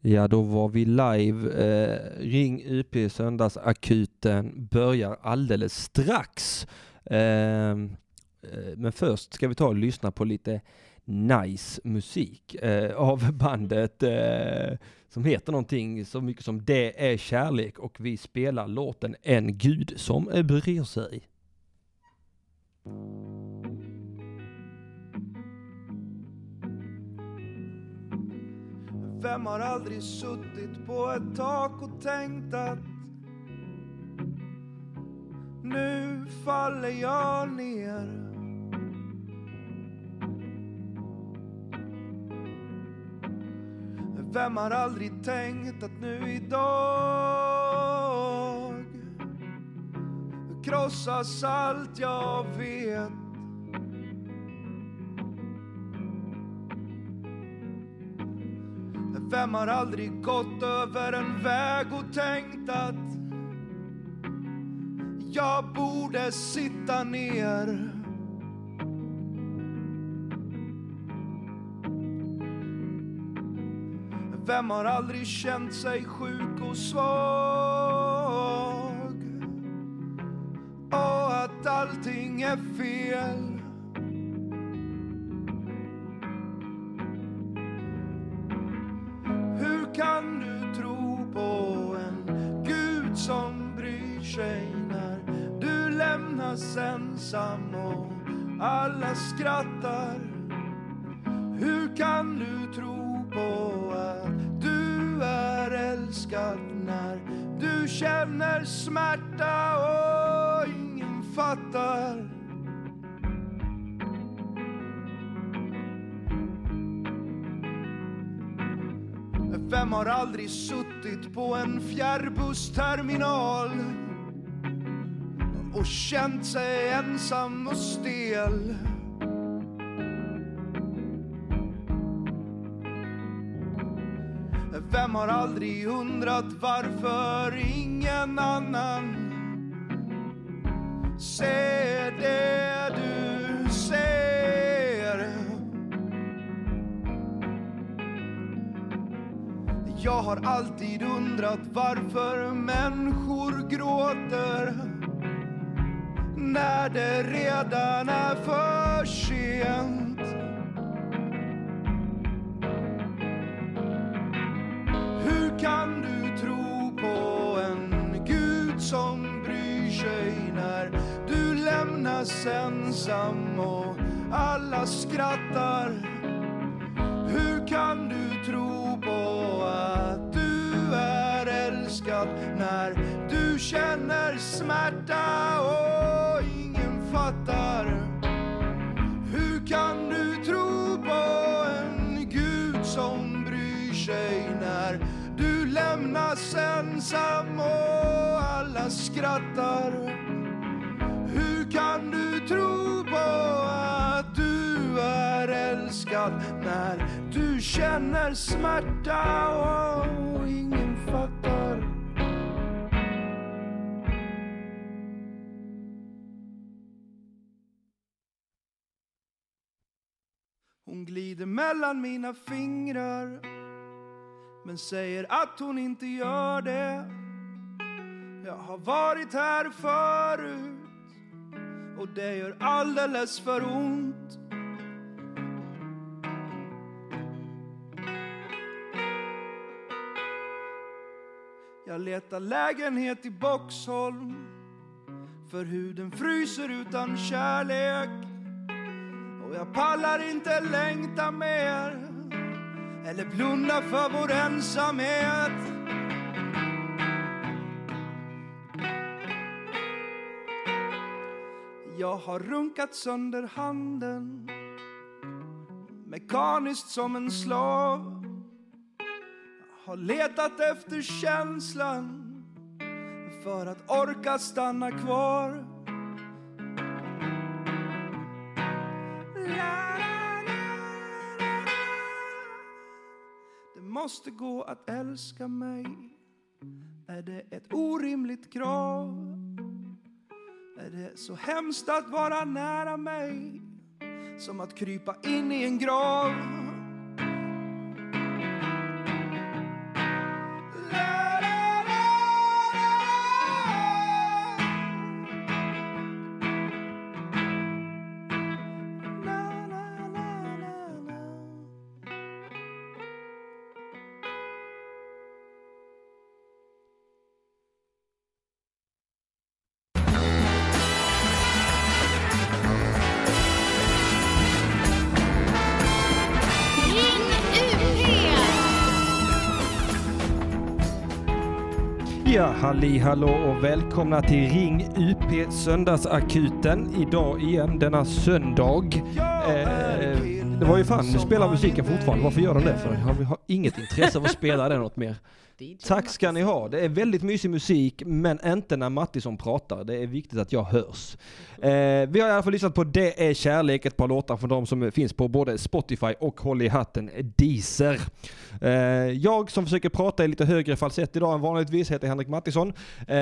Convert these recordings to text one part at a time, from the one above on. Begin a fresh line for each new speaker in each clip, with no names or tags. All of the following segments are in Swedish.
Ja, då var vi live. Eh, Ring UP Söndagsakuten börjar alldeles strax. Eh, eh, men först ska vi ta och lyssna på lite nice musik eh, av bandet eh, som heter någonting så mycket som Det är kärlek och vi spelar låten En gud som bryr sig.
Vem har aldrig suttit på ett tak och tänkt att nu faller jag ner. Vem har aldrig tänkt att nu idag krossas allt jag vet. Vem har aldrig gått över en väg och tänkt att jag borde sitta ner? Vem har aldrig känt sig sjuk och svag? Och att allting är fel. Hur kan du tro på en Gud som bryr sig när du lämnas ensam och alla skrattar? Hur kan du tro på att du är älskad när du känner smärta och ingen fattar? Vem har aldrig suttit på en fjärrbussterminal och känt sig ensam och stel? Vem har aldrig undrat varför ingen annan ser det du ser? Jag har alltid undrat varför människor gråter när det redan är för sent. Hur kan du tro på en Gud som bryr sig när du lämnas ensam och alla skrattar? Hur kan du tro på att du är älskad när du känner smärta och ingen fattar? Hur kan du tro på en Gud som bryr sig när du lämnas ensam och alla skrattar? Hur kan du tro på att du är älskad när du känner smärta och ingen fattar? Hon glider mellan mina fingrar men säger att hon inte gör det. Jag har varit här förut och det gör alldeles för ont. Jag letar lägenhet i Boxholm för huden fryser utan kärlek och jag pallar inte längta mer eller blunda för vår ensamhet. Jag har runkat sönder handen Mekaniskt som en slav Jag Har letat efter känslan För att orka stanna kvar La, la, la, la, la. Det måste gå att älska mig Är det ett orimligt krav? Är det så hemskt att vara nära mig? Som att krypa in i en grav.
Ja, halli hallå och välkomna till Ring UP Söndagsakuten. Idag igen, denna söndag. Eh, det var ju fan, nu spelar musiken fortfarande. Varför gör de det? För jag har inget intresse av att spela den åt mer.
DJ
Tack ska ni ha. Det är väldigt mysig musik, men inte när Mattisson pratar. Det är viktigt att jag hörs. Eh, vi har i alla fall lyssnat på Det är kärlek, ett par låtar från de som finns på både Spotify och Håll i hatten, Deezer. Eh, jag som försöker prata i lite högre falsett idag än vanligtvis heter Henrik Mattisson. Eh,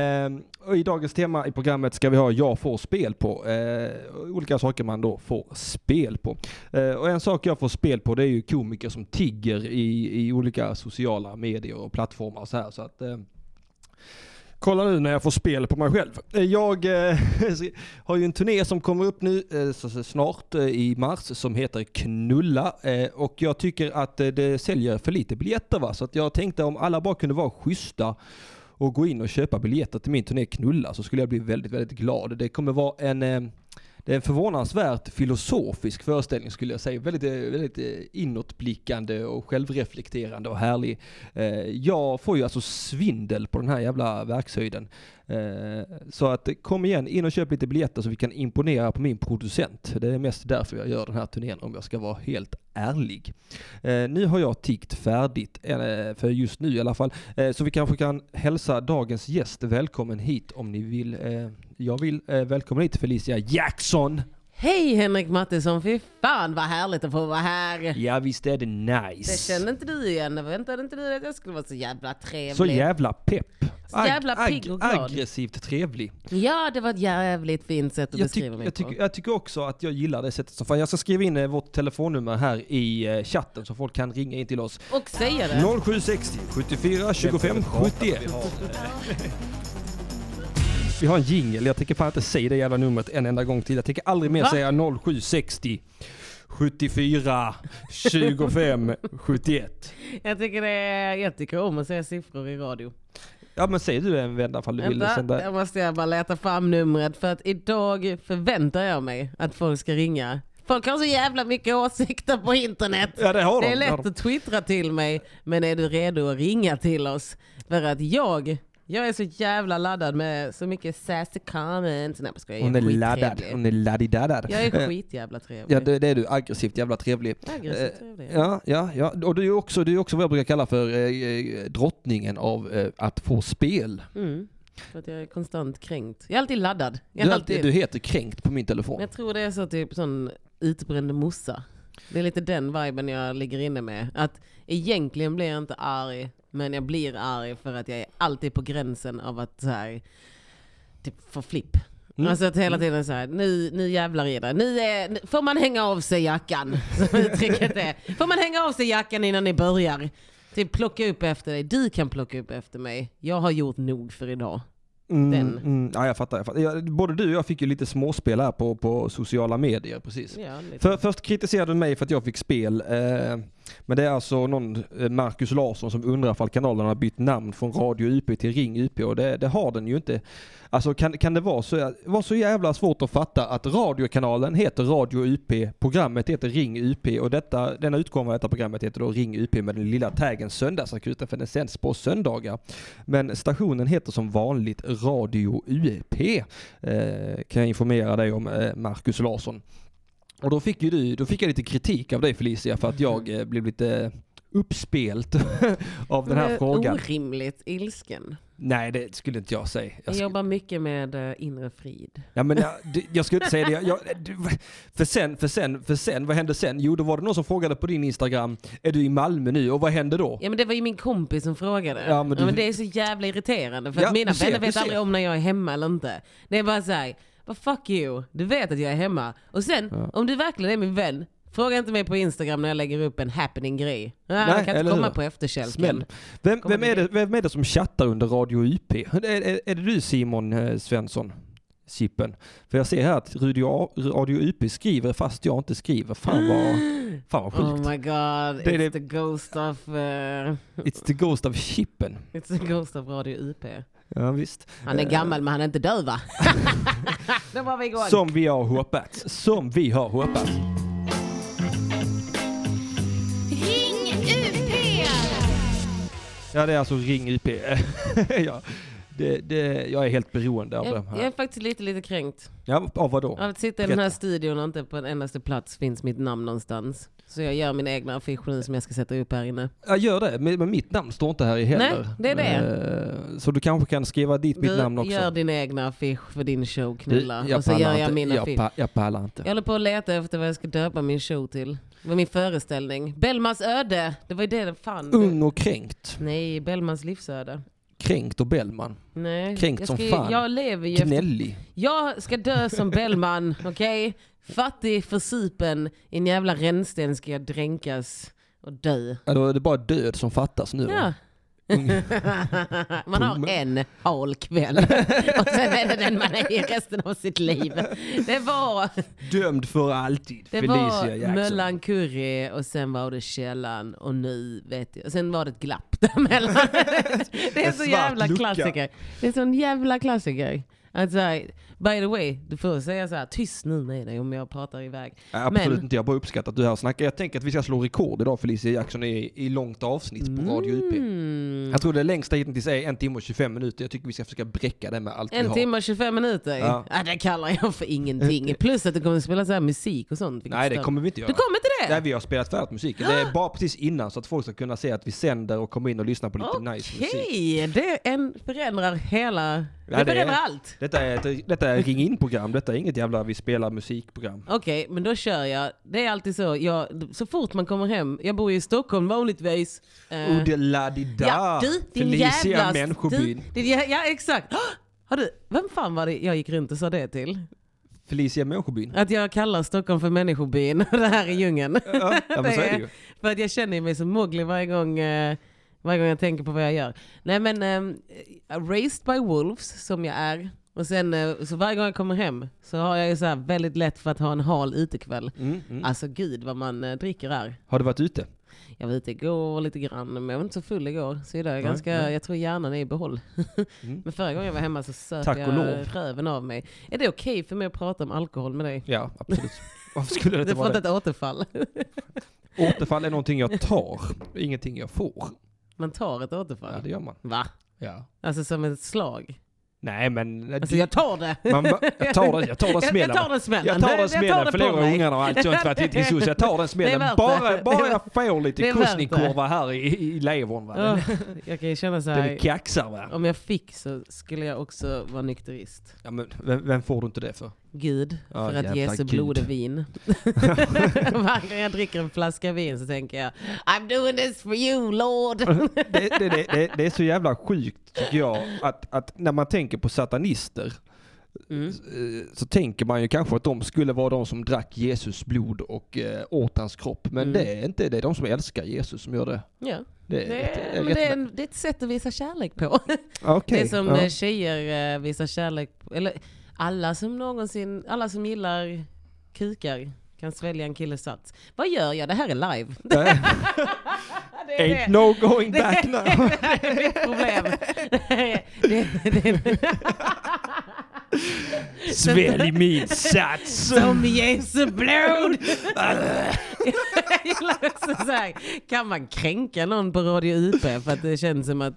och I dagens tema i programmet ska vi ha Jag får spel på. Eh, olika saker man då får spel på. Eh, och en sak jag får spel på det är ju komiker som tigger i, i olika sociala medier och plattformar och så här. Så att, eh, Kolla nu när jag får spel på mig själv. Eh, Jag eh, har ju en turné som kommer upp nu eh, så- så snart eh, i mars som heter Knulla eh, och jag tycker att eh, det säljer för lite biljetter va så att jag tänkte om alla bara kunde vara schyssta och gå in och köpa biljetter till min turné Knulla så skulle jag bli väldigt, väldigt glad. Det kommer vara en eh, det är en förvånansvärt filosofisk föreställning skulle jag säga. Väldigt, eh, väldigt eh, inåtblickande och självreflekterande och härlig. Eh, Jag får ju alltså svindel på den här jävla verkshöjden. Eh, Så att eh, kom igen, in och köp lite biljetter så vi kan imponera på min producent. Det är mest därför jag gör den här turnén om jag ska vara helt ärlig. Eh, Nu har jag tiggt färdigt, eh, för just nu i alla fall. Eh, Så vi kanske kan hälsa dagens gäst välkommen hit om ni vill. Eh, Jag vill eh, välkomna hit Felicia Jackson.
Hej Henrik Mattisson, fy fan vad härligt att få vara här.
Ja visst är det nice.
Det kände inte du igen, det väntade inte du att jag skulle vara så jävla trevlig.
Så jävla pepp.
Så jävla pigg och glad.
Aggressivt trevlig.
ja, det var ett jävligt fint sätt att
Jag, tyck,
beskriva mig
jag, tycker-
på.
jag tycker också att jag gillar det sättet som fan. Jag ska skriva in eh, vårt telefonnummer här i eh, chatten så folk kan ringa in till oss.
Och säga det.
0760 74 25 71. Vi har en jingel, jag tänker fan inte säga det jävla numret en enda gång till. Jag tänker aldrig mer
Va?
säga 0760 74 25 71.
Jag tycker det är, jag tycker om att säga siffror i radio.
Ja men säg du det en vända ifall du vill
Vänta,
sända.
där måste jag bara leta fram numret för att idag förväntar jag mig att folk ska ringa. Folk har så jävla mycket åsikter på internet.
Ja det har de.
Det är
det har de.
lätt att twittra till mig, men är du redo att ringa till oss? För att jag, jag är så jävla laddad med så mycket sassy comments. Nej jag skojar, jag
Hon är laddad.
skittrevlig.
Hon är laddidaddad.
Jag är
Eh,
skitjävla trevlig.
Ja det, det är du, aggressivt jävla trevlig. Eh,
Aggressivt trevlig.
Ja, ja, ja. Och du är ju också, du är också vad jag brukar kalla för eh, eh, drottningen av eh, att få spel.
Mm. För att jag är konstant kränkt. Jag är alltid laddad. Jag,
Du,
är
är
alltid,
alltid, du heter kränkt på min
Men
telefon.
jag tror det är så typ sån utbränd mossa. Det är lite den viben jag ligger inne med. Att egentligen blir jag inte arg, men jag blir arg för att jag är alltid på gränsen av att så här, typ få flipp.
Mm.
Alltså att hela tiden så här, nu, nu jävlar i det. Nu är, nu, får man hänga av sig jackan, som uttrycket är. Får man hänga av sig jackan innan ni börjar? Typ plocka upp efter dig. Du kan plocka upp efter mig. Jag har gjort nog för idag.
Mm,
den.
Mm, ja, jag fattar. Jag fattar. Jag, både du och jag fick ju lite småspel här på, på sociala medier precis.
Ja, lite.
För, först kritiserade du mig för att jag fick spel. Eh, men det är alltså någon, eh, Marcus Larsson, som undrar ifall kanalen har bytt namn från Radio UP till Ring UP och det, det har den ju inte. Alltså kan, kan det vara så, var så jävla svårt att fatta att radiokanalen heter Radio UP, programmet heter Ring UP och detta, denna utgåva av detta programmet heter då Ring UP med den lilla taggen Söndagsakuten för den sänds på söndagar. Men stationen heter som vanligt Radio UP eh, kan jag informera dig om eh, Marcus Larsson. Och då fick, ju du, då fick jag lite kritik av dig Felicia för att jag eh, blev lite uppspelt av den
Jag
här
är
frågan.
Orimligt ilsken.
Nej det skulle inte jag säga. Jag
Jag
skulle-
jobbar mycket med eh, inre frid.
Ja, men jag, det- jag skulle inte säga det. Jag, jag, det- för, sen, för, sen, för sen, vad hände sen? Jo, då var det någon som frågade på din Instagram, är du i Malmö nu? Och vad hände då?
Ja men det var ju min kompis som frågade.
Ja,
Ja,
men
men
du-
det är så jävla irriterande för
Ja,
att mina
du ser,
vänner
du
vet
ser.
aldrig om när jag är hemma eller inte. Det är bara såhär, vad fuck you, du vet att jag är hemma. Och sen, om du verkligen är min vän, fråga inte mig på Instagram när jag lägger upp en happening-grej. Nej,
Nej,
jag kan
eller
inte komma
hur?
på efterkälken.
Smäll. Vem,
Kommer
vem, är
det-
det, vem är det som chattar under Radio UP? Är, är, är det du Simon eh, Svensson? Sippen. För jag ser här att Radio, Radio UP skriver fast jag inte skriver. Fan vad, fan vad
Oh
sjukt.
my god,
Det är
it's
det-
the ghost of... eh,
It's the ghost of Chippen.
it's the ghost of Radio UP.
Ja, visst.
Han är gammal men han är inte döv va? Då var vi igång.
Som vi har hoppats. Som vi har hoppats.
Ring UP!
Ja, det är alltså Ring UP. ja. Det, det, jag är helt beroende av
Jag,
de
jag är
här.
faktiskt lite, lite kränkt.
Ja, av vad då?
Av att sitta i den här studion och inte på en endaste plats finns mitt namn någonstans. Så jag gör mina egna affischer nu som jag ska sätta upp här inne.
Ja, gör det. Men men mitt namn står inte här i heller.
Nej, det är
Eh, Så du kanske kan skriva dit mitt
du
namn också.
gör din egna affisch för din show Knulla.
jag
och så
pallar
gör jag
inte.
min
jag,
affisch.
pa, jag pallar inte.
Jag håller på att leta efter vad jag ska döpa min show till. Vad min föreställning. Bellmans öde. Det var ju det fan.
Ung och kränkt.
Nej, Bellmans livsöde.
Kränkt och Bellman.
Nej.
Kränkt
jag
som
ska, ju-
fan.
Jag lever ju efter,
Gnällig.
Jag ska dö som Bellman, okej? Fattig, försupen, i en jävla rännsten ska jag dränkas och dö.
Ja, då är Alltså, det bara död som fattas nu.
Ja.
Ung-
Man har en hal kväll och sen är det den man är i resten av sitt liv. Det var,
Dömd för alltid.
det
Felicia
var
Jackson.
Möllan Curry och sen var det Källan och nu vet jag. Sen var det ett glapp däremellan. Det är
En
så
svart
jävla
lucka.
klassiker. Det är sån jävla klassiker. Att så här, by the way, du får säga så här, tyst nu med dig om jag pratar iväg.
Nej, absolut
Men-
inte, jag bara uppskattar att du är här och snackar. Jag tänker att vi ska slå rekord idag Felicia Jackson i, i långt avsnitt på Radio UP.
Mm.
Jag tror det längsta hittills är en timme och 25 minuter. Jag tycker vi ska försöka bräcka det med allt vi
En
har.
timme och 25 minuter?
Ja. Eh,
Ja. det kallar jag för ingenting. Plus att det kommer att spela så här musik och sånt. vilket
Nej det
stör.
kommer vi inte göra.
Du kommer inte det?
Nej vi har spelat färdigt musiken. Det är bara precis innan så att folk ska kunna se att vi sänder och kommer in och lyssnar på lite nice musik.
Okej, det en förändrar hela...
Ja,
det
det är-
förändrar allt.
Detta är, ett, detta är ring in-program, detta är inget jävla vi spelar musikprogram.
Okej, men då kör jag. Det är alltid så. Jag, så fort man kommer hem, jag bor ju i Stockholm vanligtvis. Eh,
Oh, Uddeladida!
ja, du, din
Felicia
jävla...
Människobyn.
Du, din, jä- ja, exakt. Har du, vem fan var det jag gick runt och sa det till?
Felicia Människobyn.
Att jag kallar Stockholm för människobyn och det här är djungeln.
Ja, ja men så är det ju.
För att jag känner mig som Mowgli varje gång, eh, varje gång jag tänker på vad jag gör. Nej men, eh, raised by wolves som jag är. Och sen, eh, så varje gång jag kommer hem så har jag ju så här väldigt lätt för att ha en hal utekväll.
Mm, mm.
Alltså gud vad man eh, dricker här.
Har du varit ute? Mm.
Jag var ute igår lite grann, men jag var inte så full igår. Så idag är jag
Nej,
ganska, jag tror hjärnan är i behåll.
Mm.
Men förra gången jag var hemma så söp
Tack och
jag
lov.
röven av mig. Är det okej för mig att prata om alkohol med dig?
Ja, absolut. Varför skulle det
Det
inte
får
vara
inte
det?
ett återfall.
Återfall är någonting jag tar, ingenting jag får.
Man tar ett
Ja,
återfall.
det gör man.
Va?
Ja.
Alltså som ett slag.
Nej men...
Alltså jag tar det.
man, ba- jag tar den, jag tar den
Jag, jag
smällen.
tar den smällen.
Jag tar
det
den smällen,
på
förlorar
mig.
ungarna och allt sånt för att det inte är sosse. Jag tar den smällen.
Det är värt
Bara,
det.
bara jag får
Det
lite
är värt
kryssningskurva här i, i levern. Va? Den,
Åh, jag kan ju känna så
den
här.
kaxar va.
om jag fick så skulle jag också vara nykterist.
Ja, men vem, vem får du inte det för?
Gud,
Ja,
för att
jävla
Jesu
Gud.
blod är vin. Varje gång jag dricker en flaska vin så tänker jag I'm doing this for you Lord.
Det, det, det, det, det är så jävla sjukt tycker jag att, att när man tänker på satanister
Mm.
eh, så tänker man ju kanske att de skulle vara de som drack Jesus blod och eh, åt hans kropp. Men
Mm.
det är inte det. är de som älskar Jesus som gör det.
Ja,
Det är,
det,
rätt-
är, men
rätt-
det, är en, det är ett sätt att visa kärlek på.
Okej,
Det är som
ja.
eh, tjejer eh, visar kärlek, eller alla som någonsin, alla som gillar kukar kan svälja en killes sats. Vad gör jag? Det här är live. Det är
Ain't
det.
no going back now.
Det här är mitt problem. Det, det, det,
Svälj min sats!
som Jesu blod! Jag gillar också så här, kan man kränka någon på Radio UP? För att det känns som att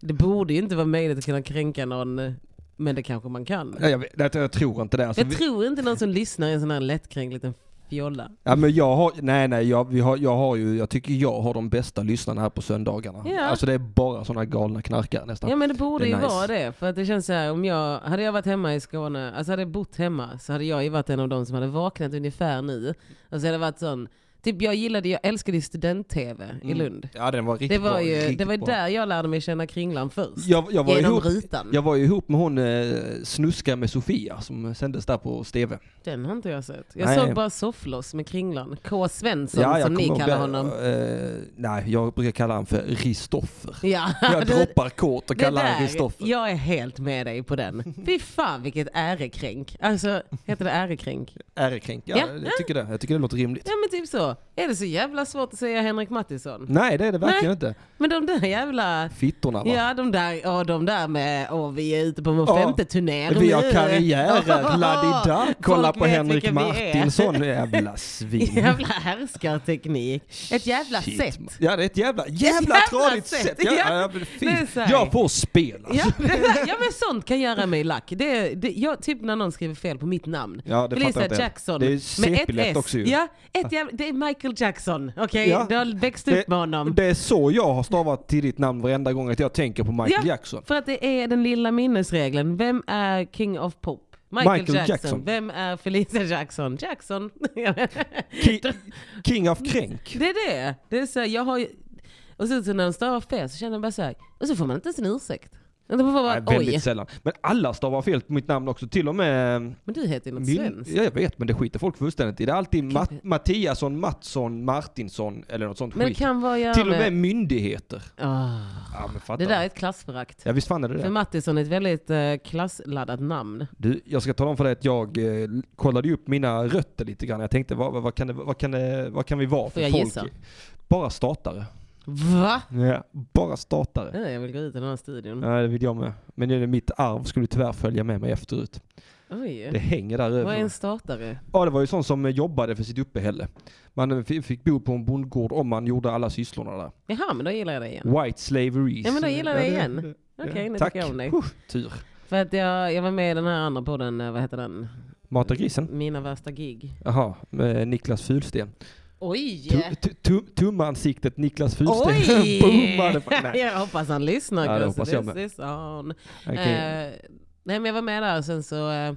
det borde ju inte vara möjligt att kunna kränka någon, men det kanske man kan.
Nej, jag, vet- jag, jag tror inte det. Alltså,
Jag
vi,
tror inte någon som lyssnar är en sån här lättkränkt liten fjolla.
ja, men jag har, nej nej, jag, vi har, jag har ju, jag tycker jag har de bästa lyssnarna här på söndagarna.
Ja.
Alltså det är bara sådana galna knarkare nästan.
Ja men det borde
Det är
ju
nice.
vara det. För att det känns så här, om jag, hade jag varit hemma i Skåne, alltså hade jag bott hemma så hade jag ju varit en av de som hade vaknat ungefär nu. Och så hade det varit sån, typ jag gillade, jag älskade ju student-tv i
Mm.
Lund.
Ja den var riktigt
Det var
bra.
ju
riktigt
det var ju
bra.
där jag lärde mig känna Kringlan först.
Jag, jag, var
Genom
ihop,
rutan.
jag var ju ihop med hon eh, Snuska med Sofia som sändes där på Steve.
Den har inte jag sett. Jag
Nej.
såg bara Soffloss med Kringlan. K. Svensson
jag
som ni
kommer ihåg
kallar
det.
honom.
Eh, nej, jag brukar kalla honom för Ristoffer.
Ja,
Jag
det-
droppar kort och
det
kallar honom
där,
Ristoffer.
jag är helt med dig på den. Fy fan vilket ärekränk. Alltså, heter det ärekränk?
Ärekränk, ja,
Ja,
jag, tycker det. jag tycker det låter rimligt.
Ja men typ så. så? Är det så jävla svårt att säga Henrik Mattisson?
Nej, det är det verkligen
Nej.
inte.
Men de där jävla...
Fittorna va?
Ja, de där, ja, de där med och vi är ute på vår
Ja.
femte turné
Vi
nu.
har karriärer, ladida. Kolla
Folk
på
vet
Henrik
vilka vi är.
Martinsson, jävla svin.
Jävla härskarteknik. Ett jävla
Shit,
sätt.
man. Ja, det är ett jävla, jävla
jävla
tradigt
sätt.
sätt. Jag,
Ja.
jag, jag, fy,
Det är så här.
jag får spel alltså.
Ja, det- ja men sånt kan göra mig lack. Det, det, jag, typ när någon skriver fel på mitt namn.
Ja, det fattar
Lisa
jag inte.
Jackson
Det är
med ett
superlätt
S.
också ju.
Ja, ett jävla, det är Michael Jackson. Okej,
Ja.
du har växt upp med honom.
Det, det är så jag har stavat till ditt namn varenda gång att jag tänker på Michael
Ja.
Jackson.
För att det är den lilla minnesregeln. Vem är King of Pop? Michael,
Michael
Jackson.
Jackson.
Vem är Felicia Jackson? Jackson.
Ki- King of Kränk.
Det är det. det är så här, jag har ju... Och sen så när de stavar fel så känner jag bara så här, och så får man inte ens en ursäkt. Man får bara,
Nej,
oj,
väldigt sällan. Men alla stavar fel på mitt namn också. Till och med...
men du heter ju något
Min,
svenskt.
ja, jag vet, men det skiter folk fullständigt i. Det är alltid
Kan-
Mat, Mattiasson, Mattsson, Martinsson eller något sånt
Men det
skit.
kan vara göra
Till och
med-
med myndigheter.
Ah,
Ja, men fattar
det där är
du?
ett klassförakt.
Ja, visst fan är det
För
det.
Mattisson är ett väldigt eh, klassladdat namn.
Du, jag ska tala om för dig att jag eh, kollade ju upp mina rötter lite grann. Jag tänkte, vad, vad, vad, kan, det, vad, kan, det, vad kan vi vara för
jag
folk?
gissa?
Bara startare.
Va?
Ja, bara startare.
Nej, Jag vill gå ut i den här studion.
Nej, det vill jag med. Men det är mitt arv skulle tyvärr följa med mig efterut. Det
Oj.
hänger där
Vad är en
över.
startare?
Ja, det var ju sån som eh, jobbade för sitt uppehälle. Man eh, fi- fick bo på en bondgård om man gjorde alla sysslorna där.
Jaha, men då gillar jag dig igen.
White slavery.
Ja, men då gillar jag
det-
igen.
det-
Okej,
ja.
nu
Tack.
tycker jag om dig.
Huh, tur.
För att jag, jag var med i den här andra podden, eh, vad heter den?
Mata grisen.
Mina värsta gig.
Jaha, med Niklas Fylsten.
Oj!
Tu- tu- tu- Tumansiktet Niklas Fylsten.
Oj!
Boomade. Nej,
jag hoppas han lyssnar.
Ja, det
'cause
hoppas jag
this
med.
is on.
okej.
Eh, nej men jag var med där och sen så, eh,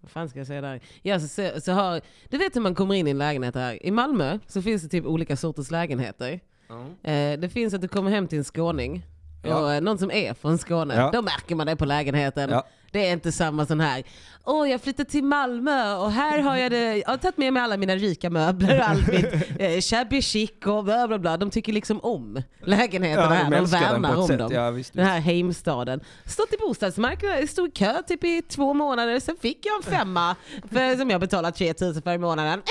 vad fan ska jag säga där? Ja, så, så, så har, du vet hur man kommer in i en lägenhet här. I Malmö så finns det typ olika sorters lägenheter. Eh, det finns att du kommer hem till en skåning.
Ja.
Och eh, någon som är från Skåne.
Ja.
Då märker man det på lägenheten.
Ja.
Det är inte samma sån här, åh jag flyttade till Malmö och här har jag, det, jag har tagit med mig alla mina rika möbler och allt mitt eh, shabby chic och bla bla bla. De tycker liksom om
Ja,
lägenheterna här, de
älskar den på
värnar
ett
om
sätt.
dem
Ja, visst,
den här heimstaden. Stått i bostadsmarknaden, stod i kö typ i två månader, sen fick jag en femma för, som jag betalat 3000 för i månaden.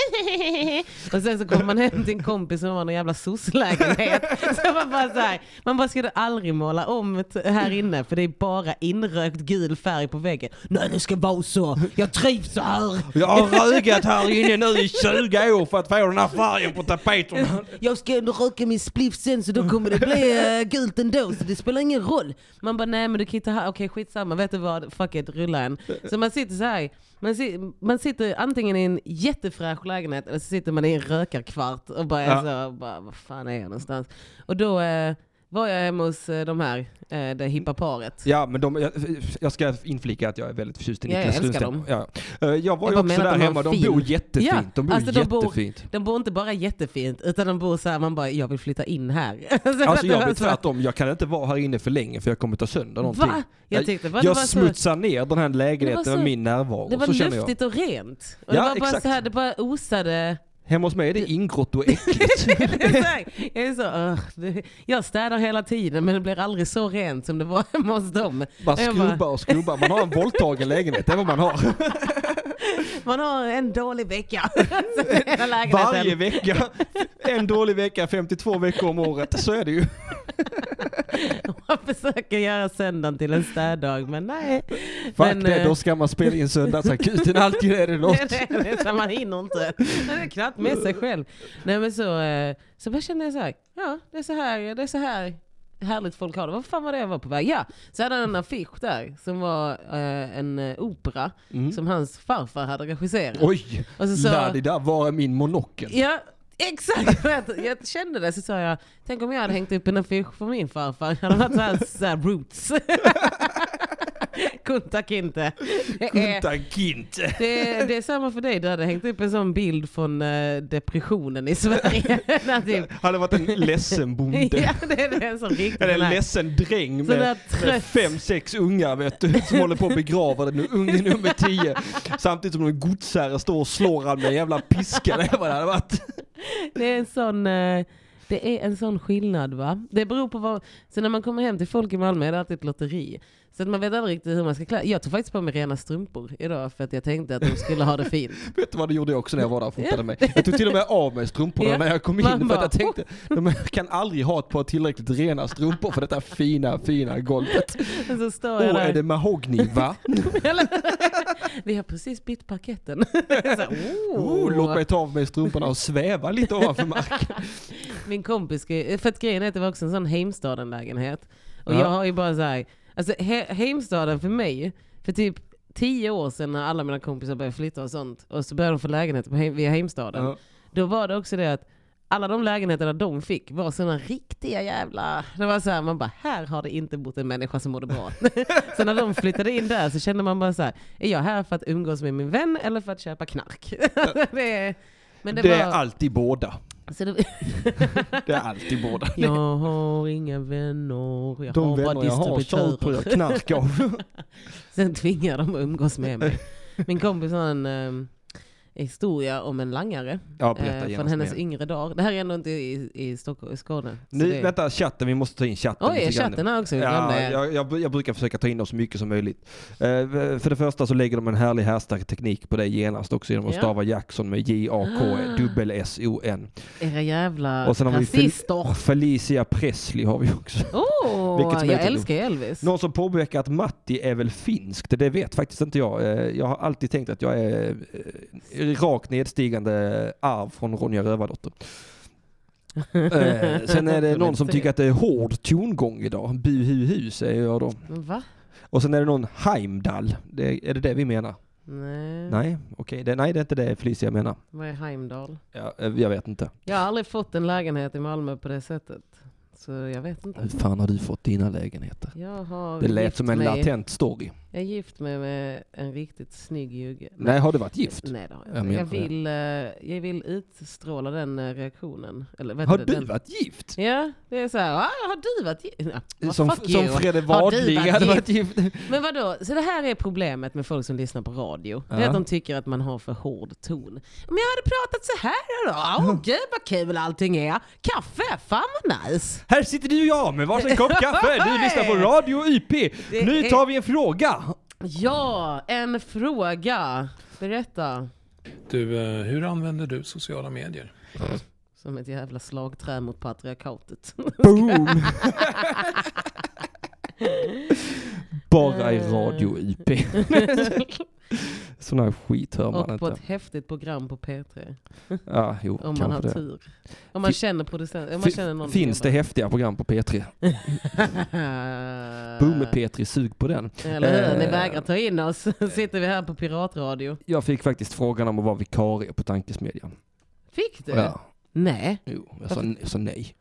Och sen så kommer man hem till en kompis som har någon jävla soc-lägenhet. Så man bara så här, man bara ska du aldrig måla om t- här inne för det är bara inrökt gul färg på väggen. Nej det ska vara så, jag trivs så här.
Jag har rögat här inne nu i 20 år för att få den här färgen på tapeterna.
Jag ska ändå röka min spliff sen så då kommer det bli uh, gult ändå så det spelar ingen roll. Man bara nej men du kan inte ha, okej skitsamma vet du vad, fuck it, rulla en. Så man sitter så här. Man, si man sitter antingen i en jättefräsch lägenhet eller så sitter man i en rökarkvart och bara,
Ja.
så, bara vad fan är jag någonstans? Och då eh, var jag hemma hos eh, de här, eh, det hippa paret.
Ja, men de, jag, jag ska inflika att jag är väldigt förtjust i
Ja, jag
Niklas
älskar
Lundstedt.
dem.
Ja, ja. Eh, Jag var ju
Jag bara
också
menar att
där
de har
hemma, de
fin-
bor jättefint.
Ja,
de bor
alltså de bor-
jättefint.
De bor inte bara jättefint utan de bor så här, man bara jag vill flytta in här. Så att
Alltså
det
jag
var
blir
så här,
tvärtom, jag kan inte vara här inne för länge för jag kommer ta sönder någonting.
Va? Jag tyckte bara det
jag
var så-
smutsar ner den här lägenheten
så-
med min närvaro.
Det var
så känner jag.
luftigt och rent. Och
Ja,
det var bara
exakt.
så här, det bara osade.
Hemma hos mig är det ingrått och äckligt.
Det är så här, jag, är så, "Ugh, det- jag städar hela tiden men det blir aldrig så rent som det var hemma hos dem.
Man
Jag bara-
skrubbar och skrubbar, man har en våldtagen lägenhet, det är vad man har.
Man har en dålig vecka. Så hela lägenheten-
Varje vecka, en dålig vecka, 52 veckor om året, så är det ju.
Man försöker göra söndagen till en städdag men nej.
Fuck
Men,
det,
eh,
då ska man spela in söndagsakuten, alltid är det något.
Nej, nej, det är så man hinner inte. Man är knappt med sig själv. Nej, men så, eh, så bara kände jag så här, ja det är så här, det är så här härligt folk har det. Vad fan var det jag var på väg? Ja, så hade han en affisch där som var eh, en eh, opera som hans farfar hade regisserat.
Mm. Oj,
Och så sa-
la-di-da, var är min monokel?
Ja, exakt! För att jag kände det, så sa jag, tänk om jag hade hängt upp en affisch för min farfar. Han hade varit så här, så här roots. Kunta kinte. Det är-
Kunta Kinte.
Det, det är samma för dig, du hade hängt upp en sån bild från eh, depressionen i Sverige. När typ,
Hade varit en ledsen bonde.
ja, det är en sån riktig
Eller en
sån här-
ledsen dräng
Sån
med,
där
med
trött.
fem, sex ungar vet du, som håller på att begrava den nu, unge nummer tio. Samtidigt som någon godsherre står och slår han med en jävla piska. Det var det hade varit.
Det är en sån... eh, Det är en sån skillnad va? Det beror på vad... Så när man kommer hem till folk i Malmö är det alltid ett lotteri. Så att man vet aldrig riktigt hur man ska klä Jag tog faktiskt på mig rena strumpor idag för att jag tänkte att de skulle ha det fint.
Vet du vad det gjorde jag också när jag var där och fotade mig? Jag tog till och med av mig strumporna
Ja.
när jag kom in
Man
för att jag
bara,
tänkte de kan aldrig ha ett par tillräckligt rena strumpor för detta fina, fina golvet.
Och så står
Åh,
jag
är det
där.
mahogny va?
Eller- Vi har precis bytt parketten. Så här,
Oh, låt mig ta av mig strumporna och sväva lite ovanför marken.
Min kompis, skrev- för att grejen är att det var också en sån Heimstaden-lägenhet. Och
Ja.
jag har ju bara så här, alltså he, Heimstaden för mig, för typ tio år sedan när alla mina kompisar började flytta och sånt, och så började de få lägenheter på, He- via Heimstaden.
Ja.
Då var det också det att alla de lägenheterna de fick var sådana riktiga jävla... Det var så här, man bara, här har det inte bott en människa som mådde bra. så när de flyttade in där så kände man bara så här, är jag här för att umgås med min vän eller för att köpa knark? det, är- men
Det,
det,
är
var...
alltid båda.
så det,
Det är alltid båda.
jag har inga vänner, jag
De
har bara
vänner jag har köper jag
distributörer.
knark av.
Sen tvingar de att umgås med mig. Min kompis har en eh, historia om en langare
Ja,
eh,
berätta
från
genast
hennes
mer.
yngre dagar. Det här är ändå inte i, i, Stockholm, i Skåne. så
Nu,
det...
vänta, chatten, vi måste ta in chatten
Oj,
lite grann.
chatten här också. Vi
Ja,
glömde.
jag, jag, jag brukar försöka ta in dem så mycket som möjligt. Eh, för det första så lägger de en härlig hashtag-teknik på det genast också genom att
Ja.
stava Jackson med J-A-K-S-O-N.
Era jävla
Och sen har vi Fel-
rasister.
Felicia Presley har vi också.
Åh,
Vilket som är
jag
lite
älskar ju Elvis.
Någon som påpekar att Matti är väl finsk? Det- Det vet faktiskt inte jag. Eh, Jag har alltid tänkt att jag är eh, rakt nedstigande arv från Ronja Rövardotter. Eh, Sen är det någon som tycker att det är hård tongång idag. Bu hu hu säger jag då.
Va?
Och sen är det någon Heimdall. Det, är det det vi menar?
Nej.
Nej, okej. Det, nej, det är inte det Felicia menar.
Vad är Heimdal?
Ja, eh, jag vet inte.
Jag har aldrig fått en lägenhet i Malmö på det sättet. Så jag vet
Hur
inte.
fan har du fått dina lägenheter?
Jag har
Alltså. Det lät
gift
som en
mig.
latent story.
Jag är gift mig med en riktigt snygg jugge.
Nej, har du varit gift?
Nej det har
Jag
jag inte. Jag
menar det.
vill, eh, jag vill utstråla den eh, reaktionen. Eller, vet
Har
du,
du
den...
varit gift?
Ja, det är så här. "Ah, Har du varit gift? Ja,
Som,
fuck
som
you.
Fredde
Har du
Wadling
varit
hade varit gift.
Men vadå, så det här är problemet med folk som lyssnar på radio. Det
Ja.
är att de tycker att man har för hård ton. Men jag hade pratat så här då. Åh gud vad kul allting är. Kaffe, fan vad nice.
Här sitter du och jag med varsin kopp kaffe. Du lyssnar på Radio YP.
Det
Nu
är-
tar vi en fråga.
Ja, en fråga. Berätta.
Du, eh, hur använder du sociala medier?
Som ett jävla slagträ mot patriarkatet.
Boom! Bara i Radio YP. Sån här skit hör man
Och på ett
inte.
häftigt program på P3.
Ja, jo,
Om man har
kanske det.
tur. Om man
Fin-
känner producenten. Om man
Fin-
känner någon som
Finns det häftiga program på P3?
jobbar-
Boom med P3, sug på den.
Eller hur? Ni
Eh.
vägrar ta in oss. Sitter vi här på piratradio.
Jag fick faktiskt frågan om att vara vikarie på tankesmedjan.
Fick du?
Ja,
Nej,
jo, jag sa, jag sa nej.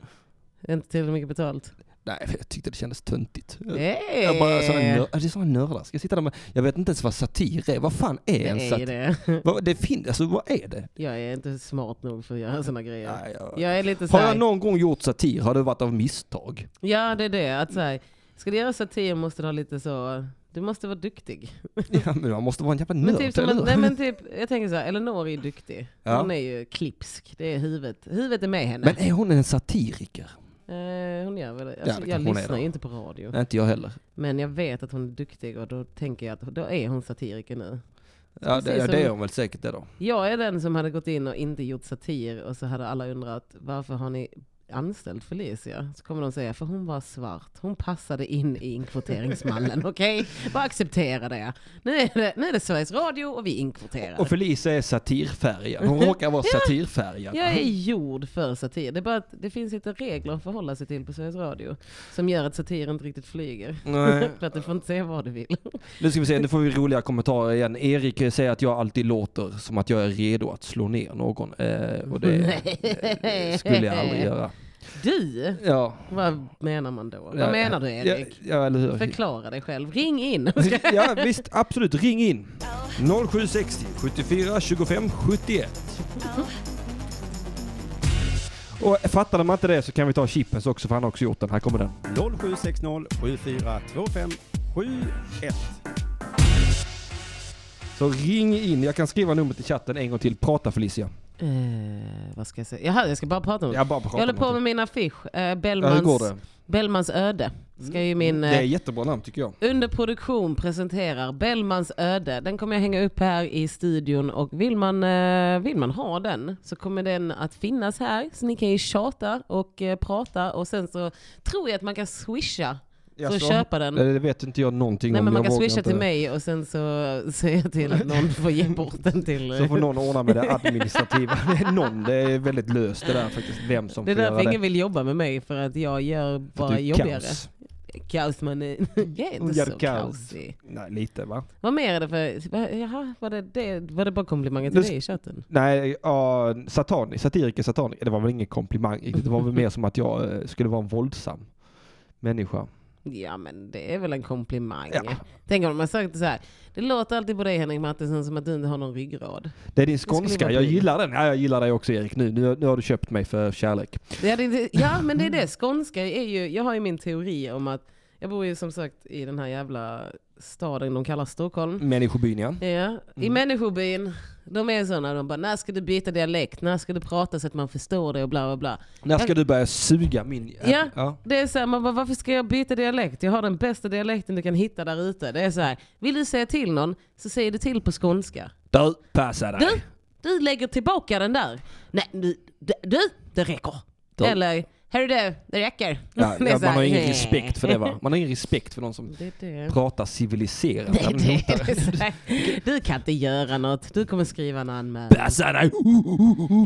inte tillräckligt mycket betalt. Eh.
Nej, för jag tyckte det kändes töntigt.
Hey.
Jag bara, såna nör, det är såna nördar. Ska jag sitta där med, jag vet inte ens vad satir är. Vad fan är
det
en
är ju
satir?
det.
Vad, det finns, alltså vad är det?
Jag är inte smart nog för att göra sådana grejer.
Nej, jag-
Jag är lite
Har jag
såhär,
någon gång gjort satir har det varit av misstag.
ja det är det. Att såhär, ska du göra satir måste du ha lite så, du måste vara duktig.
Ja, men man måste vara en jävla
Men
nörd,
typ, som
eller
att,
hur?
nej, men typ, jag tänker såhär, Eleanor är ju duktig.
Ja.
Hon är ju klipsk, det är huvudet. Huvudet är med henne.
Men är hon en satiriker?
eh, hon gör väl det. Alltså,
det
jag
kanske hon är
lyssnar
då.
ju inte på radio.
Nej, inte jag heller.
Men jag vet att hon är duktig och då tänker jag att då är hon satiriker nu.
Ja, det,
Precis
ja,
som-
det är hon väl säkert det då.
Jag är den som hade gått in och inte gjort satir och så hade alla undrat varför har ni anställt Felicia? Så kommer de säga för hon var svart, hon passade in i inkvoteringsmallen, okej? Bara acceptera det. Nu är det, nu är det Sveriges Radio och vi
Och
inkvoterar.
Felicia är satirfärgad. Hon råkar vara satirfärgad.
Jag är gjord för satir. Det är bara att det finns lite regler att förhålla sig till på Sveriges Radio som gör att satir inte riktigt flyger.
Nej.
för att du får inte säga vad du vill.
Nu ska vi se, nu får vi roliga kommentarer igen. Erik säger att jag alltid låter som att jag är redo att slå ner någon. Eh, och det, det skulle jag aldrig göra.
Du,
Ja,
vad menar man då?
Ja,
Vad menar du Erik?
Ja, ja eller hur?
Förklara dig själv. Ring in. Eh,
ja visst, absolut. Ring in. 0760 74 25 71. Och fattade man inte det så kan vi ta Chippens också för han har också gjort den. Här kommer den.
0760 7425 71.
Så ring in. Jag kan skriva numret i chatten en gång till. Prata Felicia.
Eh, vad ska jag säga? Jaha, jag ska bara prata om det.
Jag bara pratar
Jag håller på med
någonting.
min affisch. Eh,
Ja, hur går
Bellmans,
det? Mm.
Bellmans öde. Ska ju min,
Det är
eh,
jättebra namn tycker jag.
under produktion presenterar Bellmans öde. Den kommer jag hänga upp här i studion och vill man, eh, vill man ha den så kommer den att finnas här. Så ni kan ju tjata och eh, prata och sen så tror jag att man kan swisha för att
Jaså?
köpa den.
Eh, Det vet inte jag någonting
Nej
om.
men man
jag
kan
vågar
swisha
inte.
till mig och sen så säger jag till att någon får ge bort den till... eh,
Så får någon ordna med det administrativa. Det är någon, det är väldigt löst det där faktiskt. Vem som
det är
får göra
därför
det.
ingen vill jobba med mig för att jag gör
För
bara
att du är
jobbigare.
kaos.
Kaosmanin. Jag är
Hon
inte
gör
så
kaos.
kaosig.
Nej, lite va?
Vad mer är det för... va- Jaha, var det, det, var det bara komplimanger
Nu
till
s-
dig i chatten?
Nej, ja, satanisk, satiriker sataniker. Det var väl ingen komplimang. riktigt. Det var väl mer som att jag eh, skulle vara en våldsam människa.
Ja men det är väl en komplimang.
Ja.
Tänk om man sagt så här. Det låter alltid på dig Henrik Mattisson som att du inte har någon ryggrad.
Det är din
skulle
skånska.
vara
Jag
brun.
gillar den. Ja, jag gillar dig också Erik. Nu, nu, nu har du köpt mig för kärlek.
Ja, det, det, ja men det är det, skånska är ju, jag har ju min teori om att, jag bor ju som sagt i den här jävla staden de kallar Stockholm.
Människobyn ja.
Ja, i människobyn, de är sådana, de bara när ska du byta dialekt, när ska du prata så att man förstår det och bla bla bla.
När ska du börja suga min...
Ja. Det är såhär, man bara, varför ska jag byta dialekt? Jag har den bästa dialekten du kan hitta där ute. Det är så här, vill du säga till någon så säger du till på skånska.
Du, passa dig.
Du, du lägger tillbaka den där. Nej, du, du, du, det räcker.
Du.
Eller, hörru du, det räcker.
Ja,
Det är
ja,
så
man
här,
har ingen
"Nej."
respekt för det va? Man har ingen respekt för någon som
Det är det.
pratar civiliserat.
Det är
Man
det.
hotar-
det är så här. Du kan inte göra något. Du kommer skriva en anmälan.
Passa dig!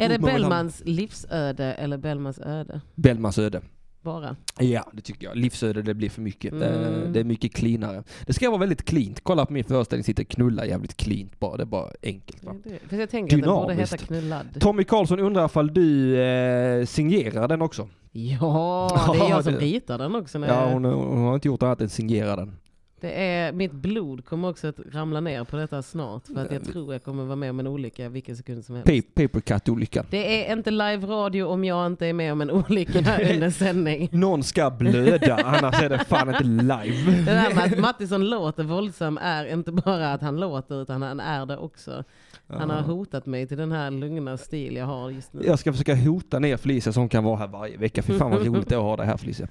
Är det
Man vill ha-
Bellmans livsöde eller Bellmans öde?
Bellmans öde.
Bara.
Ja, det tycker jag. Livsöde, det blir för mycket. Det,
Mm.
det är mycket cleanare. Det ska vara väldigt cleant. Kolla på min föreställning, sitter och knulla jävligt cleant bara. Det är bara enkelt. Va?
Det är det. För jag tänker att den borde
Dynamiskt.
heta Knullad.
Tommy Karlsson undrar ifall du eh, signerar den också?
Ja, det är
Ja,
jag som
det-
ritar den också. När
Ja,
jag-
hon, hon har inte gjort annat än signera den.
det är, mitt blod kommer också att ramla ner på detta snart. För att jag tror jag kommer vara med om en olycka vilken sekund som helst.
Pa- Papercut-olyckan.
Det är inte live radio om jag inte är med om en olycka under sändning.
Någon ska blöda, annars är det fan inte live.
Det där med att Mattisson låter våldsam är inte bara att han låter utan han är det också. Han
Ah.
har hotat mig till den här lugna stil jag har just nu.
Jag ska försöka hota ner Felicia som kan vara här varje vecka. Fy fan vad roligt det är att ha dig här Felicia.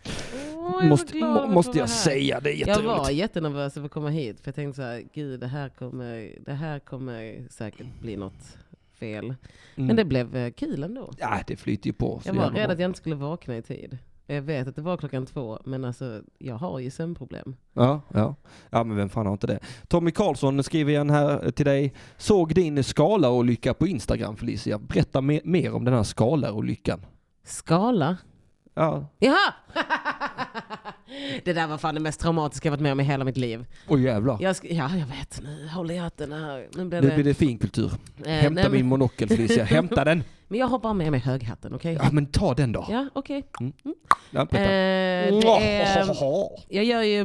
Åh, jag är så
måste
glad
må,
att få
måste
vara
jag
här.
säga, det är
Jag var
jätteroligt.
jättenervös över att komma hit för jag tänkte så här, gud det här kommer, det här kommer säkert bli något fel. Men det
Mm.
blev eh, kul ändå.
Ja, det flyter ju på. så
Jag var
jävla
rädd
bra.
att jag inte skulle vakna i tid. Och Jag vet att det var klockan två, men alltså jag har ju sömnproblem.
Ja, ja. ja, men vem fan har inte det? Tommy Karlsson skriver igen här till dig. Såg din skalarolycka på Instagram Felicia. Berätta me- mer om den här skalarolyckan.
Skala?
Ja.
Jaha! det där var fan det mest traumatiska jag varit med om i hela mitt liv.
Oj jävlar.
Jag sk- ja, jag vet. Nu håller jag hatten här. Nu blir
Nu
det...
blir det finkultur.
eh,
Hämta
nej,
min
men,
monokel Felicia. Hämta den.
men jag har bara med mig höghatten, okej?
Ja men ta den då.
Ja, okej.
Ja,
Eh,
vänta.
det är... Jag gör ju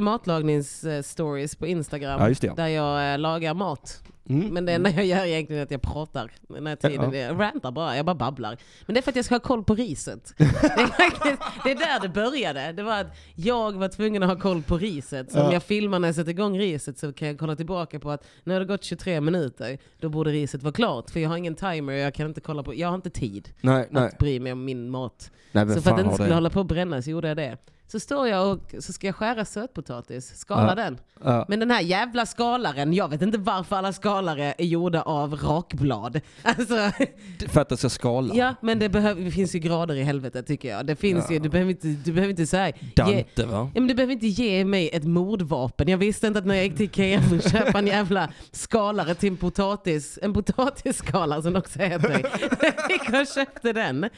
matlagningsstories på Instagram.
Ja, just det, ja.
Där jag eh, lagar mat.
Mm.
Men det enda jag gör egentligen är att jag pratar. Den här
Ja.
tiden. Jag rantar bara, jag bara babblar. Men det är för att jag ska ha koll på riset. det, är faktiskt, det är där det började. Det var att jag var tvungen att ha koll på riset. Så om jag filmar när jag sätter igång riset så kan jag kolla tillbaka på att nu har det gått 23 minuter. Då borde riset vara klart. För jag har ingen timer och jag kan inte kolla på, jag har inte tid
Nej, nej.
att bry mig om min mat.
nej vem
Så för
fan
att den inte
har
skulle
det?
hålla på att bränna så gjorde jag det. Så står jag och så ska jag skära sötpotatis, skala
Ja.
den.
Ja.
Men den här jävla skalaren, jag vet inte varför alla skalare är gjorda av rakblad. Alltså,
För att det ska skala.
ja, men det, behöv, det finns ju grader i helvetet tycker jag. Det finns ju, du behöver inte, du behöver inte säga... ge-
Dante va?
Ja, men du behöver inte ge mig ett mordvapen. Jag visste inte att när jag gick till Ikea för att köpa en jävla skalare till en potatis, en potatisskalare som det också heter. Jag gick och köpte den.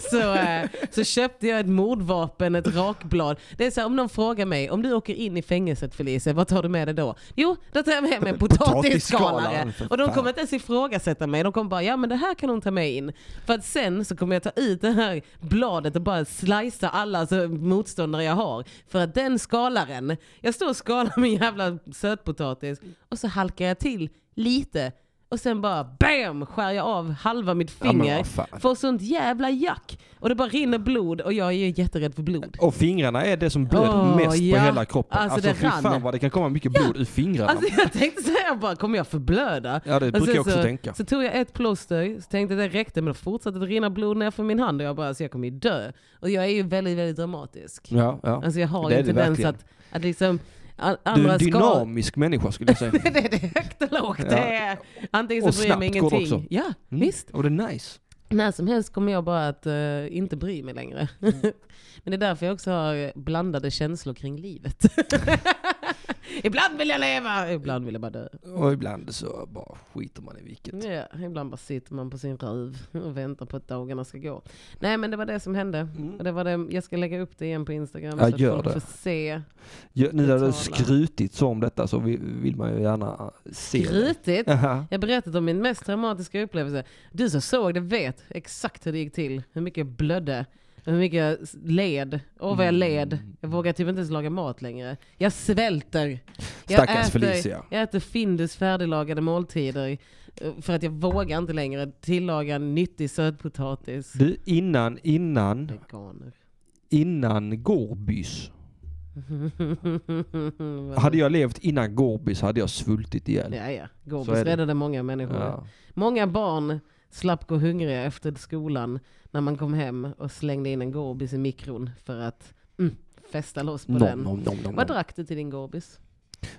Så, eh, så köpte jag ett mordvapen, ett rakblad. Det är så här, om någon frågar mig, om du åker in i fängelset Felicia, vad tar du med dig då? Jo, då tar jag med mig en
Potatisskalare,
potatisskalare.
för
Och de
fan.
kommer inte ens ifrågasätta mig. De kommer bara, ja men det här kan hon ta med in. För att sen så kommer jag ta ut det här bladet och bara slicea alla alltså, motståndare jag har. För att den skalaren, jag står och skalar min jävla sötpotatis och så halkar jag till lite. Och sen bara BAM! Skär jag av halva mitt
Ja, men
finger.
vad fan.
får sånt jävla jack. Och det bara rinner blod och jag är ju jätterädd för blod.
Och fingrarna är det som blöder
Åh,
mest
ja.
på hela kroppen.
Alltså,
Alltså,
det
fy
rann.
fan vad det kan komma mycket blod ur fingrarna.
Alltså jag tänkte såhär bara, kommer jag förblöda?
ja det
Och
brukar
sen
jag också
så,
tänka.
Så tog jag ett plåster, så tänkte jag att det räckte, men då fortsatte det rinna blod ner för min hand och jag bara, alltså jag kommer ju dö. Och jag är ju väldigt, väldigt dramatisk.
Ja, ja.
Alltså jag har
Det
ju
är
en
det
tendens
verkligen.
att, att liksom, a-
du är
andra
en
skador...
dynamisk människa skulle jag säga.
det är det högt och lågt.
Ja.
Det är, antingen
Och
så bryr jag mig
snabbt går det
ingenting.
också.
Ja,
Mm.
visst.
Och det är nice.
När som helst kommer jag bara att eh, inte bry mig längre. Men det är därför jag också har blandade känslor kring livet. ibland vill jag leva, ibland vill jag bara dö.
Och ibland så bara skiter man i vilket.
Ja, ibland bara sitter man på sin röv och väntar på att dagarna ska gå. Nej men det var det som hände. Och det var det, jag ska lägga upp det igen på Instagram
Mm. Ja,
så att
gör
folk
det.
får se.
Ja, nu när det
Betala.
skrutit så om detta så vill, vill man ju gärna se det.
Skrytigt!
Jaha.
Jag berättade om min mest traumatiska upplevelse. Du som såg det vet exakt hur det gick till. Hur mycket jag blödde. Hur mycket jag s- led. Åh
Mm.
vad jag led. Jag vågar typ inte ens laga mat längre. Jag svälter. Jag
Stackars Felicia.
Jag äter Findus färdiglagade måltider. eh, För att jag vågar inte längre tillaga nyttig sötpotatis.
Du, innan, innan,
Veganer.
innan Gorbys. Hade jag levt innan Gorbys hade jag svultit ihjäl.
Ja, ja.
Så är
Gorbis
det.
räddade många människor.
Ja.
Många barn slapp gå hungriga efter skolan när man kom hem och slängde in en Gorbis i mikron för att mm, festa loss på
Nom,
den.
nom, nom, nom,
Vad
nom.
drack du till din Gorbis?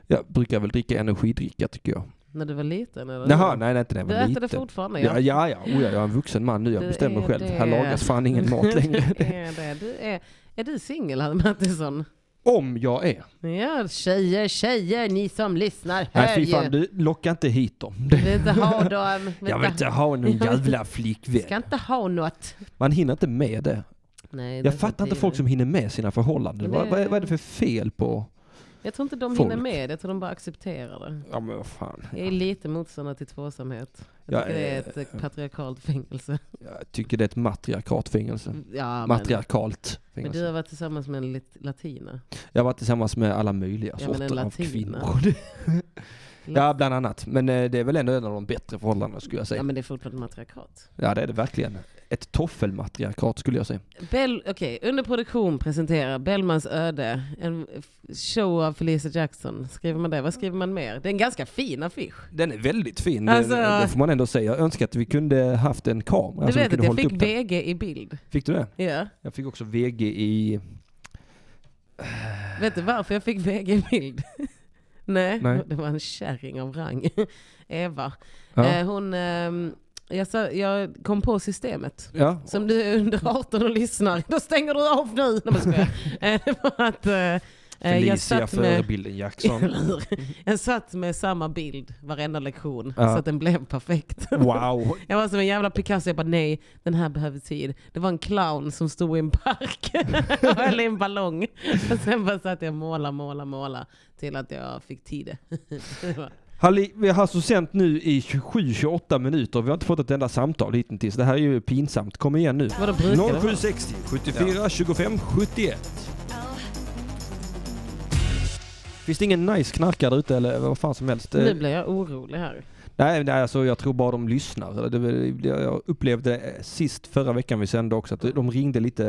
Jag brukar väl dricka energidricka tycker jag.
När du var liten? Eller?
Jaha, nej, nej inte när jag
du
var
äter det
liten.
fortfarande?
Ja, ja, ja. Oh, ja, jag är en vuxen man nu. Jag
Du
bestämmer
är
själv. Här
det.
lagas fan ingen mat längre.
du är, det. Du är, är du singel, Hanna Mattisson?
Om jag är.
Ja, tjejer, tjejer, ni som lyssnar,
Nej
hör
fy
ju.
fan, du locka inte hit dem. Det-
Vill inte ha dem.
Jag vill inte ha någon jävla flickvän.
Ska inte ha något.
Man hinner inte med det.
Nej, det
Jag
är
fattar inte
tid.
folk som hinner med sina förhållanden.
Men det-
Vad, vad, är, vad är det för fel på...
Jag tror inte de
folk.
hinner med, jag tror de bara accepterar det.
Ja men vad fan.
Jag är lite motståndare till tvåsamhet. Jag
Jag
tycker det är
är-
ett eh, patriarkalt fängelse.
Jag tycker det är ett matriarkat fängelse.
Mm, Ja, men,
Matriarkalt
men du
fängelse.
har varit tillsammans med en lit- latina.
Jag har varit tillsammans med alla möjliga
Ja, men en
sorter av
latina.
kvinnor. ja bland annat. Men eh, det är väl ändå en av de bättre förhållandena skulle jag
Ja,
säga.
men det är fortfarande matriarkat.
Ja det är det verkligen. Ett toffelmatriarkat skulle jag säga.
Bell, okay, under produktion presenterar Bellmans öde, en f- show av Felicia Jackson. Skriver man det? Vad skriver man mer? Det är en ganska fin affisch.
Den är väldigt fin, eh,
Alltså-
det, det får man ändå säga. Jag önskar att vi kunde haft en kamera.
Du
som vi
vet
Alltså, kunde
att jag
hållit
fick
upp den.
VG i bild.
Fick du det?
Ja.
Jag fick också VG i...
Vet du varför jag fick VG i bild? Nej,
Nej.
det var en kärring av rang. Eva.
Ja.
Eh, hon, ehm, jag, sa, jag kom på systemet.
Ja.
Som du är under 18 och lyssnar, då stänger du av nu. Nej, men skojar. Eh, Det var att eh, eh, jag
Felicia
satt med...
förebilden Jackson.
Eller hur? Jag satt med samma bild varenda lektion
Ja.
så att den blev perfekt.
Wow!
Jag var som en jävla Picasso, jag bara nej, den här behöver tid. Det var en clown som stod i en park och höll i en ballong. Och sen bara satt jag och måla, måla, måla till att jag fick tid. Det var-
Halli, vi har alltså sänt nu i 27-28 minuter vi har inte fått ett enda samtal hittills. Det här är ju pinsamt. Kom igen nu.
Vadå brukar det vara?
0760 74 25 71. Finns det ingen nice knarkare där ute eller vad fan som helst?
Nu
Eh,
blir jag orolig här.
Nej, nej alltså jag tror bara de lyssnar. Det, det- det, jag upplevde eh, sist förra veckan vi sände också att de ringde lite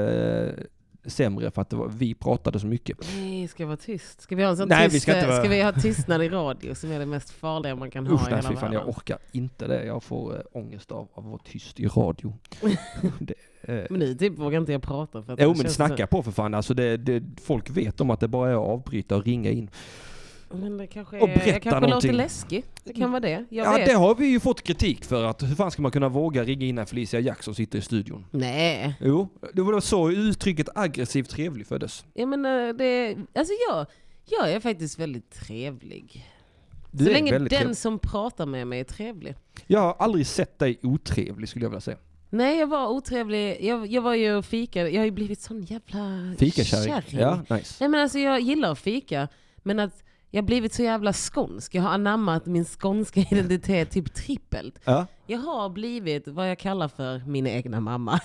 eh, sämre för att det var, vi pratade så mycket.
Nej, ska jag vara tyst? Ska vi ha en sån
Nej,
tyst,
vi ska inte vara-
vi ha tystnad i radio som är det mest farliga man kan ha
Usch
i
nej,
hela
fy fan, jag
världen?
orkar inte det. Jag får eh, ångest av av att vara tyst i radio. det, eh,
Men nu typ vågar inte jag prata för att
jo
det
men
känns
snacka på för fan. Alltså det, det, folk vet om att det bara är att avbryta och ringa in.
Så... Men det kanske är...
Och
Och
berätta
jag kanske
någonting.
låter läskig. Det kan vara det. Jag
Ja
vet.
det har vi ju fått kritik för att hur fan ska man kunna våga ringa in när Felicia Jackson sitter i studion?
Nej.
Jo, det var så uttrycket aggressivt trevlig föddes.
Jag menar, det... Alltså jag, jag är faktiskt väldigt trevlig.
Du
Så
är
länge den
väldigt trevlig.
som pratar med mig är trevlig.
Jag har aldrig sett dig otrevlig skulle jag vilja säga.
Nej, jag var otrevlig. Jag, jag var ju och fikade. Jag har ju blivit sån jävla
Fikakärring. Ja, nice.
Nej men alltså jag gillar att fika, men att Jag har blivit så jävla skånsk. Jag har anammat min skånska identitet typ trippelt.
Ja.
Jag har blivit vad jag kallar för min egna mamma.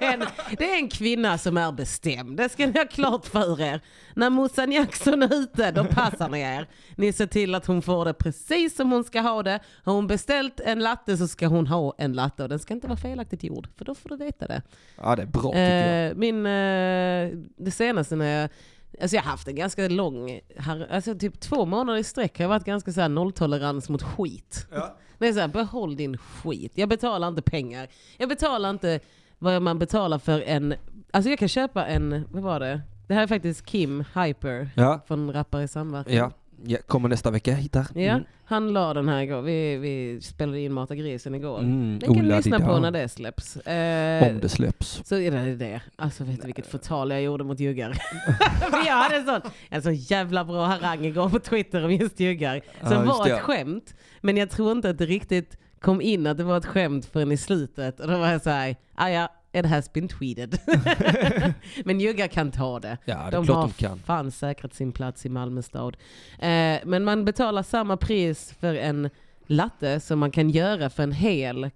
En- det är en kvinna som är bestämd. Det ska ni ha klart för er. När morsan Jackson är ute, då passar ni er. Ni ser till att hon får det precis som hon ska ha det. Har hon beställt en latte så ska hon ha en latte. Och den ska inte vara felaktigt gjord, för då får du veta det.
Ja, det är bra tycker jag.
Eh, min, eh, det senaste när jag, alltså jag har haft en ganska lång, har- alltså typ två månader i sträck har jag varit ganska så här nolltolerans mot skit. Det är så här, behåll din skit. Jag betalar inte pengar. Jag betalar inte vad man betalar för en, alltså jag kan köpa en, vad var det? Det här är faktiskt Kim Hyper
Ja,
från Rappare i samverkan.
ja. Mm. Jag kommer nästa vecka, jag hittar.
Ja, han la den här igår. Vi, vi spelade in Mata grisen igår.
Mm,
Den kan ni
Ola
lyssna
Didar.
på när det släpps. Eh,
Om det släpps.
så är det det. Alltså vet du vilket förtal jag gjorde mot juggar? För jag hade en sån, en sån jävla bra harang igår på Twitter om just juggar. Som
Ja, just
var
det,
ett
ja.
skämt. Men jag tror inte att det riktigt kom in att det var ett skämt förrän i slutet. Och då var jag såhär, ah ja, it has been tweeted. men juggar kan ta det.
Ja, det är
de
klart
har
de kan.
fan säkrat sin plats i Malmö stad. Eh, men man betalar samma pris för en latte som man kan göra för en hel,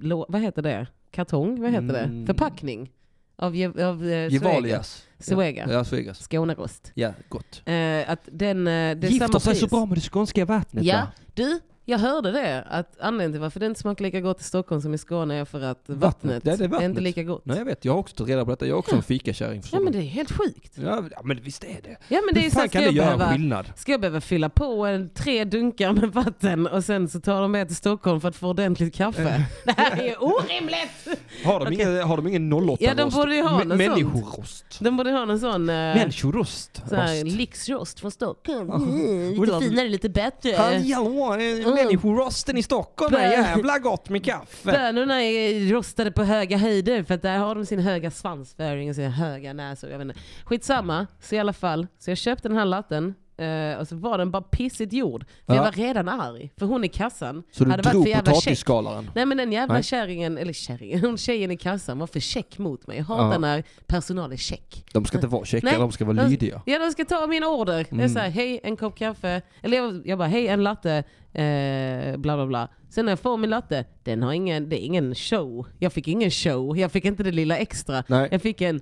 lå- vad heter det? Kartong? Vad heter
Mm.
det? Förpackning? Av, Ge- av eh, Svega.
Gevalias.
Svega.
Ja, Svegas.
Skånerost.
Ja, gott.
Eh, att den, eh, det är
Gifter
samma
sig
pris.
så bra med det skånska vattnet
Ja,
va?
du, jag hörde det. Att anledningen till varför det inte smakar lika gott i Stockholm som i Skåne är för att vattnet,
det är det
är
vattnet.
inte lika gott.
Nej jag vet, jag har också tagit reda på detta. Jag är också en fikakärring.
Ja
förstår
men
du.
det är helt sjukt.
Ja, ja men visst är det.
Ja men det är
Hur
ju
fan kan
så ska
det
jag
göra en
behöva
skillnad?
Ska jag behöva fylla på en, tre dunkar med vatten och sen så tar de med till Stockholm för att få ordentligt
Eh.
kaffe? Det här är ju orimligt!
Har de, ingen, har de ingen 08-rost?
Ja, de borde ju ha
M-
något
Människorost.
De borde ha någon sån... eh,
Människorost.
så här,
Rost.
lyxrost från Stockholm.
Ja.
Mm, lite
Ulla-
finare, lite bättre.
Hallå, det
Mm.
är människorosten i Stockholm är
Bö-
jävla gott med kaffe.
Bönorna är rostade på höga höjder för att där har de sin höga svansföring och sina höga näsor. Jag vet inte. Skitsamma, så i alla fall. Så jag köpte den här latten eh, och så var den bara pissigt gjord. För jag
Ja.
var redan arg. För hon i kassan
Så du
hade varit
drog
för jävla check.
potatisskalaren?
Nej men den jävla
Nej.
kärringen, eller kärringen, hon tjejen i kassan var för check mot mig. Jag hatar
Ja.
när personal är check.
De ska inte vara checka,
Nej. Mm.
de ska vara lydiga. Mm.
Ja de ska ta min order. Det är såhär, hej en kopp kaffe. Eller jag, jag bara, hej en latte. Eh, bla bla bla. Sen när jag får min latte, den har ingen, det är ingen show. Jag fick ingen show, jag fick inte det lilla extra.
Nej.
Jag fick en,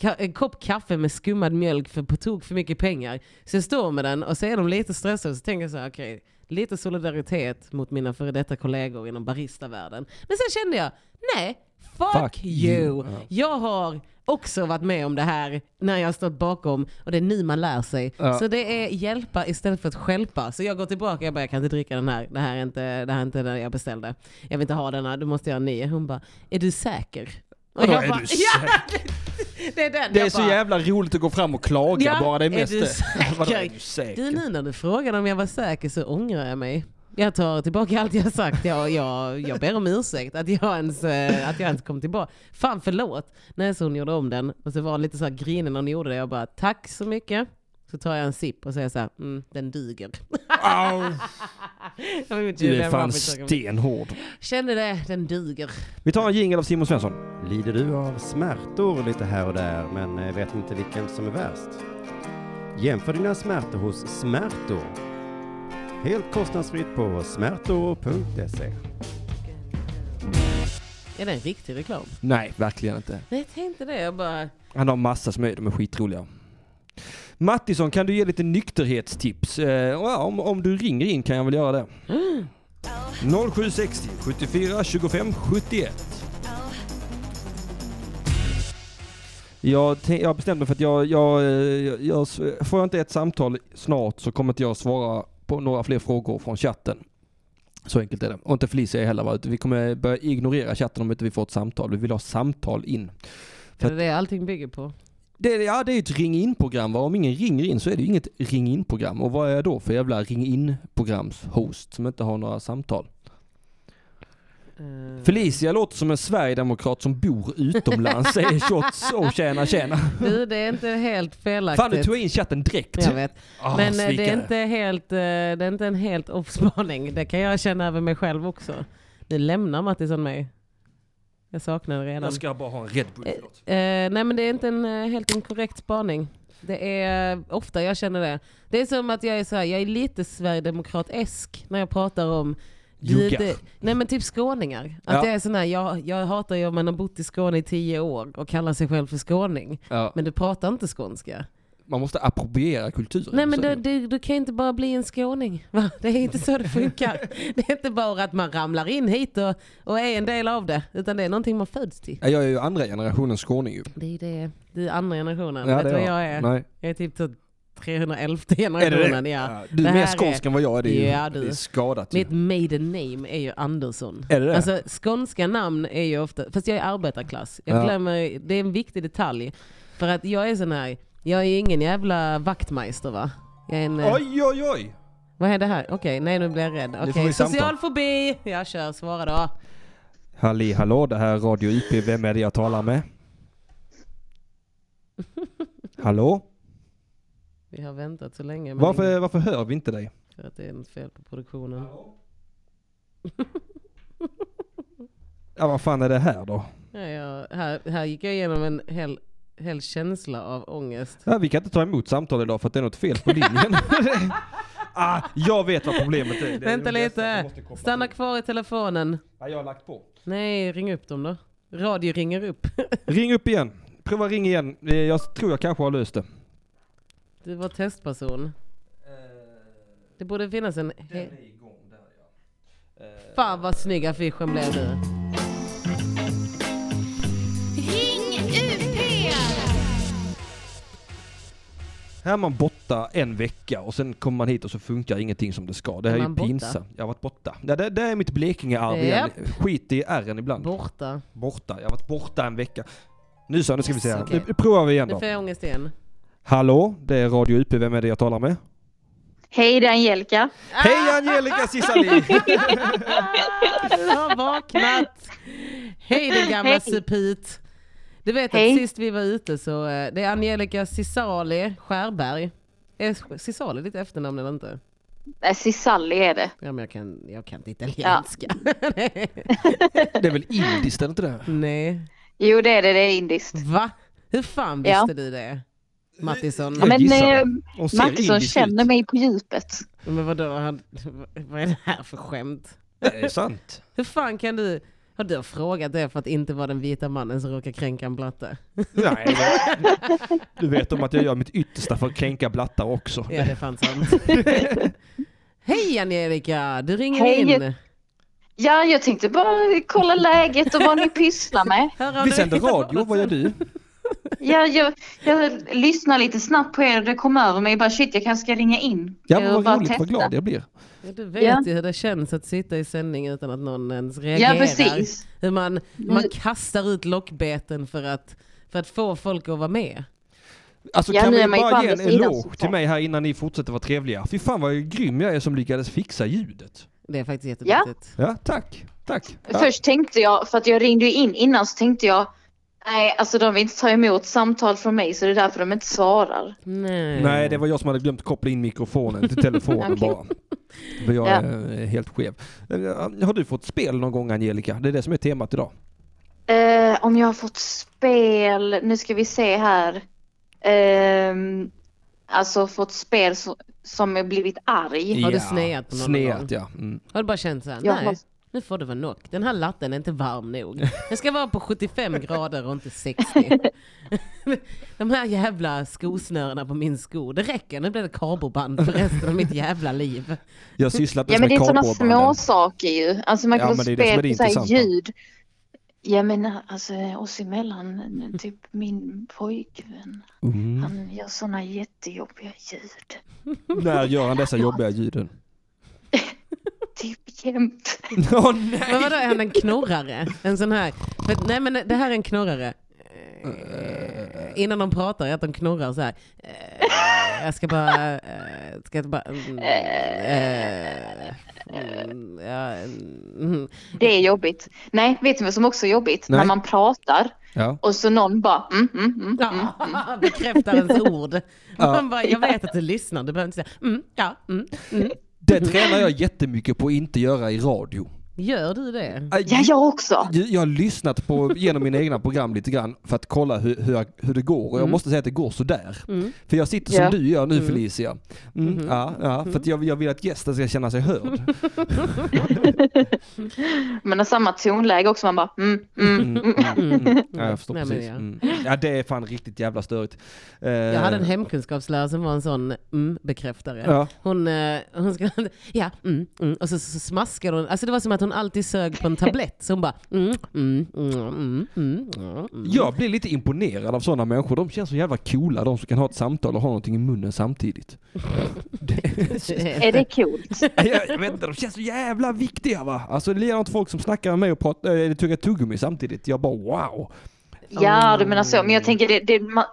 ka- en kopp kaffe med skummad mjölk för på tok för mycket pengar. Så jag står med den och så är de lite stressade så tänker jag så här, okej, lite solidaritet mot mina före detta kollegor inom baristavärlden. Men sen kände jag, nej, fuck,
Fuck
you.
you. Ja.
Jag har också varit med om det här när jag har stått bakom och det är nu man lär sig.
Ja.
Så det är hjälpa istället för att stjälpa. Så jag går tillbaka och jag bara, jag kan inte dricka den här. Det här är inte det här är inte den jag beställde. Jag vill inte ha den här, du måste göra en ny. Hon bara, är du säker? Och
Vadå,
jag
är
bara,
du
ja, det, det är den.
Det är
Jag
så
bara,
jävla roligt att gå fram och klaga
Ja,
bara, det är
är
mest
du
det.
säker?
Vadå, är du säker?
Du nu när du frågade om jag var säker så ångrar jag mig. Jag tar tillbaka allt jag har sagt. Jag, jag, jag ber om ursäkt att jag, ens, eh, att jag ens kom tillbaka. Fan förlåt. Nej, så hon gjorde om den och så var hon lite så här grinig när hon gjorde det. Jag bara tack så mycket. Så tar jag en sipp och säger så här, mm, den duger.
Au,
Det var mitt
du är
Julian
fan
Roberts-ögonblick.
stenhård.
Kände det, den duger.
Vi tar en jingel av Simon Svensson.
Lider du av smärtor lite här och där men eh, vet inte vilken som är värst? Jämför dina smärtor hos Smärtor. Helt kostnadsfritt på smärtor.se.
Är det en riktig reklam?
Nej, verkligen inte.
Nej, jag tänkte det. Jag bara,
Han har massa som är, de är skitroliga. Mattisson, kan du ge lite nykterhetstips? Eh, ja, om, om du ringer in kan jag väl göra det. 0760 74 25 71. Jag, tän- jag bestämde mig för att jag, jag, eh, jag, jag, s- får jag inte ett samtal snart så kommer inte jag svara på några fler frågor från chatten. Så enkelt är det. Och inte Felicia heller. va? Vi kommer börja ignorera chatten om inte vi får ett samtal. Vi vill ha samtal in.
är det det allting bygger på?
Det, ja, det är ju ett ring in-program. va? Om ingen ringer in så är det ju inget ring in-program. Och vad är jag då för jävla ring in-programs-host som inte har några samtal?
Eh,
Felicia låter som en sverigedemokrat som bor utomlands, säger shots och tjäna tjäna.
Du, det är inte helt felaktigt.
Fan, nu tog jag in chatten direkt.
jag vet.
Ah,
Men eh, det
svikare.
är, inte helt, eh, det är inte en helt offspaning. Det kan jag känna över mig själv också. Nu lämnar Mattisson mig. Jag saknar det redan.
Jag ska bara ha en Red Bull.
Eh, eh, nej men det är inte en eh, helt inkorrekt spaning. Det är ofta jag känner det. Det är som att jag är så här, jag är lite sverigedemokrat-esk när jag pratar om
Juggar.
lite- nej men typ skåningar. Att
Ja.
jag är sån här, jag, jag hatar ju om man har bott i Skåne i tio år och kallar sig själv för skåning.
Ja,
Men du pratar inte skånska.
man måste appropriera kulturen.
Nej men
Alltså, så-
du, du, du kan ju inte bara bli en skåning. Va? Det är inte så det funkar. Det är inte bara att man ramlar in hit och, och är en del av det. Utan det är någonting man föds till.
Ja, Jag är ju andra generationens skåning ju.
Det är ju det, det är andra generationen.
Ja,
Vet du
det
vad
är
jag är?
Nej.
Jag är typ så 311 generationen. Ja.
Du
Det
är mer
här
skånsk än vad jag är. Det är, ju,
Ja, du.
det är skadat ju.
Mitt maiden name är ju Andersson.
typ. Är det det?
Alltså skånska namn är ju ofta, fast jag är arbetarklass. Jag
Ja.
glömmer, det är en viktig detalj. För att jag är sån här, jag är ingen jävla vaktmeister va? Jag är en, eh,
Oj, oj, oj!
vad är det här? Okej, nej nu blir jag rädd.
får
Okej,
vi samtal.
social fobi! Jag kör, svara då.
Halli hallå, det här är Radio UP. Vem är det jag talar med? Hallå?
Vi har väntat så länge. men-
Varför, varför hör vi inte dig?
För att det är något fel på produktionen.
Ja, vad fan är det här då?
Ja, jag, här, här gick jag igenom en hel, hel känsla av ångest.
Ja, vi kan inte ta emot samtal idag för att det är något fel på linjen. ah, jag vet vad problemet är. Det är det
Vänta
bästa. Jag
lite.
måste koppla
Stanna
på.
kvar i telefonen.
Ja, jag har lagt på.
Nej, ring upp dem då. Radio ringer upp.
Ring upp igen. Prova ring igen. Eh, Jag tror jag kanske har löst det.
Du var testperson.
Eh,
Det borde finnas en... He-
Eh,
Fan vad snygg affischen blev nu.
Ring UP!
Här är man borta en vecka och sen kommer man hit och så funkar ingenting som det ska. Det här
Är
är ju
man borta?
pinsamt. Jag har varit borta. Ja, det, det är mitt Blekinge-arv igen. Skit i ärren ibland.
Borta.
Borta. Jag har varit borta en vecka. Nu så, nu ska vi se här.
Yes, okej.
Nu- Nu provar vi igen
Nu
då.
får jag ångest igen.
Hallå, det är Radio UP. Vem är det jag talar med?
Hej, det är Angelica. Ah!
Hej Angelica Cissali!
Du har vaknat! Hej din gamla
Hej.
supit! Du vet
Hej.
att sist vi var ute så... eh, Det är Angelica Cisali Skärberg. Är Cisali ditt efternamn eller inte?
Nej, Äh, Cisalli är det.
Ja men jag kan, jag kan inte italienska.
Det är väl indiskt, är det inte det?
Nej.
Jo, det är det. Det är indiskt.
Va? Hur fan visste
Ja.
du det? Mattisson?
Jag
Ja, men
gissar.
eh,
Hon ser
Mattisson
indisk
känner
ut.
mig på djupet.
Men vadå, han- vad är det här för skämt?
Det är sant.
Hur fan kan du... Har du frågat det för att inte vara den vita mannen som råkar kränka en blatte?
Nej, men- du vet om att jag gör mitt yttersta för att kränka blattar också.
Ja, det är fan sant. Hej Angelica! Du ringer
Hej.
in.
Ja, jag tänkte bara kolla läget och vad ni pysslar med.
Hör om
Vi
du
sänder
hittar på
radio,
något
vad gör
sätt.
du?
Ja, jag, jag lyssnar lite snabbt på er och det kom över mig. Bara shit, jag kanske ska ringa in.
Ja,
och
men
bara
vad roligt, vad
testa.
glad jag blir.
Ja, Du vet
Ja.
ju hur det känns att sitta i sändning utan att någon ens reagerar.
Ja, precis. Mm.
Hur man, man kastar ut lockbeten för att, för att få folk att vara med.
Alltså
Ja,
kan
nu
vi
är man ju
bara
på
ge en
andra sidan,
eloge
så
till mig här innan ni fortsätter vara trevliga? Fy fan vad grym jag är som lyckades fixa ljudet.
Det är faktiskt jätteviktigt.
Ja, tack. Tack. Ja.
Först tänkte jag, för att jag ringde ju in innan, så tänkte jag nej, alltså de vill inte ta emot samtal från mig så det är därför de inte svarar.
Nej.
Nej, det var jag som hade glömt koppla in mikrofonen till telefonen
Okej.
bara. För jag
Ja.
är helt skev. Eh, Har du fått spel någon gång Angelica? Det är det som är temat idag.
Eh, om jag har fått spel, nu ska vi se här. Ehm, alltså fått spel so- som jag blivit arg.
Har du sneat på någon gång?
Sneat, ja. Mm.
Har du bara känt såhär,
Jag
nej,
har-
nu får det vara nog. Den här latten är inte varm nog. Den ska vara på 75 grader och inte 60. De här jävla skosnörena på min sko, det räcker. Nu blir det karboband för resten av mitt jävla liv.
Jag sysslar inte
Ja
ens
men det är
med
sådana
kardborrebanden.
småsaker ju. Alltså man
Ja,
kan få
men det är det som är
spel
det
på så här
intressanta.
ljud. Jag menar alltså oss emellan, typ min pojkvän,
Mm.
han gör sådana jättejobbiga ljud.
När gör han dessa jobbiga ljuden?
Typ jämt.
Åh nej!
Men vadå, är han en knorrare? En sån här? För, att- nej men det här är en knorrare. Eh, Innan de pratar, att de knorrar så här. Eh, Jag ska bara... eh, Ska jag bara... mm, eh, mm, ja, mm.
Det är jobbigt. Nej, vet du vad som också är jobbigt?
Nej.
När man pratar
Ja.
och så någon bara mm, mm, mm.
Ja, bekräftar ens ord. Man bara, jag vet att du lyssnar, du behöver inte säga mm, ja, mm, mm.
Det tränar jag jättemycket på att inte göra i radio.
Gör du det?
Aj,
Ja, jag också.
Jag jag har lyssnat på, genom mina egna program lite grann för att kolla hur, hur, jag- hur det går och jag
Mm.
måste säga att det går sådär.
Mm.
För jag sitter som
Ja.
du gör nu
Mm.
Felicia. Mm,
Mhm.
ja, ja, för att jag, jag vill att gästen ska känna sig hörd.
Men det är samma tonläge också. Man bara mm, mm,
Mm,
mm.
mm, mm. Ja, jag förstår
Nej, men
precis.
ja.
Mm. Ja, det är fan riktigt jävla störigt. Eh,
Jag hade en hemkunskapslärare som var en sån mm, mm-bekräftare.
Ja.
Hon, eh, hon ska, ja, mm, mm. Och så, så smaskade hon. Alltså det var som att hon alltid sög på en tablett. Så hon bara, mm, mm, mm, mm, mm, mm.
Jag blir lite imponerad av sådana människor. De känns så jävla coola, de som kan ha ett samtal och ha någonting i munnen samtidigt.
Är det coolt?
jag, jag vet inte, de känns så jävla viktiga va. Alltså det är något folk som snackar med mig och pratar, eller tuggar tuggummi samtidigt. Jag bara wow.
Ja, du menar så. Men
Mm.
jag tänker, det, det, man,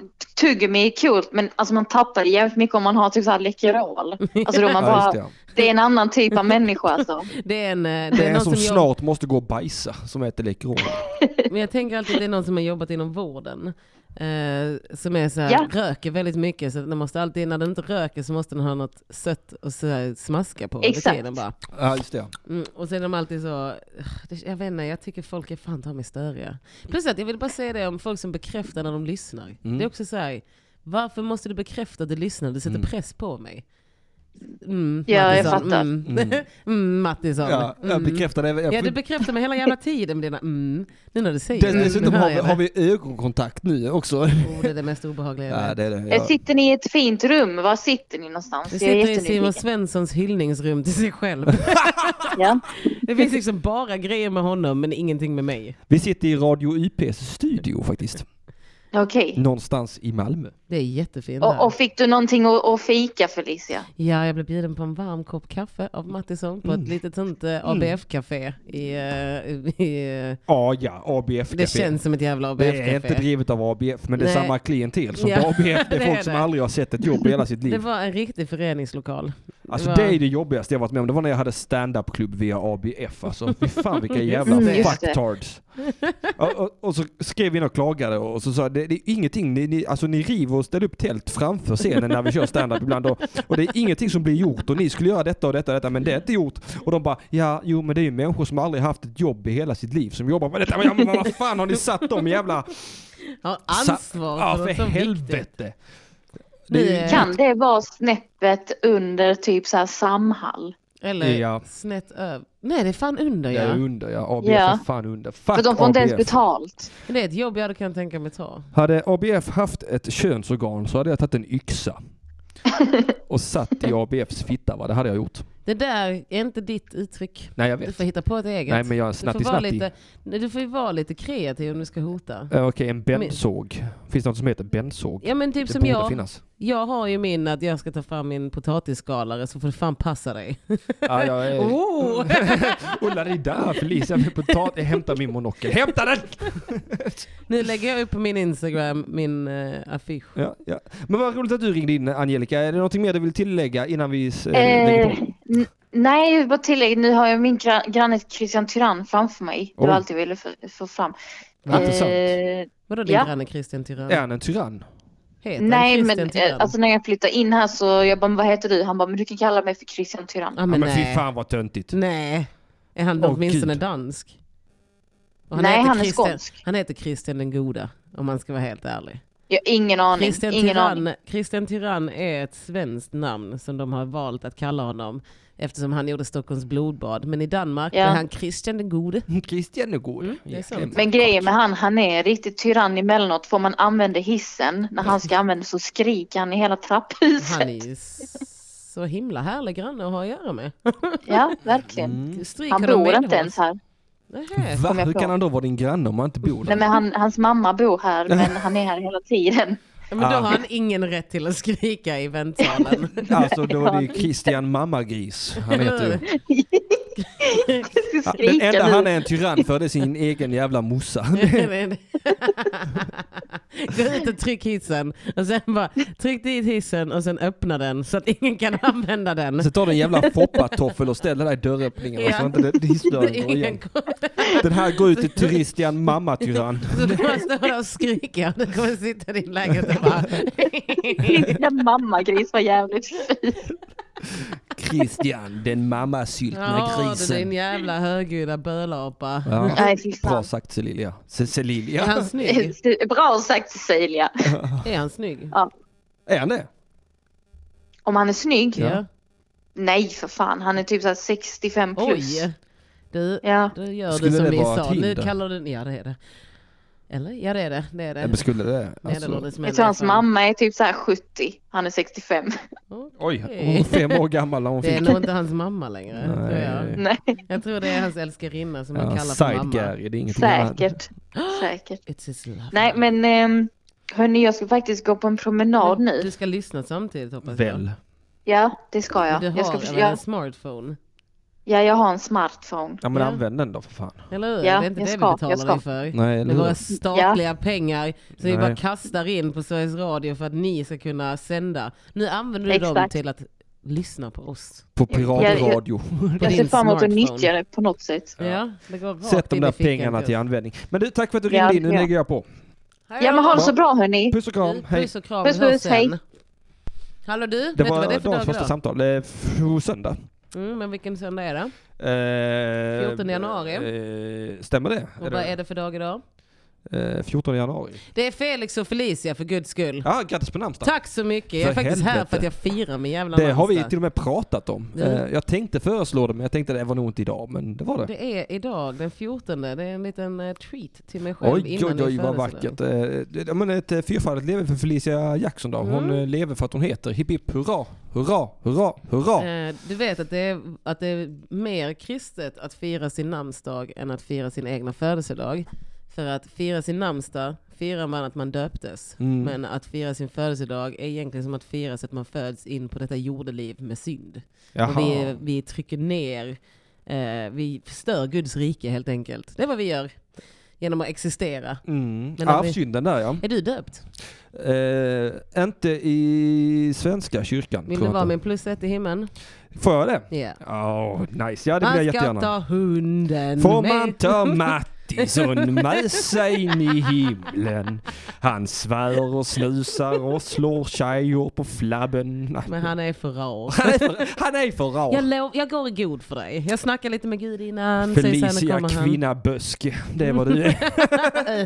tuggummi är coolt, men alltså man tappar det jävligt mycket om man har typ så här Läkerol. Alltså då man
Ja, just
bara,
det. ja.
det är en annan typ av människa alltså.
Det är en, eh, det är
Det är en
någon
som
som,
snart måste gå och bajsa som äter Läkerol.
jobb, Men jag tänker alltid att det är någon som har jobbat inom vården. Eh, som är så här,
Ja.
röker väldigt mycket. Så den måste alltid, när den inte röker så måste den ha något sött och så här, smaska på.
Exakt.
Tiden bara.
Ja, just det. ja.
Mm, och sen är de alltid så, "Ugh, det- jag vet inte, jag tycker folk är fan ta mig störiga. Plus att jag vill bara säga det om folk som bekräftar när de lyssnar.
Mm.
Det är också så här, varför måste du bekräfta att du lyssnar? Du sätter press på mig. Mm,
Ja, jag
Mattisson,
fattar.
Mm. Mm, Mattisson.
Ja, jag
mm.
bekräftar det. Jag-
Ja, du bekräftar mig hela jävla tiden med dina mm. Nu när du säger det.
Dessutom
nu hör
har vi,
jag
har
det.
vi ögonkontakt nu också.
Oh, det är det mest obehagliga jag
Ja,
vet.
det är det.
Eh,
Ja.
Sitter ni i ett fint rum? Var sitter ni någonstans?
Vi
Jag är
sitter i Simon
jättenyfiken.
Svenssons hyllningsrum till sig själv.
Ja.
Det finns liksom bara grejer med honom men ingenting med mig.
Vi sitter i Radio YPs studio faktiskt.
Okej.
Någonstans i Malmö.
Det är jättefint
Mm.
här.
Och, och fick du någonting att, att fika Felicia?
Ja, jag blev bjuden på en varm kopp kaffe av Mattisson på
Mm.
ett litet sånt eh, ABF-café. I, eh, i, eh,
Ja, ja, ABF
det känns som ett jävla
Det är inte
ABF-café.
drivet av ABF, men det är
Nej.
samma klientel som
Ja,
ABF. Det
det
är
är
folk som
det.
aldrig har sett ett jobb i hela sitt
Det
liv.
var en riktig föreningslokal.
Alltså
var-
det är det jobbigaste jag varit med om. Det var när jag hade stand-up-klubb via ABF. Alltså fy fan vilka
Mm,
jävla
just det.
fucktards. Och, och, och så skrev vi in och klagade och så sa jag, det, det är ingenting, ni, ni, alltså ni river och ställer upp tält framför scenen när vi kör stand-up ibland och, och det är ingenting som blir gjort och ni skulle göra detta och detta och detta men det är inte gjort. Och de bara, ja jo men det är ju människor som aldrig haft ett jobb i hela sitt liv som jobbar med detta. Men, ja, men vad fan har ni satt dem i jävla...
Har
Sa-
ansvar
Ja
för
för
något så viktigt.
helvete. Det
Vi,
är ju-
eh,
Kan det vara snäppet under typ så här Samhall?
Eller
Ja.
snett över. Nej, det är fan under
Jag är
ja.
under ja. ABF
Ja.
är fan under. Fuck
För de får inte ens
ABF.
betalt.
Det är ett jobb jag hade kunnat tänka mig ta.
Hade ABF haft ett könsorgan så hade jag tagit en yxa. Och satt i ABFs fitta va, det hade jag gjort.
Det där är inte ditt uttryck.
Nej jag
Du
vet.
får hitta på ett eget.
Nej men jag är en
du, får
snatti
vara
snatti.
lite, nej, du får ju vara lite kreativ om du ska hota.
Eh, Okej, en bensåg. Finns det något som heter bensåg?
Ja men typ
det
som
borde
jag.
finnas.
Jag har ju min att jag ska ta fram min potatisskalare så får du fan passa dig.
Ja, jag är...
Oh!
Och la dig där Felicia med potatis. Hämta min monokel. Hämta den!
Nu lägger jag upp på min Instagram min eh, affisch.
Ja, ja. Men vad roligt att du ringde in Angelica. Är det någonting mer du vill tillägga innan vi eh, lägger
Eh,
på?
n- nej, jag vill bara tillägga, nu har jag min gra- granne Christian Tyrann framför mig. Det
Oj.
Oh.
var allt jag ville få, få fram.
Intressant.
Eh,
Vadå din
Ja.
granne Christian Tyrann?
Är han en tyrann?
Heter han
nej,
Christian
men eh,
Tyrann?
alltså när jag flyttade in här så jag bara, "Men vad heter du? Han bara, men du kan kalla mig för Christian Tyrann.
ah, men
ja, men fy
nej.
fan vad töntigt.
nej. Är han
Åh,
åtminstone
Gud.
dansk? Och
Nej, han är
Christian,
skånsk.
Han heter Christian den goda, om man ska vara helt ärlig.
Jag har ingen aning.
Christian
ingen
Tyrann,
aning.
Christian Tyrann är ett svenskt namn som de har valt att kalla honom eftersom han gjorde Stockholms blodbad. Men i Danmark
Ja.
är han Christian den gode.
Christian är god.
Mm, det är sant.
Men grejen med han, han är riktigt tyrann emellanåt. Får man använda hissen när han ska använda så skriker han i hela trapphuset.
Han är ju s- så himla härlig granne att ha att göra med.
Ja, verkligen.
Stryk
Mm. Han
honom
bor
med
inte ens här.
Nähä.
Va?
Kom jag
Hur
på.
kan han då vara din granne om han inte bor där?
Nej, men han, hans mamma bor här, men han är här hela tiden.
Men då har han
Ah.
ingen rätt till att skrika i väntsalen.
Alltså då är det ju Christian Mammagris. Han heter ju.
Jag ska
Den
skrika
enda
nu.
han är en tyrann för det är sin egen jävla mossa.
Gå ut och tryck hissen. Och sen bara, tryck dit hissen och sen öppna den så att ingen kan använda den.
Så tar du en jävla foppatoffel och ställer dig i dörröppningen och
Ja.
så inte det- hissdörren går
Ingen
igen.
kommer,
Den här går ut till Christian Mamma-tyrann.
så du bara står där och skriker. Du kommer sitta i din lägenhet och bara...
Christian mammagris var jävligt fint.
Christian, den mammasyltna
Ja, du din
grisen.
jävla högljudda bölapa.
Ja,
Nej, fy fan.
bra sagt Cecilia. Ce-
Är
Cecilia.
han snygg?
Eh, Bra sagt Cecilia.
Är han snygg?
Är han det?
Om han är snygg?
Ja.
Nej för fan, han är typ såhär 65 plus.
Oj! Du,
Ja.
du gör
Skulle
du som
det
vi
vara
sa.
ett
Nu
hinder?
kallar du... Ja, det är det. Eller? Ja, det är det. Det är det.
Ja, men skulle det?
det, är det
Alltså,
Lourdes menar
Jag tror hans
fan.
mamma är typ såhär 70, han är 65.
oj,
Okej.
hon var fem år gammal när hon
Det är
fick
nog inte hans mamma längre. Tror jag.
Nej.
Nej,
jag tror det är hans älskarinna som han
Ja,
kallar för
side
mamma.
Gary, det är ingenting annat.
säkert. Säkert.
It's his love.
Nej men ehm, hörni, jag ska faktiskt gå på en promenad
Du
nu.
ska lyssna samtidigt hoppas jag.
Väl.
Ja, det ska jag.
Du har
Jag, ska,
även
förs-
en
jag,
smartphone.
ja, jag har en smartphone.
Ja men
Ja.
använd den då för fan.
Eller hur?
Ja,
det är inte
jag
det
ska,
vi
jag
betalar
ska.
dig för.
Nej, eller
Med våra
hur?
statliga pengar som vi
Mm. Nej.
bara kastar in på Sveriges Radio för att ni ska kunna sända. Nu använder du dem
Exakt.
till att lyssna på oss.
På
Jag-
piratradio.
På
Jag ser
din
fram emot att
smartphone.
nyttja det på något sätt.
Ja, det går rakt
Sätt de
in
där
i fickan
pengarna
oss.
till användning. Men du, tack för att du
Ja,
ringde in. Nu
ja.
lägger jag på.
Hej
Ja
då.
men ha det så bra hörni.
Puss och kram.
Du,
Hej.
Puss och kram,
Puss,
vi hörs
puss, hej.
sen. Hallå du, vet
Det
du vad det
var
är för dag
dagens första
idag?
samtal. Eh, f- Söndag.
Mm, men vilken söndag är det?
Eh,
14 januari.
Eh, stämmer det?
Och vad är det för dag idag?
Eh, 14 januari.
Det är Felix och Felicia för guds skull.
Ja, grattis på namnsdagen.
Tack så mycket, jag är
För
faktiskt här
helvete.
för att jag firar min jävla
Det har vi
namnsdag.
till och med pratat om.
Ja.
Eh, Jag tänkte föreslå det, men jag tänkte det var nog inte idag. Men det var det.
Det är idag den 14, det är en liten eh, treat till mig själv
Oj,
innan
oj, oj
min
vad
födelsedag.
vackert. Eh, det- ja, Men ett eh, fyrfaldigt lever för Felicia Jackson då. Hon
Mm.
eh, lever för att hon heter. Hipp hipp hurra, hurra, hurra, hurra.
Eh, Du vet att det, är, att det är mer kristet att fira sin namnsdag än att fira sin egna födelsedag. För att fira sin namnsdag firar man att man döptes.
Mm.
Men att fira sin födelsedag är egentligen som att fira så att man föds in på detta jordeliv med synd.
Jaha.
Och vi, vi trycker ner, eh, vi förstör Guds rike helt enkelt. Det är vad vi gör genom att existera.
Mm.
Men när vi-
Arvsynden där ja.
Är du döpt?
Eh, inte i svenska kyrkan.
Vill
tror
du
jag
vara
inte.
min plus ett i himlen?
Får jag det?
Ja.
Ja, nice. Ja, det vill jag
Man ska
jättegärna.
ta hunden
Får
med.
man ta Mattisson med sig in i himlen? Han svär och snusar och slår tjejor på flabben. Nej.
Men han är för rar.
Han är för, han är för rar.
Jag, lov, jag går i god för dig. Jag snackar lite med Gud innan. säger så här,
Felicia
nu kommer han.
kvinna Böske, det är vad du är. Ja, är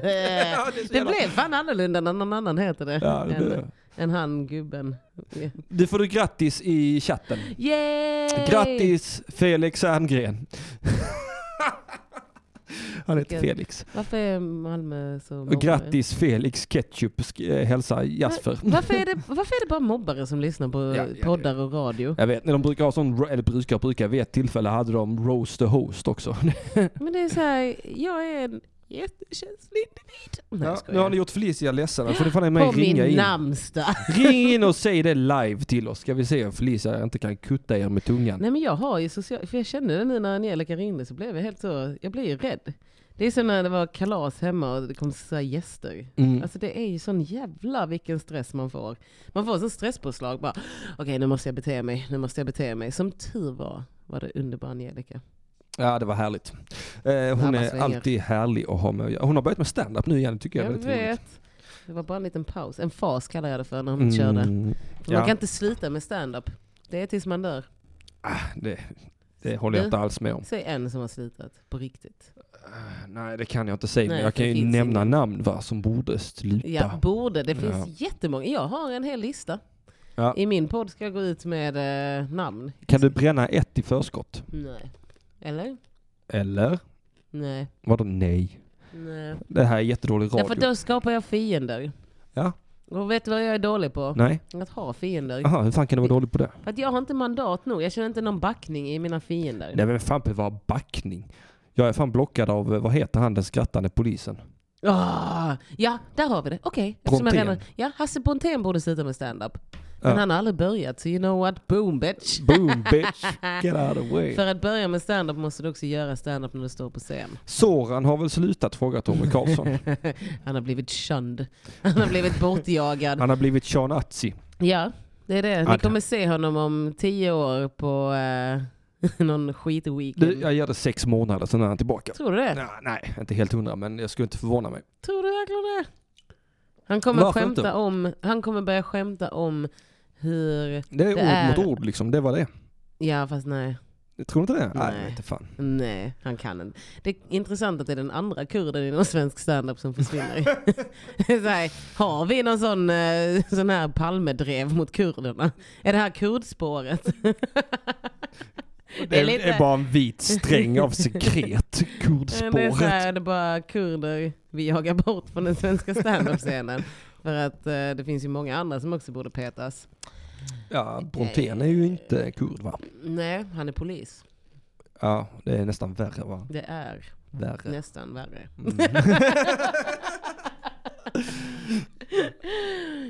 så
det
jävla-
blev fan annorlunda när någon annan heter det.
Ja, det
än,
blev det.
än han gubben.
Nu får du grattis i chatten.
Yay!
Grattis Felix Herngren. Han heter
Vilken-
Felix.
Varför är Malmö så mobbare?
Och grattis Felix Ketchup sk- eh, hälsar Jasper.
Varför är, det, varför är det bara mobbare som lyssnar på
Ja, ja,
poddar och radio?
Jag vet, när de brukar ha sån, eller brukar, brukar, vid ett tillfälle hade de roast the host också.
Men det är så här, jag är en jättekänslig individ. Nej, jag
Ja,
skojar.
nu har ni gjort Felicia ledsen, nu får ni fan i mig
På
ringa
min
in.
namnsdag.
Ring in och säg det live till oss, ska vi se om Felicia inte kan kutta er med tungan.
Nej men jag har ju social... För jag kände det nu när Angelica ringde så blev jag helt så... Jag blev ju rädd. Det är som när det var kalas hemma och det kom så här gäster.
Mm.
Alltså det är ju sån jävla vilken stress man får. Man får sån stresspåslag bara. Okej nu måste jag bete mig, nu måste jag bete mig. Som tur var var det underbara Angelica.
Ja, det var härligt. Eh, hon
Snabba
är
svängar.
alltid härlig att ha med att göra. Hon har börjat med stand-up nu igen, det tycker jag,
Jag
är väldigt roligt.
vet. Det var bara en liten paus. En fas kallar jag det för när hon körde.
Mm,
För Man
ja,
kan inte sluta med stand-up. Det är tills man dör.
Ah, det, det håller jag
Du?
inte alls med om. Eh,
Säg en som har slutat på riktigt.
Nej, det kan jag inte säga, men
Nej,
jag
för
kan
det
ju
finns
nämna
ingen.
namn va, som borde sluta.
Ja, borde. Det finns
Ja.
jättemånga. Jag har en hel lista.
Ja.
I min podd ska jag gå ut med eh, namn.
Kan du bränna ett i förskott?
Nej. Eller?
Eller?
Nej.
Vadå nej?
Nej.
Det här är jättedålig radio.
Därför då skapar jag fiender.
Ja.
Och vet du vad jag är dålig på?
Nej?
Att ha fiender.
Jaha, hur fan kan du vara dålig på det?
För att jag har inte mandat nog. Jag känner inte någon backning i mina fiender.
Nej men fan behöver vara backning. Jag är fan blockad av, eh, vad heter han den skrattande polisen?
Ah, ja, där har vi det. Okej. Eftersom jag
Brontén.
redan- Ja, Hasse Brontén borde sluta med stand-up. Men
Ja.
han har aldrig börjat, så you know what? Boom bitch!
Boom bitch, get out of the way.
För att börja med stand-up måste du också göra stand-up när du står på scen.
Soran har väl slutat, frågar Tommy Karlsson.
Han har blivit shunned. Han har blivit bortjagad.
Han har blivit Sean Atzi.
Ja, det är det. Ni
Ad.
kommer se honom om tio år på eh, någon
Du,
skitweekend.
jag ger det sex månader, sen är han tillbaka.
Tror du det?
Nej, nej, inte helt hundra, men jag skulle inte förvåna mig.
Tror du verkligen det? Han kommer,
Varför
skämta
inte?
om, han kommer börja skämta om hur...
Det är
Det
ord mot
är-
ord liksom, det var det.
Ja fast nej.
Tror du inte det?
Nej.
Nej, jag vet inte fan.
Nej, han kan inte. Det är intressant att det är den andra kurden inom svensk standup som försvinner. så här, har vi någon sån, eh, sån här Palmedrev mot kurderna? Är det här kurdspåret?
Det är, det är bara en vit sträng av sekret,
Det är, så
kurdspåret.
här, det är bara kurder vi jagar bort från den svenska standup-scenen. För att eh, det finns ju många andra som också borde petas.
Ja, Brontén är ju inte kurd va?
Nej, han är polis.
Ja, det är nästan värre va?
Det är
Värre. Mm.
nästan värre.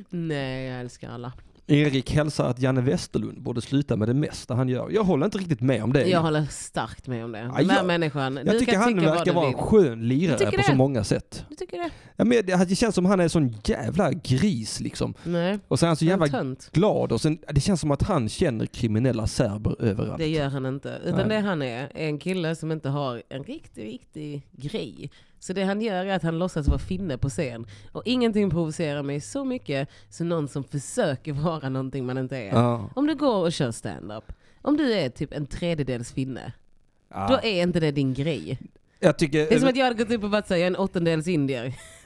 Nej, jag älskar alla.
Erik hälsar att Janne Westerlund borde sluta med det mesta han gör. Jag håller inte riktigt med om det.
Jag håller starkt med om det. Den
jag-
här människan.
Jag tycker han verkar vara en skön
Du
lirare
tycker
på så
det?
många sätt.
Du tycker det?
Ja, men det, det känns som han är en sån jävla gris liksom.
Nej,
Och sen är han så
han är
jävla
tönt.
glad och sen, det känns som att han känner kriminella serber överallt.
Det gör han inte. Utan
Nej.
det han är, är en kille som inte har en riktig, riktig grej. Så det han gör är att han låtsas vara finne på scen. Och ingenting provocerar mig så mycket som någon som försöker vara någonting man inte är.
Ja.
Om du går och kör stand-up. Om du är typ en tredjedels finne,
Ja.
då är inte det din grej.
Jag tycker...
Det är som att jag hade gått upp och varit såhär, jag är en åttondels indier.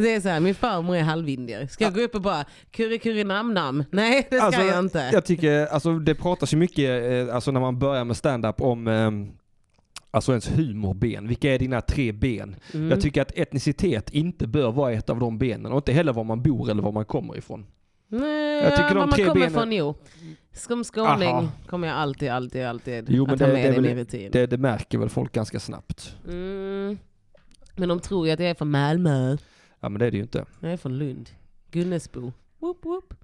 det är såhär, min farmor är halvindier. Ska jag gå upp och bara, curry curry nam nam? Nej, det ska
Alltså,
jag inte.
Jag tycker, alltså det pratas ju mycket, eh, alltså när man börjar med stand-up om eh, Alltså ens humorben. Vilka är dina tre ben?
Mm.
Jag tycker att etnicitet inte bör vara ett av de benen och inte heller var man bor eller var man kommer ifrån.
Nej,
jag tycker de
var man
tre
kommer
benen-
från, jo. Som skåning
Aha.
kommer jag alltid, alltid, alltid
Jo, men
att ha
det-
med
det är
det i min
väl-
rutin.
Det, det märker väl folk ganska snabbt.
Mm. Men de tror ju att jag är från Malmö.
Ja men det är det ju inte.
Jag är från Lund. Gunnesbo. Woop, woop.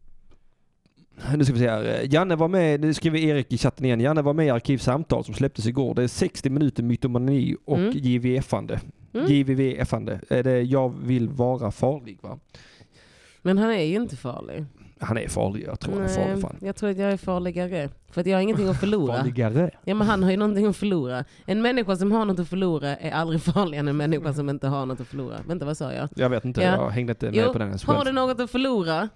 Nu ska vi se här. Eh, Janne var med, nu skriver Erik i chatten igen. Janne var med i Arkivsamtal som släpptes igår. Det är 60 minuter mytomani och
Mm.
JVF-ande.
Mm.
JVVF-ande. Är det jag vill vara farlig va?
Men han är ju inte farlig.
Han är farlig, jag tror han är farlig fan.
jag tror att jag är farligare. För att jag har ingenting att förlora.
Farligare.
Ja men han har ju någonting att förlora. En människa som har något att förlora är aldrig farligare än en människa som inte har något att förlora. Vänta vad sa jag?
Jag vet inte,
Ja.
jag hängde inte med
Jo,
på den ens
har du
själv.
något att förlora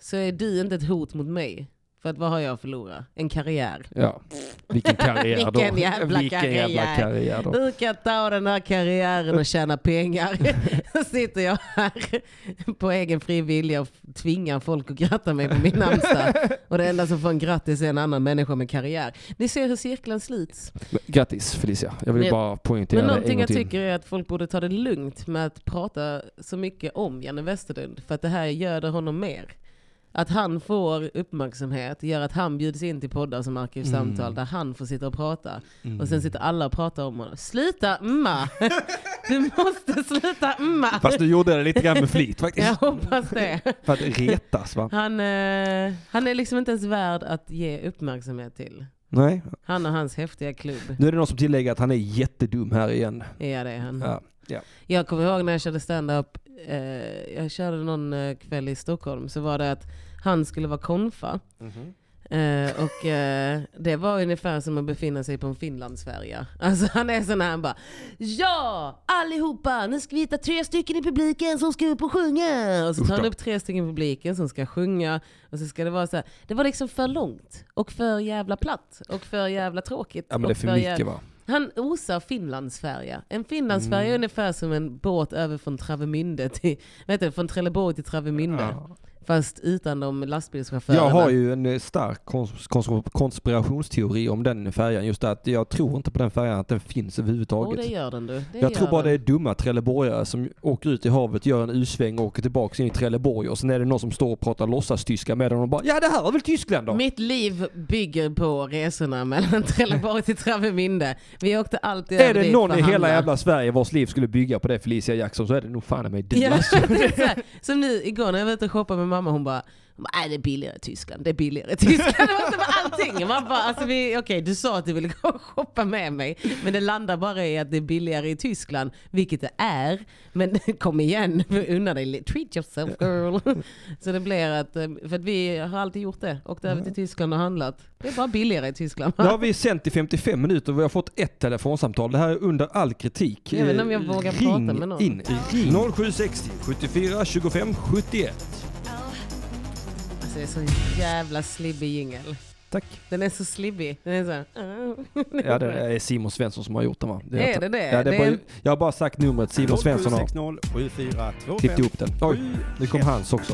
så är du inte ett hot mot mig. För att vad har jag att förlora? En karriär.
Ja. Vilken karriär då.
Vilken jävla
Vilken jävla
karriär.
karriär då.
Du kan ta den här karriären och tjäna pengar. Så sitter jag här på egen fri vilja och tvingar folk att gratta mig på min namnsdag. Och det enda som får en grattis är en annan människa med karriär. Ni ser hur cirkeln sluts.
Grattis Felicia, jag vill
Men-
bara poängtera
Men
det en
någonting
gång
jag
till.
tycker är att folk borde ta det lugnt med att prata så mycket om Janne Westerlund. För att det här göder honom mer. Att han får uppmärksamhet gör att han bjuds in till poddar som Arkivsamtal
Mm.
där han får sitta och prata. Mm. Och sen sitter alla och pratar om honom. Sluta umma! Du måste sluta umma!
Fast du gjorde det lite grann med flit
Jag
faktiskt.
hoppas det.
För att retas va?
Han, eh, han är liksom inte ens värd att ge uppmärksamhet till.
Nej.
Han och hans häftiga klubb.
Nu är det någon som tillägger att han är jättedum här igen.
Ja det är han.
Ja. Ja.
Jag kommer ihåg när jag körde stand-up, eh, jag körde någon eh, kväll i Stockholm, så var det att han skulle vara konfa.
Mhm.
Eh, och eh, det var ungefär som att befinna sig på en Finlandsfärja. Alltså han är sån här, han bara Ja! Allihopa! Nu ska vi hitta tre stycken i publiken som ska upp och sjunga! Och så tar han upp tre stycken i publiken som ska sjunga. Och så ska det vara så här. Det var liksom för långt. Och för jävla platt. Och för jävla tråkigt.
ja men
och
det är för
jävla-
mycket va?
han osar Finlandsfärja. En Finlandsfärja
Mm.
är ungefär som en båt över från Travemünde till, vad heter det, från Trelleborg till Travemünde.
Ja.
Fast utan de lastbilschaufförerna.
Jag har ju en eh, stark kons- kons- konspirationsteori om den färjan. Just det att jag tror inte på den färjan att den finns överhuvudtaget.
Och det gör den du. Det
Jag tror
gör
bara det
den.
är dumma trelleborgare som åker ut i havet, gör en U-sväng och åker tillbaka in i Trelleborg och sen är det någon som står och pratar låtsastyska med dem och bara Ja det här är väl Tyskland då?
Mitt liv bygger på resorna mellan Trelleborg till Travemünde. Vi åkte alltid
är
över
det
dit
någon
för
i
att
hela
handla.
jävla Sverige vars liv skulle bygga på det Felicia Jackson så är det nog fan i mig du
Ja,
alltså.
det är så här. Som nu igår när jag var ute och shoppade med mamma, hon bara hon bara, Nej det är billigare i Tyskland, det är billigare i Tyskland. Det var så med allting. Man bara, alltså vi, okej, du sa att du ville gå och shoppa med mig, men det landar bara i att det är billigare i Tyskland, vilket det är. Men kom igen, unna dig, li- treat yourself girl. Så det blir att, eh, för att vi har alltid gjort det, åkt över till Tyskland och handlat. Det är bara billigare i Tyskland.
Nu har vi sänt i 55 minuter och vi har fått ett telefonsamtal. Det här är under all kritik.
Jag vet inte om
Eh,
jag vågar
Ring
prata med någon.
In, ring. 0760 74 25 71.
Alltså det är så jävla slibbig jingel.
Tack.
Den är så slibbig. Den är så här... "Ah."
Ja, det är Simon Svensson som har gjort den va? Det
Är det det?
Ja, det är
Det
bara,
är-
jag har bara sagt numret Simon Svensson har
0760
klippt ihop den. Oj, nu kom hans också.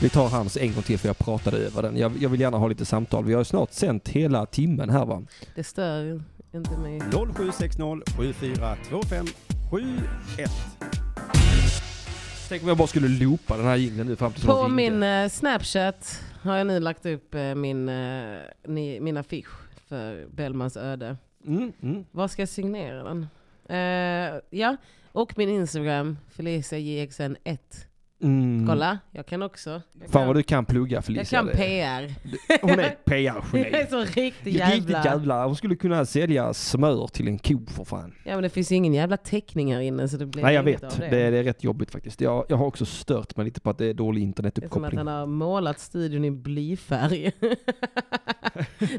Vi tar hans en gång till för jag pratade över den. Jag, jag vill gärna ha lite samtal. Vi har ju snart sänt hela timmen här va?
Det stör inte mig.
0760 742571.
Tänk om jag bara skulle loopa den här jingeln nu fram tills
På
någon ringde.
min eh, Snapchat har jag nu lagt upp eh, min, eh, ni, min affisch för Bellmans öde.
Mm, mm.
Var ska jag signera den? Eh, ja, och min Instagram, FeliciaJXN1.
Mm.
Kolla, jag kan också. Jag
Fan
kan,
vad du kan plugga Felicia.
jag kan
Det-
PR.
Hon är ett
Jag är
PR-geni.
så riktig
Riktigt
jävla...
jävla. Hon skulle kunna sälja smör till en ko för fan.
Ja men det finns ju ingen jävla täckning här inne så det blir
Nej jag
inget av
vet. Det. är- det är rätt jobbigt faktiskt. Jag, jag har också stört mig lite på att det är dålig
Det är som att
internetuppkoppling.
han har målat studion i blyfärg.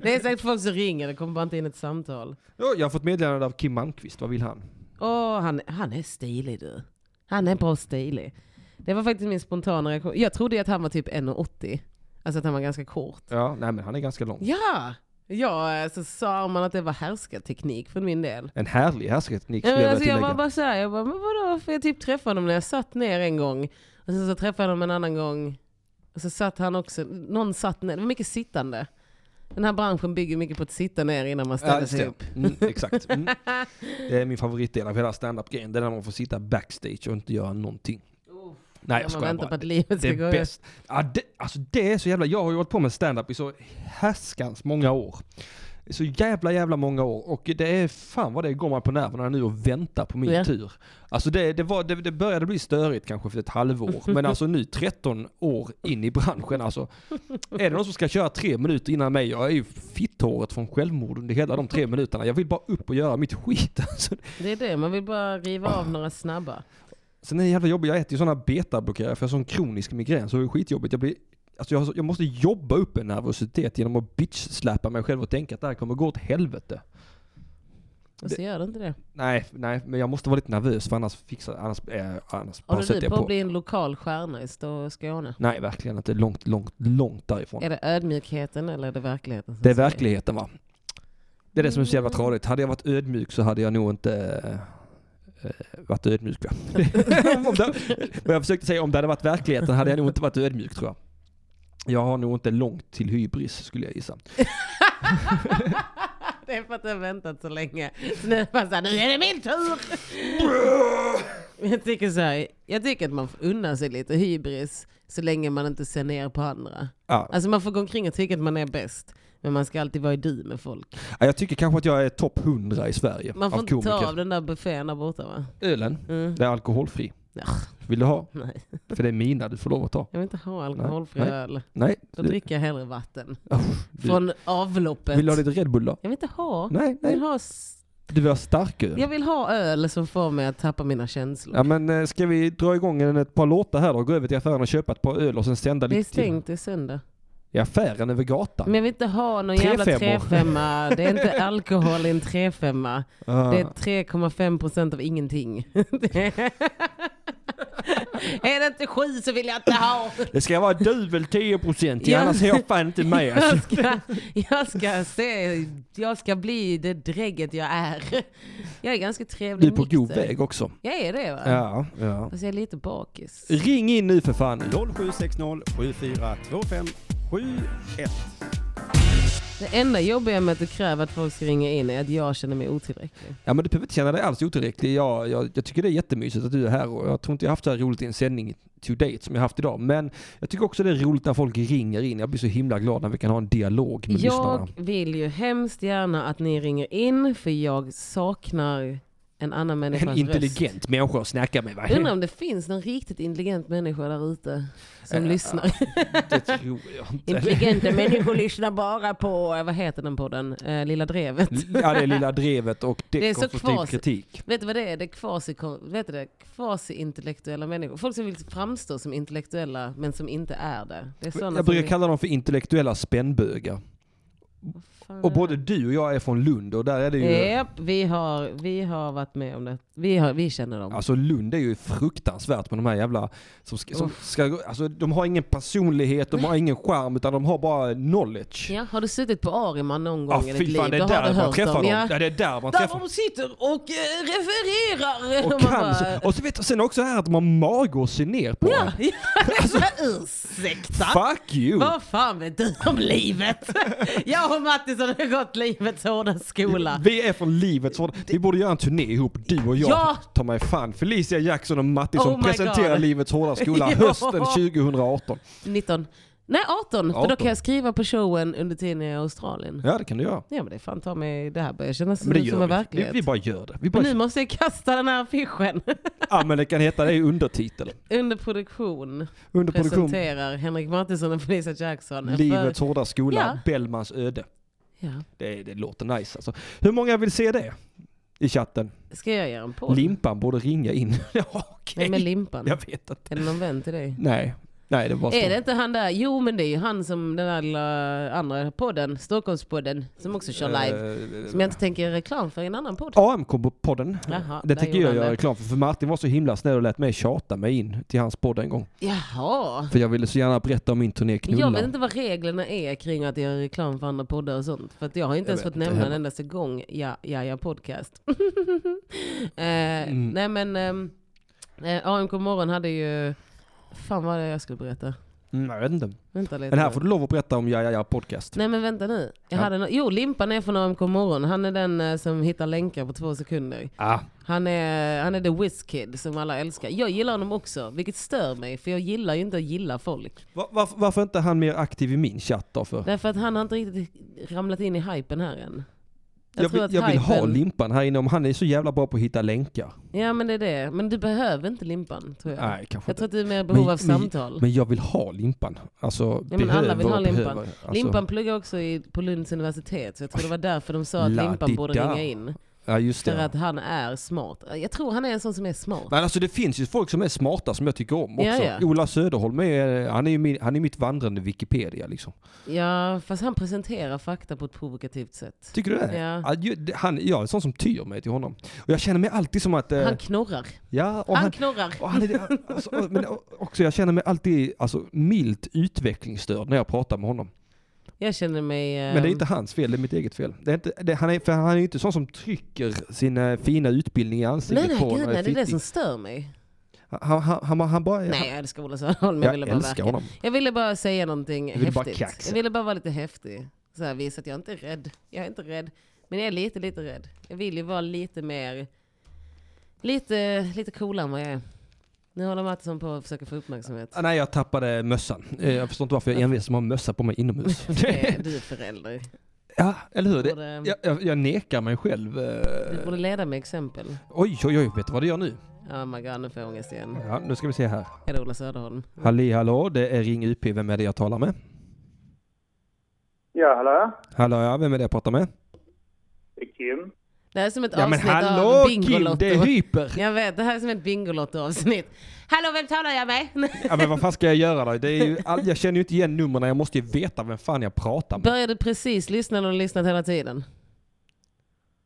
det är säkert folk som ringer, det kommer bara inte in ett samtal.
Ja, jag har fått meddelande av Kim Malmqvist. Vad vill han?
Åh, han, han är stilig du. Han är bra stilig. Det var faktiskt min spontana reaktion. Jag trodde ju att han var typ 1,80. Alltså att han var ganska kort.
Ja, nej men han är ganska lång.
Ja! Ja, så sa man att det var härskarteknik för min del.
En härlig härskarteknik
Ja,
skulle
men
jag
alltså
vilja
jag var
tillägga.
bara såhär, jag bara, men vadå? För jag typ träffade honom när jag satt ner en gång. Och sen så träffade jag honom en annan gång. Och så satt han också, någon satt ner, det var mycket sittande. Den här branschen bygger mycket på att sitta ner innan man ställer sig upp.
Mm, exakt. Mm. Det är min favoritdel av hela standup-grejen. Det är när man får sitta backstage och inte göra någonting. Nej jag
man
skojar
väntar på
bara.
att livet
Det
ska gå
är
över.
bäst. Ja, det, alltså det är så jävla... Jag har ju hållit på med standup i så härskans många år. Så jävla jävla många år. Och det är fan vad det går man på nerverna nu och väntar på min
Ja.
tur. Alltså det, det, var, det, det började bli störigt kanske för ett halvår. Men alltså nu 13 år in i branschen alltså. Är det någon som ska köra tre minuter innan mig? Jag är ju fitthåret från självmord under hela de tre minuterna. Jag vill bara upp och göra mitt skit. Alltså,
Det är det, man vill bara riva av några snabba.
Sen är det jävla jobbigt, jag äter ju sådana betablockerare för jag har sån kronisk migrän så det är skitjobbigt. Jag, blir, alltså jag, har så- jag måste jobba upp en nervositet genom att bitch-släpa mig själv och tänka att det här kommer gå åt helvete.
Och så Alltså, gör det inte det.
Nej, nej, men jag måste vara lite nervös för annars fixar annars, eh, annars bara
Håller
sätter
du
jag
på att
på.
bli en lokal stjärna i Stå- Skåne?
Nej, verkligen inte. Långt, långt, långt därifrån.
Är det ödmjukheten eller är det verkligheten? som
Det är
säger?
verkligheten va? Det är det som är så jävla tradigt. Hade jag varit ödmjuk så hade jag nog inte eh, eh, varit ödmjuk va? om det, vad jag försökte säga, om det hade varit verkligheten hade jag nog inte varit ödmjuk tror jag. Jag har nog inte långt till hybris skulle jag gissa.
Det är för att jag har väntat så länge. Så nu är det bara såhär, nu är det min tur! Jag tycker, så här, jag tycker att man får unna sig lite hybris så länge man inte ser ner på andra.
Ja.
Alltså man får gå omkring och tycka att man är bäst. Men man ska alltid vara i du med folk.
Ja, Jag tycker kanske att jag är topp 100 i Sverige
Man får
av
inte ta av
komiker.
den där buffén där borta va?
Ölen,
Mm.
det är alkoholfri.
Ja.
Vill du ha?
Nej,
För det är mina du får lov att ta.
jag vill inte ha alkoholfri
Nej.
öl.
Nej.
Då
du-
dricker jag hellre vatten.
du-
Från avloppet.
Vill du ha lite Red Bull då?
Jag vill inte ha.
Nej,
Jag vill
nej.
ha, s-
Du vill ha starköl?
jag vill ha öl som får mig att tappa mina känslor.
Ja men eh, ska vi dra igång en, ett par låtar här då? Gå över till affären och köpa ett par öl och sen sända
det är
lite till.
stängt i söndag.
I affären över gatan?
Men jag vill inte ha någon
Tre
jävla
femmor.
3-5. Det är inte alkohol i en 3-5.
Ah.
Det är 3,5 procent av ingenting. Det är- är det inte sju så vill jag inte ha.
det ska vara dubbel 10%
Ja.
annars är jag fan inte med. Alltså.
Jag ska, jag ska se, jag ska bli det drägget jag är. Jag är ganska
Du är
trevlig
på god
nykter.
väg också.
Jag är det va?
Ja, ja.
Fast jag är lite bakis.
Ring in nu för fan.
0760 742571.
Det enda jobbiga med att du kräver att folk ska ringa in är att jag känner mig otillräcklig.
Ja men du behöver inte känna dig alls otillräcklig. Jag, jag, jag tycker det är jättemysigt att du är här och jag tror inte jag haft så här roligt i en sändning to date som jag haft idag. Men jag tycker också det är roligt när folk ringer in. Jag blir så himla glad när vi kan ha en dialog med lyssnarna.
Jag vill ju hemskt gärna att ni ringer in för jag saknar en annan människas
En
röst.
intelligent människa att snacka med. va?
Undrar om det finns någon riktigt intelligent människa där ute som
Eh,
lyssnar.
Det tror jag inte.
Intelligenta människor lyssnar bara på, eh, vad heter den podden? Eh, Lilla Drevet.
Ja, det är Lilla Drevet och
Det är så
dekonstruktiv
kvas-
kritik.
Vet du vad det är? Det är quasi, vet du det? quasi-intellektuella människor. Folk som vill framstå som intellektuella men som inte är det. det är såna
Jag
som
brukar kalla dem för intellektuella spännbögar.
Vad fan fan
Och både du och jag är från Lund och där är det ju...
Japp, vi har, vi har varit med om det. Vi, har, vi känner dem.
Alltså Lund är ju fruktansvärt med de här jävla som ska, som ska, alltså de har ingen personlighet, de har ingen charm utan de har bara knowledge.
Ja, har du suttit på Ariman någon gång
Ja,
i ditt
fy
liv,
fan det
då
är
har du
där man
hört
träffar
dem.
dem.
Ja.
Ja, det är där man
Där
träffar
de sitter och eh, refererar!
och
Man
kan
bara,
så, Och så vet du, sen också det här att de har mage och ser ner på
Ja,
en.
ja.
Alltså,
ursäkta!
Fuck you!
Vad fan vet du om livet? Jag och Mattis har gått livets hårda skola.
Vi är från livets hård. Vi borde göra en turné ihop, du och jag.
Ja!
Ta mig fan, Felicia Jackson och Matti
Oh
som
my
presenterar
God.
livets hårda skola
Ja.
hösten 2018.
19. Nej 18, för då
18.
kan jag skriva på showen under tiden jag är i Australien.
Ja det kan du göra.
Ja men det är fan ta mig, det här börjar kännas
Men det
som
gör
en
vi. vi.
verklighet.
Vi bara gör det. Vi
Men
bara,
nu måste jag kasta den här affischen.
ja men det kan heta det i undertitel.
Under produktion
Under produktion,
presenterar Henrik Mattisson och Felicia Jackson. en
livets hårda skola,
Ja.
Bellmans öde.
för- Ja.
Det, det låter nice alltså. Hur många vill se det? I chatten.
Ska jag göra en podd?
Limpan borde ringa in. ja okej.
Nej med limpan.
Jag vet inte.
Är det någon vän till dig?
Nej. Nej det var
Är det inte han där? Jo men det är ju han som den där lilla andra podden, Stockholmspodden, som också kör live.
Eh,
Som jag inte tänker göra reklam för i en annan podd.
AM-podden.
Jaha,
Det
där
tänker
gjorde
jag
han
göra
det.
reklam för, för Martin var så himla snäll och lät mig tjata mig in till hans podd en gång.
Jaha.
För jag ville så gärna berätta om min turné Knulla.
Jag vet inte vad reglerna är kring att göra reklam för andra poddar och sånt. För att jag har inte
Jag
ens
vet
fått
inte
nämna en
heller.
endaste gång ja, ja, ja podcast. eh,
Mm.
Nej men, ehm, eh, AMK morgon hade ju, fan vad var det jag skulle berätta?
Mm, jag vet inte.
Vänta lite.
Men här får du lov att berätta om Ja Ja Ja Podcast.
Nej men vänta nu. Jag
Ja.
hade no- jo, Limpan är från AMK morgon. Han är den eh, som hittar länkar på två sekunder.
Ah,
Han är, han är the whiz-kid som alla älskar. Jag gillar honom också, vilket stör mig för jag gillar ju inte att gilla folk.
var, varför, varför inte han mer aktiv i min chatt då för?
Därför att han har inte riktigt ramlat in i hypen här än.
Jag,
tror
vill,
att
jag vill ha
hypen-
Limpan här inne om han är så jävla bra på att hitta länkar.
Ja men det är det. Men du behöver inte Limpan tror jag.
Nej kanske
jag tror
inte.
att du är mer i behov
Men-
av samtal.
Men jag vill ha Limpan. Alltså
Ja, men
behöver
alla vill ha
och
Limpan.
behöver. Alltså,
Limpan pluggar också i, på Lunds universitet så jag tror det var därför de sa att
La di
Limpan borde
da.
ringa in.
Ja just
För
det.
att han är smart. Jag tror han är en sån som är smart.
Men alltså det finns ju folk som är smarta som jag tycker om också.
Ja, ja.
Ola Söderholm är, han är ju min, han är mitt vandrande Wikipedia liksom.
Ja fast han presenterar fakta på ett provokativt sätt.
Tycker du det?
Ja.
Ja, ju- det- Han, jag är en sån som tyr mig till honom. Och jag känner mig alltid som att... eh,
Han knorrar.
ja, och
han
han,
knorrar.
och han är, det- alltså, och- men också, jag känner mig alltid alltså, milt utvecklingsstörd när jag pratar med honom.
Jag känner mig... eh,
Men det är inte hans fel, det är mitt eget fel. Det är inte, det, han, är, för han är ju inte sån som trycker sin eh, fina utbildning i ansiktet
Nej nej
på
gud,
när
nej, det är det som
fittig.
stör mig.
han, han, han, han bara...
Nej jag älskar Ola Söderholm, men jag
jag
ville bara
älskar
verka.
honom.
Jag ville bara säga någonting
ville bara
häftigt.
kaxa.
jag ville bara vara lite häftig. Så här, visa att jag inte är rädd. Jag är inte rädd. Men jag är lite, lite rädd. Jag vill ju vara lite mer... Lite, lite coolare än vad jag är. Nu håller Mattisson på att försöka få uppmärksamhet.
Ah, Nej, jag tappade mössan. Eh, Jag förstår inte varför jag envisas med att ha mössa på mig inomhus.
Eh, Du är förälder.
ja, eller hur?
Du
Det,
borde,
jag, jag, jag nekar mig själv. eh.
du borde leda med exempel.
Oj, oj, oj, vet du vad du gör nu?
Oh my god, nu får jag ångest igen.
Ja, nu ska vi se här.
Är det Ola Söderholm?
Halli hallå, det är Ring UP. Vem är det jag talar med?
Ja, hallå?
Hallå ja, vem är det jag pratar med?
Det är Kim.
Det här är som ett
Ja men
avsnitt
hallå
av
Kim,
Bingolotto.
det är hyper!
Jag vet, det här är som ett Bingolotto-avsnitt. Hallå, vem talar jag med?
Ja men vad fan ska jag göra då? Det är ju all, jag känner ju inte igen numren, jag måste ju veta vem fan jag pratar med.
Började precis lyssna eller har du lyssnat hela tiden?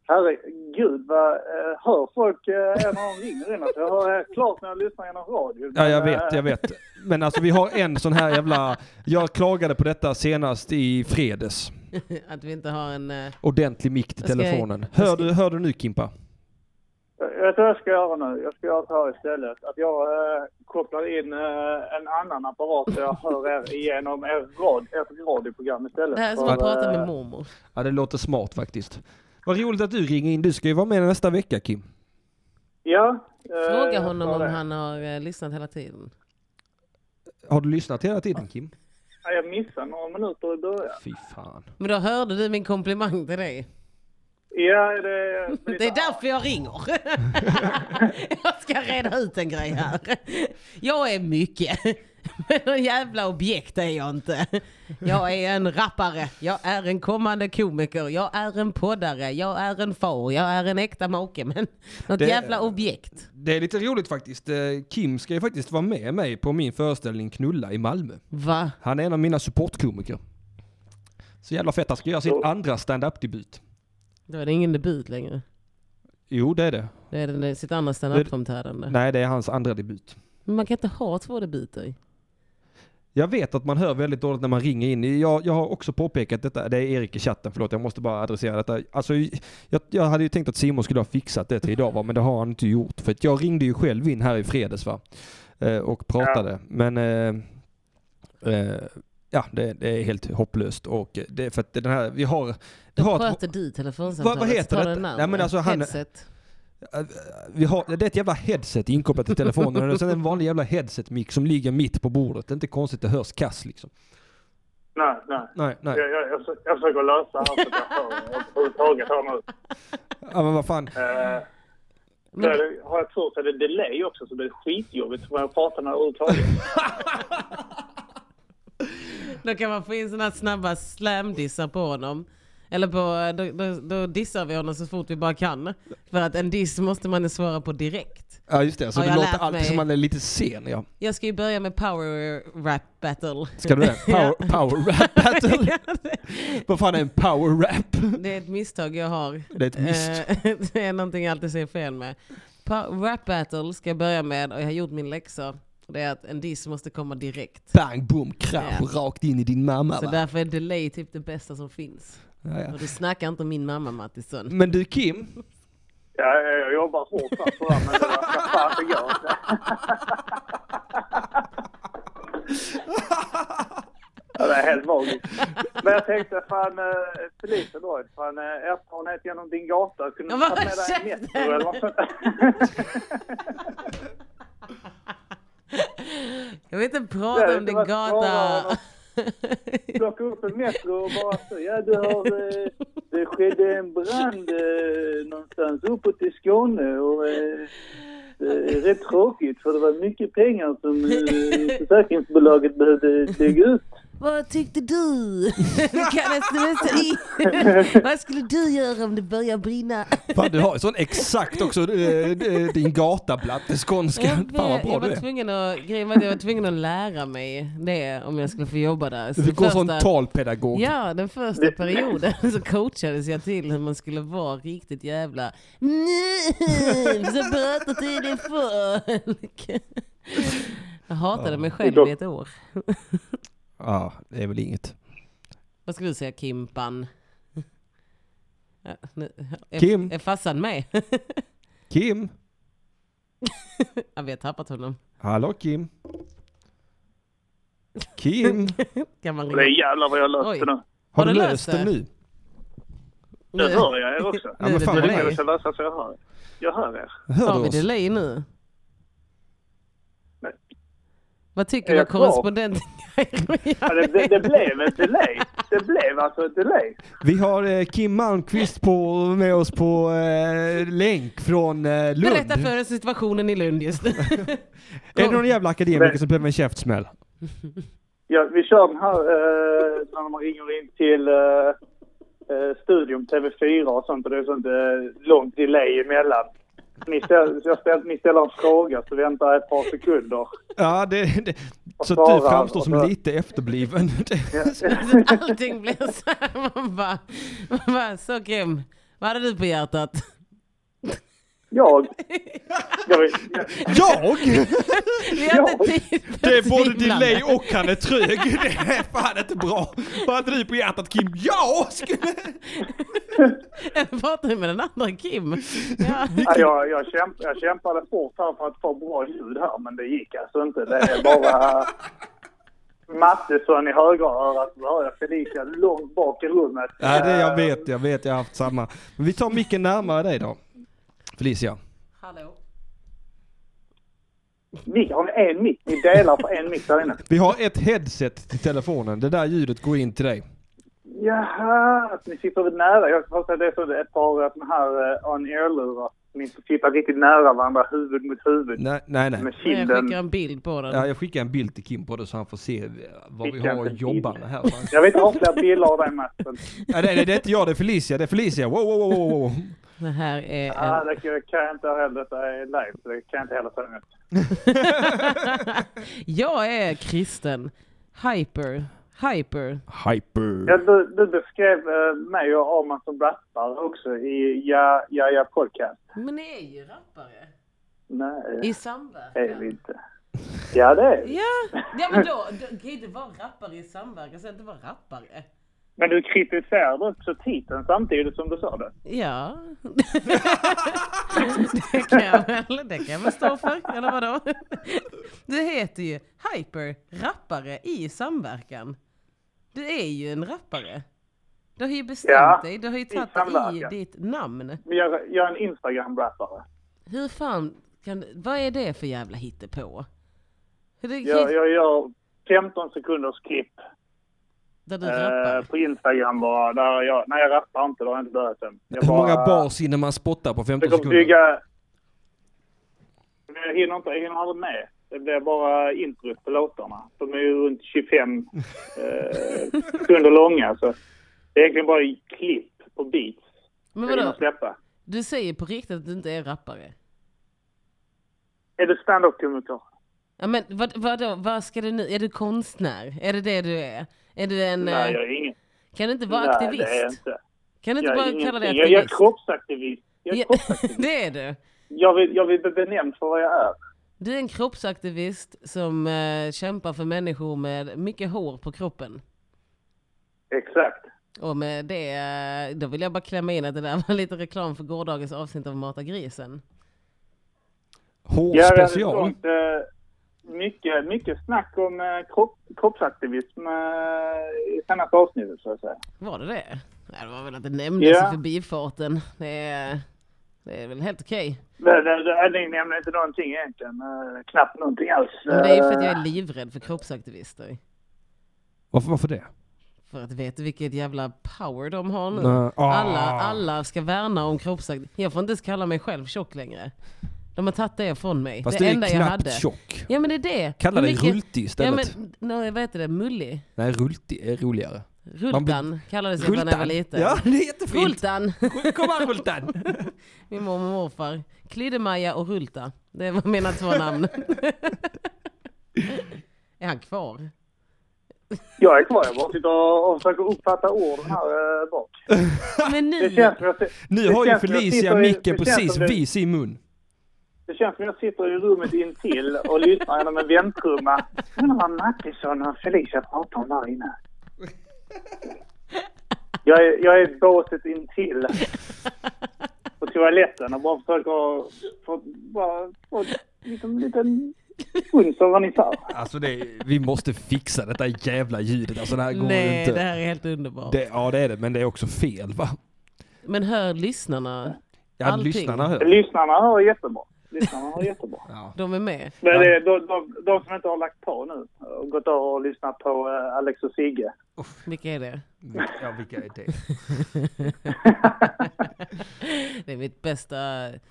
Herregud, vad eh, hör folk eh, när de ringer in? Alltså, jag hör eh, klart när jag lyssnar genom radio.
Ja jag
men,
vet,
eh,
jag vet. Men alltså vi har en sån här jävla... Jag klagade på detta senast i fredags.
Att vi inte har en... eh,
Ordentlig mick till
Jag ska-
telefonen.
jag
Hör
ska-
du, hör du nu Kimpa?
Jag vet du vad jag ska göra nu? Jag ska göra så här istället. Att jag eh, kopplar in eh, en annan apparat så jag hör er igenom er rad, ert radioprogram istället.
Det här är som
För,
att prata
eh,
med mormor.
Ja det låter smart faktiskt. Vad roligt att du ringer in. Du ska ju vara med nästa vecka Kim.
Ja. eh,
Fråga
jag
honom
sa
om
det.
han har eh, lyssnat hela tiden.
Har du lyssnat hela tiden Kim?
Ja, jag missade några minuter i början.
Fy fan.
Men då hörde du min komplimang till dig.
Ja, det...
Det är därför jag ringer. jag ska reda ut en grej här. Jag är mycket. Men någon jävla objekt är jag inte. Jag är en rappare, jag är en kommande komiker, jag är en poddare, jag är en far, jag är en äkta make. Men något
Det-
jävla objekt.
Det är lite roligt faktiskt. Eh, Kim ska ju faktiskt vara med mig på min föreställning Knulla i Malmö.
Va?
Han är en av mina supportkomiker. Så jävla fett, han ska göra sin
Ja.
andra stand-up-debut.
Då är det ingen debut längre.
Jo, det är det.
Det är, det, det är sitt andra standup-framträdande.
Nej, det är hans andra debut.
Men man kan inte ha två debuter.
Jag vet att man hör väldigt dåligt när man ringer in. Jag, jag har också påpekat detta. Det är Erik i chatten, förlåt. Jag måste bara adressera detta. Alltså, jag, jag hade ju tänkt att Simon skulle ha fixat det till idag, va? men det har han inte gjort. För att jag ringde ju själv in här i fredags va? Eh, och pratade. Men eh, eh, ja, det, det är helt hopplöst. Och eh, det är för att den här, vi har... Vi
Då
har ett,
sköter du telefonsamtalet.
Vad- vad heter
så tar
detta?
den andra.
Nej, men alltså, han-
Headset.
vi har, det är ett jävla headset inkopplat till telefonen och sen en vanlig jävla headset-mick som ligger mitt på bordet. Det är inte konstigt, det hörs kass liksom.
Nej, nej.
Nej, nej.
Jag, jag, jag, försöker- jag försöker lösa det här så att jag hör överhuvudtaget här nu.
Ja, men vad fan.
Eh,
Men-
där har jag tur så är det delay också så det är skitjobbigt för jag pratar när jag överhuvudtaget.
Då kan man få in sådana här snabba slamdissar på honom. Eller på, då, då, då dissar vi honom så fort vi bara kan. För att en diss måste man svara på direkt.
Ja just det, så
Har
det
jag
låter
lärt mig?
alltid som man är lite sen ja.
Jag ska ju börja med power rap battle.
Ska du det? Power,
Ja.
power rap battle? Vad fan är en power rap?
det är ett misstag jag har.
Det är ett mist.
Eh, det är någonting jag alltid säger fel med. Pa- rap battle ska jag börja med och jag har gjort min läxa. Det är att en diss måste komma direkt.
Bang, boom, krasch, rakt in i din mamma
Så
va?
därför är delay typ det bästa som finns. Mm.
Ja, ja.
Och du snackar inte om min mamma Mattisson.
Men du Kim,
Ja, jag, jag jobbar hårt här sådär men det verkar fan det går inte. Ja, det är helt magiskt. Men jag tänkte fan eh, polisen då, fan eh, erfarenhet genom din gata. Kunde
Ja,
du
vad
tagit med dig en
käften!
Metro eller något sånt?
Jag vill inte
Nej,
prata
det
om din
var svårare
gata.
än Plocka upp en Metro och bara så, ja du har, eh, det skedde en brand eh, någonstans uppåt i Skåne och eh, det är rätt tråkigt för det var mycket pengar som eh, försäkringsbolaget behövde lägga ut.
Vad tyckte du? Du kan smsa in. Vad skulle du göra om det börjar brinna?
fan du har ju sån exakt också eh, eh, din gatablatt till skånska. Fan vad bra
jag
du
var
är.
tvungen att, grejen var att jag var tvungen att lära mig det om jag skulle få jobba där. Så
Du
den
går som
första-
talpedagog.
Ja, den första perioden så coachades jag till hur man skulle vara riktigt jävla Nej, så pratar tydligen folk. Jag hatade mig själv i ett år.
Ja, det är väl inget.
Vad ska du säga Kimpan? Ja, nu- är-
Kim?
Är farsan med?
Kim?
Ja, vi har tappat honom.
Hallå Kim? Kim?
Kan man
Det
ringa?
är jävlar vad jag löste
Oj.
nu.
Har du löst det nu?
Nu hör jag er också.
Ja, men fan,
nu
vad
är
Jag
det
Nej.
lyckades
delay.
lösa så jag hör. Jag hör er.
Hör
Har
du
vi
oss?
delay nu?
Nej.
Vad tycker
Är
du
jag kvar?
korrespondent?
Ja, det, det, det blev ett delay. Det blev alltså ett delay.
Vi har eh, Kim Malmqvist på, med oss på eh, länk från eh, Lund.
Berätta för oss situationen i Lund just nu.
Är det någon jävla akademiker som behöver en käftsmäll?
Ja, vi kör den här eh, när man ringer in till eh, eh, studion, TV4 och sånt och det är sånt eh, långt delay emellan. Ni, ställ, jag ställ, ni ställer en fråga så väntar jag ett par sekunder.
Ja, det, det, så
Vad
att du
svarar
framstår
han?
som
Vad-
lite efterbliven. Det-
Allting blir så här. Man bara, man bara så Kim, vad hade du på hjärtat?
Jag... jag, vill, jag
Jag?
Vi har inte tid för
Det är både
tvivlande.
delay och han är trög. Det är fan inte bra. Vad hade du på hjärtat Kim? Jag skulle...
Jag pratar ju med den andra Kim. Ja.
Ja, jag, jag, kämp, jag kämpade hårt här för att få bra ljud här, men det gick alltså inte. Det är bara Mattisson i högra örat. Då hör jag Felicia långt bak i rummet.
Ja, det jag
Eh,
vet, jag vet, jag har haft samma. Men vi tar micken närmare dig då. Felicia.
Hallå.
Ni har en mick. Ni delar på en mick där inne.
Vi har ett headset till telefonen. Det där ljudet går in till dig.
Jaha, att ni sitter väl nära. Jag förstår att det är så ett par sådana här eh, on air-lurar. Ni sitter riktigt nära varandra, huvud mot huvud.
Nej, nej, nej.
Med
Jag
kinden.
skickar en bild på den.
Ja, jag skickar en bild till Kim på det så han får se vad vi
Skicka
har att
en
jobba
bild.
med här.
Jag vill inte ha fler bilder av dig, Mattisson.
Nej, det, det är inte jag, det är Felicia. Det är Felicia. Wow, wow, wow, wow, wow.
Det här är
Ja,
en...
det kan jag inte heller. Detta är live, så det kan jag inte heller ta emot.
Jag är kristen. Hyper. Hyper.
Hyper.
Ja, du, du beskrev eh, mig och Arman som rappare också i Ja Ja Ja Podcast.
Men ni är ju rappare.
Nej,
I
det är vi
samverkan.
inte. Ja, det är vi.
Ja, ja men då, då kan ju inte vara rappare i samverkan, sen inte vara rappare.
Men du kritiserade också titeln samtidigt som du sa det.
Ja. det, kan jag väl, det kan jag väl stå för, eller vadå? Det heter ju Hyper, rappare i samverkan. Du är ju en rappare. Du har ju bestämt
Ja,
dig, du har ju
i
tagit i
samverkan.
ditt namn.
Men jag, jag är en Instagram-rappare.
Hur fan kan du, vad är det för jävla hittepå? Hur det,
Jag, jag gör 15 sekunders klipp
där du
eh,
rappar?
på Instagram bara. Där jag, nej, jag rappar inte. Det har jag inte börjat än. Jag
Hur många
bara-
bars hinner man spotta på 15
försöker
sekunder?
bygga... Men Jag hinner inte, jag hinner aldrig med. Det blir bara introt på låtarna. De är ju runt 25 eh, sekunder långa. Så det är egentligen bara i klipp på beats
Men
jag hinner
vadå,
släppa.
du säger på riktigt att du inte är rappare?
Är du standup-komiker?
Ja men vad, vadå, vad ska du nu, är du konstnär? Är det det du är? Är du en,
Nej,
eh,
jag är ingen.
kan du inte vara
nej,
aktivist?
Det är jag inte.
Kan du inte
Jag är,
bara kalla dig
ingenting.
aktivist?
jag, jag är kroppsaktivist. Jag är,
Ja,
kroppsaktivist.
det är du.
Jag, vill, jag vill bli benämnd för vad jag är.
Du är en kroppsaktivist som eh, kämpar för människor med mycket hår på kroppen.
Exakt.
Och med det, eh, då vill jag bara klämma in att det där var lite reklam för gårdagens avsnitt av Mata grisen.
Jag hade
Hårspecial.
sånt, eh, mycket, mycket snack om eh, kropp, kroppsaktivism eh, i senaste avsnittet, så att säga.
Var det det? Nej, det var väl att det nämndes
Ja.
i förbifarten. Det är, det är väl helt okej.
Det, det, det, ni nämner inte någonting egentligen. eh, knappt någonting alls.
Men det är ju för att jag
Eh,
är livrädd för kroppsaktivister.
Varför, varför det?
Mm. För att vet du vilket jävla power de har nu?
Nej. Ah.
Alla, alla ska värna om kroppsaktivitet. Jag får inte ens kalla mig själv tjock längre. De har tagit det från mig.
Fast
det
du är
enda
knappt
jag hade.
tjock.
Ja men det är det.
Kalla dig
Hur mycket-
Rulti
Ja
istället.
men, no, vad heter det? Mullig?
Nej, Rulti är roligare. Man
Rultan kallades jag när jag var liten.
Ja, det är jättefint.
Rultan!
Kom här Rultan!
Min mormor och morfar. Klydde-Maja och Rulta. Det var mina två namn. är han kvar?
Jag är kvar, jag bara sitter och, och försöker uppfatta orden här eh, bak.
Men
Det
nu,
känns, som jag, si-
Nu
Det
har ju
känns som jag
Felicia
sitter i-
micken
det känns
precis
som det-
vis i mun.
det känns som jag sitter i rummet intill och lyssnar genom en vänttrumma. Undrar vad Mattisson och Felicia pratar om där inne. Jag är, jag är båset intill på toaletten och bara försöker få, bara, få liksom, en liten uns av vad ni sa.
Alltså det, vi måste fixa detta jävla ljudet. Alltså det här går ju
nej
inte.
det här är helt underbart.
Det, ja det är det, men det är också fel va?
Men hör lyssnarna,
Ja,
Allting.
lyssnarna hör.
Lyssnarna hör jättebra. Lyssnarna hör jättebra.
de är med.
Men det är de, de, de som inte har lagt på nu och gått över och lyssnat på eh, Alex och Sigge.
Vilka är det?
Ja, vilka är det?
Det är mitt bästa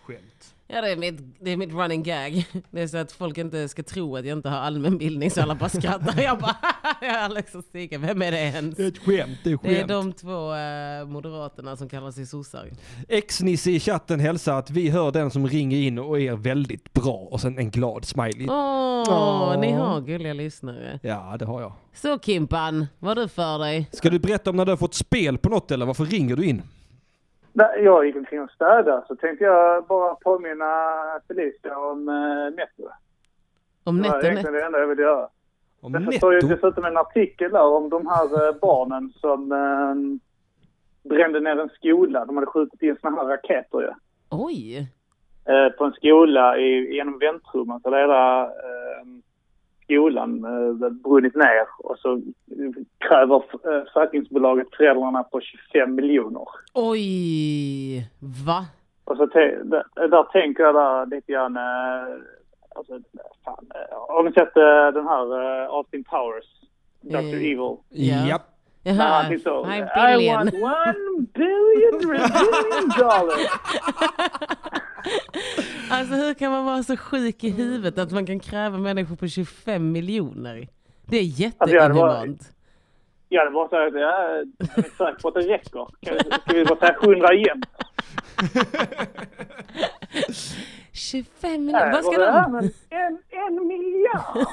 Skämt.
Ja, det är, mitt, det är mitt running gag. Det är så att folk inte ska tro att jag inte har allmänbildning så alla bara skrattar. Jag bara, Alex och Stig, vem är det ens?
Det är ett skämt, det är ett
Det är
skämt.
de två eh, moderaterna som kallar sig sossar.
Ex-Nisse i chatten hälsar att vi hör den som ringer in och är väldigt bra och sen en glad smiley.
Åh,
Åh.
ni har gulliga lyssnare.
Ja, det har jag.
Så Kimpan, vad har du för dig?
Ska du berätta om när du har fått spel på något eller varför ringer du in?
Där jag gick omkring och städade så tänkte jag bara påminna Felicia om eh, Netto.
Om
Det var
nätter
egentligen
nätter.
det enda jag ville göra.
Om
Därför står ju
netto?
dessutom en artikel där om de här eh, barnen som eh, brände ner en skola. De hade skjutit in såna här raketer ju.
Oj,
eh, på en skola i, genom väntrummet så hade hela eh, skolan eh, brunnit ner och så kräver eh, försäkringsbolaget föräldrarna på 25 miljoner.
oj, va?
Och så te- där, där tänker jag där lite grann, eh, alltså, fan, eh, har ni sett eh, den här eh, Austin Powers? Dr.
Eh,
Evil.
Ja.
Japp.
När
Jaha,
han sitter och,
nej,
I
billion.
want one billion, billion dollars.
Alltså hur kan man vara så sjuk i huvudet att man kan kräva människor på 25 miljoner? Det är
Alltså, jag hade varit-
jätteinhumant.
Jag hade bara sagt, ja, jag är inte säker på att det räcker. Kan vi, ska vi bara säga 100 igen? Äh,
25
Nej,
miljoner, vad ska
det här
de...
med En, en miljard!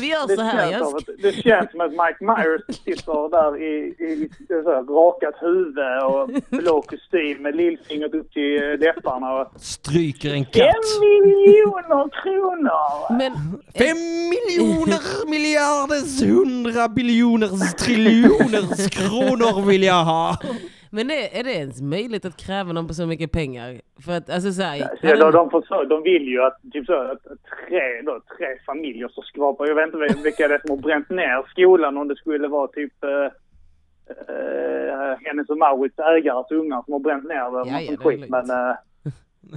Vi gör
Det
så här.
känns,
Jag
som
sk-
att, det känns som att Mike Myers sitter där i, i, i så här, rakat huvud och blå kostym med lillfingret upp till eh, läpparna. Och,
Stryker en
Fem
katt.
miljoner kronor!
men
Fem miljoner miljarders hundra biljoners triljoners kronor vill jag ha.
eh, men det, är det ens möjligt att kräva någon på så mycket pengar? För att alltså så här,
Så de, de, försöker, de vill ju att, typ så, här, att att tre, då, tre familjer ska skvapa. Jag vet inte vil- vilka det är som har bränt ner skolan om det skulle vara typ eh, eh, Hennes och Mauritz ägares ungar som har bränt ner den.
Ja, ja,
Ja,
det är
skit.
lugnt.
Men eh,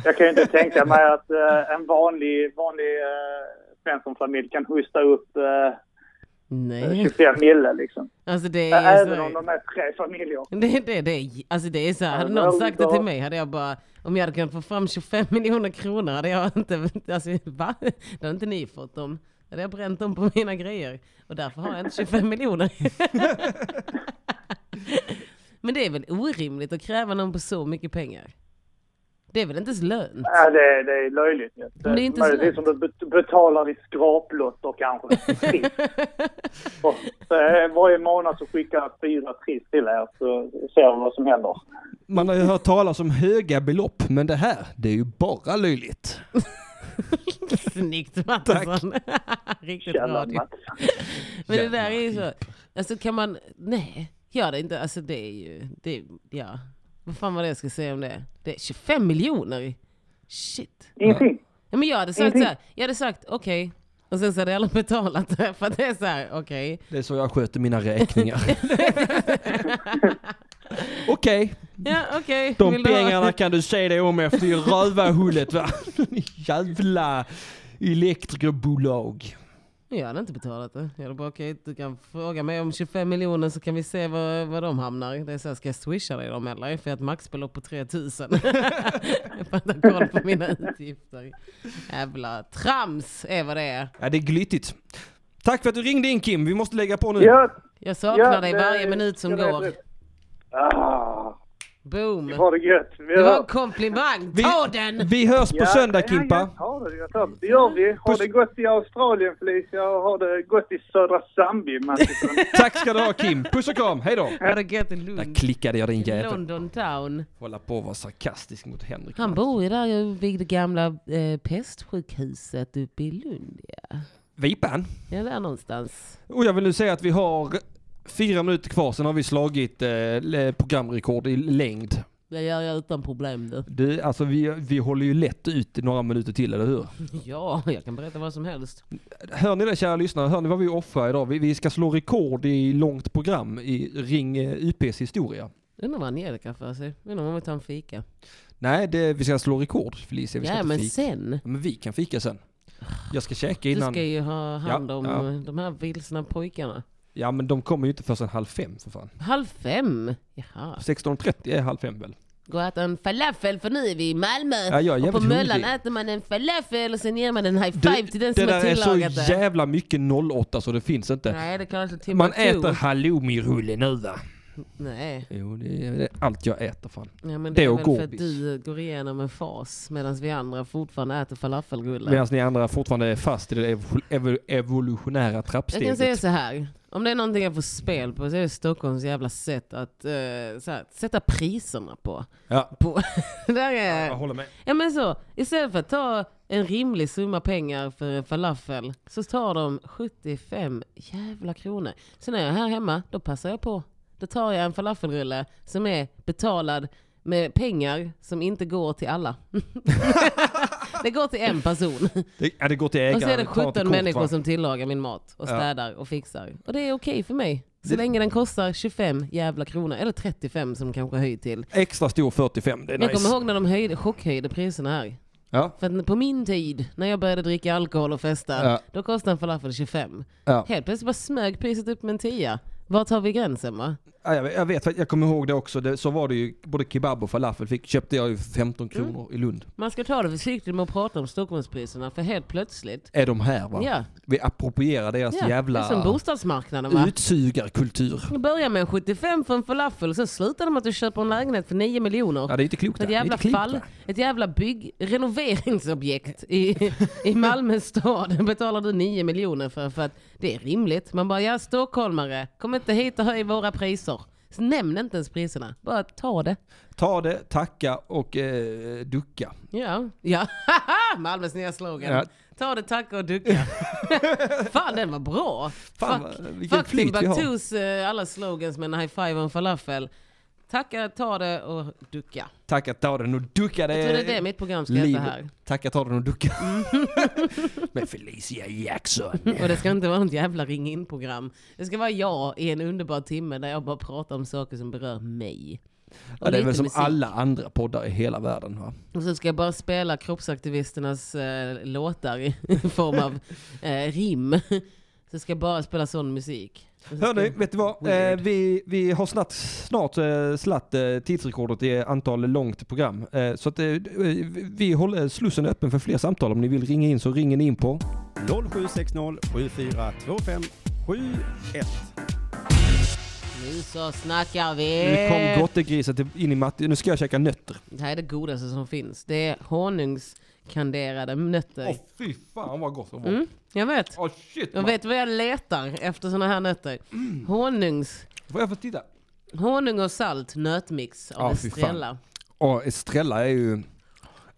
jag kan ju inte tänka mig att eh, en vanlig, vanlig eh, Svenssonfamilj kan hosta upp eh,
nej.
25 mille liksom.
Alltså det
Ä-
är
Även om
så.
de är tre familjer.
Det, det, det, är- alltså det är så här, hade
men
någon
om
sagt det
vi tar-
till mig hade jag bara, om jag hade kunnat få fram 25 miljoner kronor hade jag inte, alltså va? Det hade inte ni fått dem. Då hade jag bränt dem på mina grejer. Och därför har jag inte 25 miljoner. Men det är väl orimligt att kräva någon på så mycket pengar? Det är väl inte ens lönt?
Ja, det, det är löjligt. ju.
Men det är inte så
Möjligtvis
lätt.
om du bet- betalar i skraplotter kanske. Triss. Och, eh, Varje månad så skickar jag fyra triss till er så ser vi vad som händer.
Man har ju hört talas om höga belopp, men det här, det är ju bara löjligt.
Snyggt Mattisson! Riktigt bra.
Tjena, Mats.
Men det
Jävla
där är ju så, alltså kan man, nej, gör det inte. Alltså det är ju, det, ja. Vad fan var det jag skulle säga om det? Det är 25 miljoner! Shit.
Ingenting.
Ja, men jag hade sagt så här, jag hade sagt okej, och sen så hade jag aldrig betalat det, för att det är så här, okej.
Det är så jag sköter mina räkningar. Okej,
Ja okej,
de
vill du ha-
pengarna kan du se dig om efter i rövarhullet va? Jävla elektrikerbolag.
Jag hade inte betalat det. Jag hade bara okej, du kan fråga mig om 25 miljoner så kan vi se var, var de hamnar. Det är så här, ska jag swisha dig dem eller? För jag har ett maxbelopp på 3000. jag får inte ha koll på mina utgifter. Jävla trams är vad det är.
Ja, det är glyttigt. Tack för att du ringde in Kim, vi måste lägga på nu.
Ja,
Jag saknar
ja,
dig
det-
varje minut som
ja, det är
går.
rätt. Ah,
Boom.
ha det gött. Vi
Det var en
hörs.
komplimang.
Vi,
Ta den!
vi hörs på
Ja,
söndag
ja,
Kimpa.
Ja, ha det gött. Ha det. Det gör vi. Ha
Puss.
det gott i Australien Felicia och ha det gott i södra Zambia Mattisson.
Tack ska du ha Kim, puss och kram, hej då.
Ha det gött i
Där
Lund.
klickade jag den jäveln.
London town.
Hålla på och vara sarkastisk mot Henrik.
Han bor ju där ju vid det gamla eh, pestsjukhuset uppe i Lund. Ja,
Vipan.
ja där någonstans.
Och jag vill nu säga att vi har fyra minuter kvar, sen har vi slagit eh, le- programrekord i längd.
Det gör jag utan problem du.
Du, alltså vi, vi håller ju lätt ut några minuter till, eller hur?
Ja, jag kan berätta vad som helst.
Hör ni det kära lyssnare? Hör ni vad vi offrar idag? Vi, vi ska slå rekord i långt program i Ring eh, UPs historia.
Undrar vad Angelica för sig. Undrar om vi tar en fika.
Nej, det, vi ska slå rekord Felicia. Vi ska
Ja,
inte
men
fika.
sen.
Ja, men vi kan fika sen. Jag ska käka
Du
innan.
ska ju ha hand
Ja,
om
ja.
eh, de här vilsna pojkarna.
Ja men de kommer ju inte förrän halv fem för fan.
Halv fem? Jaha.
16.30 är halv fem väl?
Gå och äta en falafel för nu är vi i Malmö.
Ja, jag är
och på
jävligt
Möllan
hungrig.
äter man en falafel och sen ger man en high five till den
det
som har
där är så
tillagat det.
jävla mycket 08 så det finns inte.
Nej, det kallas för
Man
Timbuktu.
äter halloumirulle nu va?
Nej.
Jo, det är, det är allt jag äter fan.
Ja, men
Det
det är
och
väl för att
godis.
du går igenom en fas medan vi andra fortfarande äter falafelrullar.
Medan ni andra fortfarande är fast i det evol- evo- evolutionära
Jag
trappsteget.
kan säga så här. Om det är någonting jag får spel på så är det Stockholms jävla sätt att eh, så här, sätta priserna på.
Ja.
på där är,
Jag håller med.
ja, men så, istället för att ta en rimlig summa pengar för en falafel så tar de 75 jävla kronor. Sen när jag är här hemma, då passar jag på. Då tar jag en falafelrulle som är betalad med pengar som inte går till alla. det går till en person.
Det, ja, det går till ägaren.
Och så är det
det tar inte
17
kort,
människor
va?
som tillagar min mat och städar och fixar. Och det är okej för mig. Så länge den kostar 25 jävla kronor, eller 35 som kanske höjt till.
Extra stor 45, det är
Men
nice.
jag kommer ihåg när de höjde, chockhöjde priserna här.
Ja.
För att på min tid, när jag började dricka alkohol och festa,
Ja.
då kostade en falafel 25.
Ja.
Helt plötsligt bara smög priset upp med en tia. Var tar vi gränsen va?
ja, jag vet- jag vet, jag kommer ihåg det också. Det, så var det ju, både kebab och falafel fick, köpte jag ju för 15
Mm.
kronor i Lund.
Man ska ta det försiktigt med att prata om Stockholmspriserna, för helt plötsligt...
Är de här va?
Ja,
Vi approprierar deras
ja. Det är som
jävla
bostadsmarknaden va?
utsugarkultur.
Det börjar med 75 för en falafel och sen slutar de med att du köper en lägenhet för 9 miljoner.
Ja, det är inte klokt.
Ett
det. Det är
jävla,
inte klokt,
fall,
det.
ett jävla bygg, renoveringsobjekt i, i Malmö stad betalar du 9 miljoner för. För att det är rimligt. Man bara, ja stockholmare, kom inte hit och höj våra priser. Så nämn inte ens priserna, bara ta det.
Ta det, tacka och eh, ducka.
Ja, ja. Malmös nya slogan.
Ja.
Ta det, tacka och ducka. Fan den var bra.
Fan,
Fuck.
vad- vilken
Fuck
flyt vi har.
Timbuktus eh, alla slogans med en high five och en falafel. Tacka, ta det och ducka.
Tacka, ta den och ducka. Det
Jag tror det är det mitt program ska
Eh, liv.
heta här. Mm.
Tacka, ta den och ducka. Med Felicia Jackson.
Och det ska inte vara något jävla ring in program. Det ska vara jag i en underbar timme där jag bara pratar om saker som berör mig. Och
Ja, det är
lite
väl som
musik.
alla andra poddar i hela världen. Va?
Och så ska jag bara spela kroppsaktivisternas eh, låtar i form av eh, rim. Så ska jag bara spela sån musik. Och så ska
Hörni,
jag-
vet du vad? Eh,
Weird.
vi, vi har snart, snart eh, slatt eh, tidsrekordet i antal långt program. Eh, så att, eh, vi- vi håller slussen öppen för fler samtal. Om ni vill ringa in så ringer ni in på.
0760 7425 71.
Nu så snackar vi!
Nu kom gottegrisen till- in i matten. Nu ska jag käka nötter.
Det här är det godaste som finns. Det är honungskanderade nötter.
Åh fy fan vad gott det var.
Mm, jag vet.
Åh, shit.
Jag
man.
vet vad jag letar efter såna här nötter.
Mm.
Honungs,
Får jag få titta?
honung och salt nötmix av
Ja, fy fan.
Estrella.
Ja, Estrella är ju...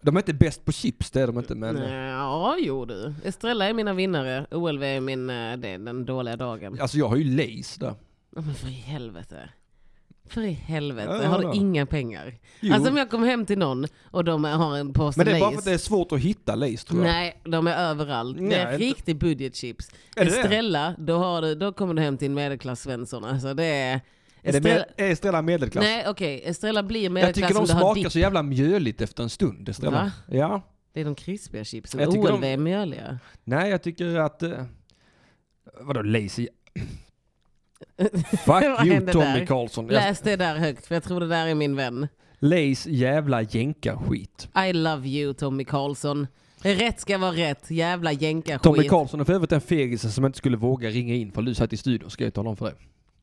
De är inte bäst på chips, det är de inte. Men
Ja, jo du. Estrella är mina vinnare. OLV är min, eh, det är den dåliga dagen.
alltså jag har ju Lays där.
Ja, Men för i helvete. För i helvete.
Ja, ja,
har
då.
du inga pengar?
Jo.
Alltså om jag kommer hem till någon och de har en påse
men det är bara
Lay's.
för att det är svårt att hitta Lays tror jag.
Nej, de är överallt.
Nej,
det är
inte-
riktig budgetchips.
Är det det?
Estrella, då, har du, då kommer du hem till en medelklass Svensson. Alltså det är...
Är, det
Estrella-
med, är Estrella medelklass?
Nej okej, Estrella blir
jag
medelklass
tycker de
om du har dipp.
smakar så jävla mjöligt efter en stund, Estrella.
Va?
Ja.
Det är de krispiga chipsen.
Jag tycker de-
OLW är mjöliga.
Nej, jag tycker att... Eh, vadå Lays? i-
Vad
Fuck you
hände
Tommy
där?
Karlsson. Alltså, Jag-
Läs det där högt för jag tror det där är min vän.
Lays jävla jänkarskit.
I love you Tommy Karlsson. Rätt ska vara rätt, jävla jänkarskit.
Tommy Karlsson är för övrigt en fegis som inte skulle våga ringa in för du satt i studion, ska jag tala om för dig.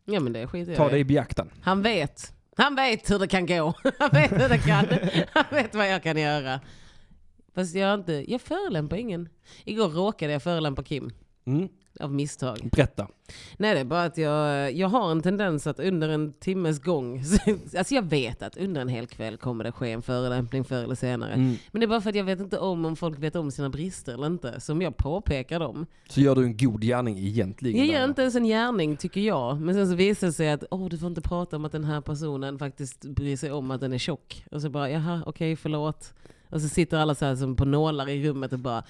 Ja men det skiter
Ta
jag
det
i.
i beaktan.
Han vet. Han vet hur det kan gå. Han vet hur det kan. Han vet vad jag kan göra. Fast jag har inte, jag förolämpar ingen. Igår råkade jag förolämpa Kim.
Mm.
Av misstag.
Berätta.
Nej det är bara att jag, jag har en tendens att under en timmes gång, alltså jag vet att under en hel kväll kommer det ske en förolämpning förr eller senare.
Mm.
Men det är bara för att jag vet inte om om folk vet om sina brister eller inte, som jag påpekar dem.
Så gör du en god gärning egentligen.
Jag
där,
gör
va?
inte ens en gärning tycker jag. Men sen så visar det sig att åh du får inte prata om att den här personen faktiskt bryr sig om att den är tjock. Och så bara jaha okej förlåt. Och så sitter alla så här som på nålar i rummet och bara...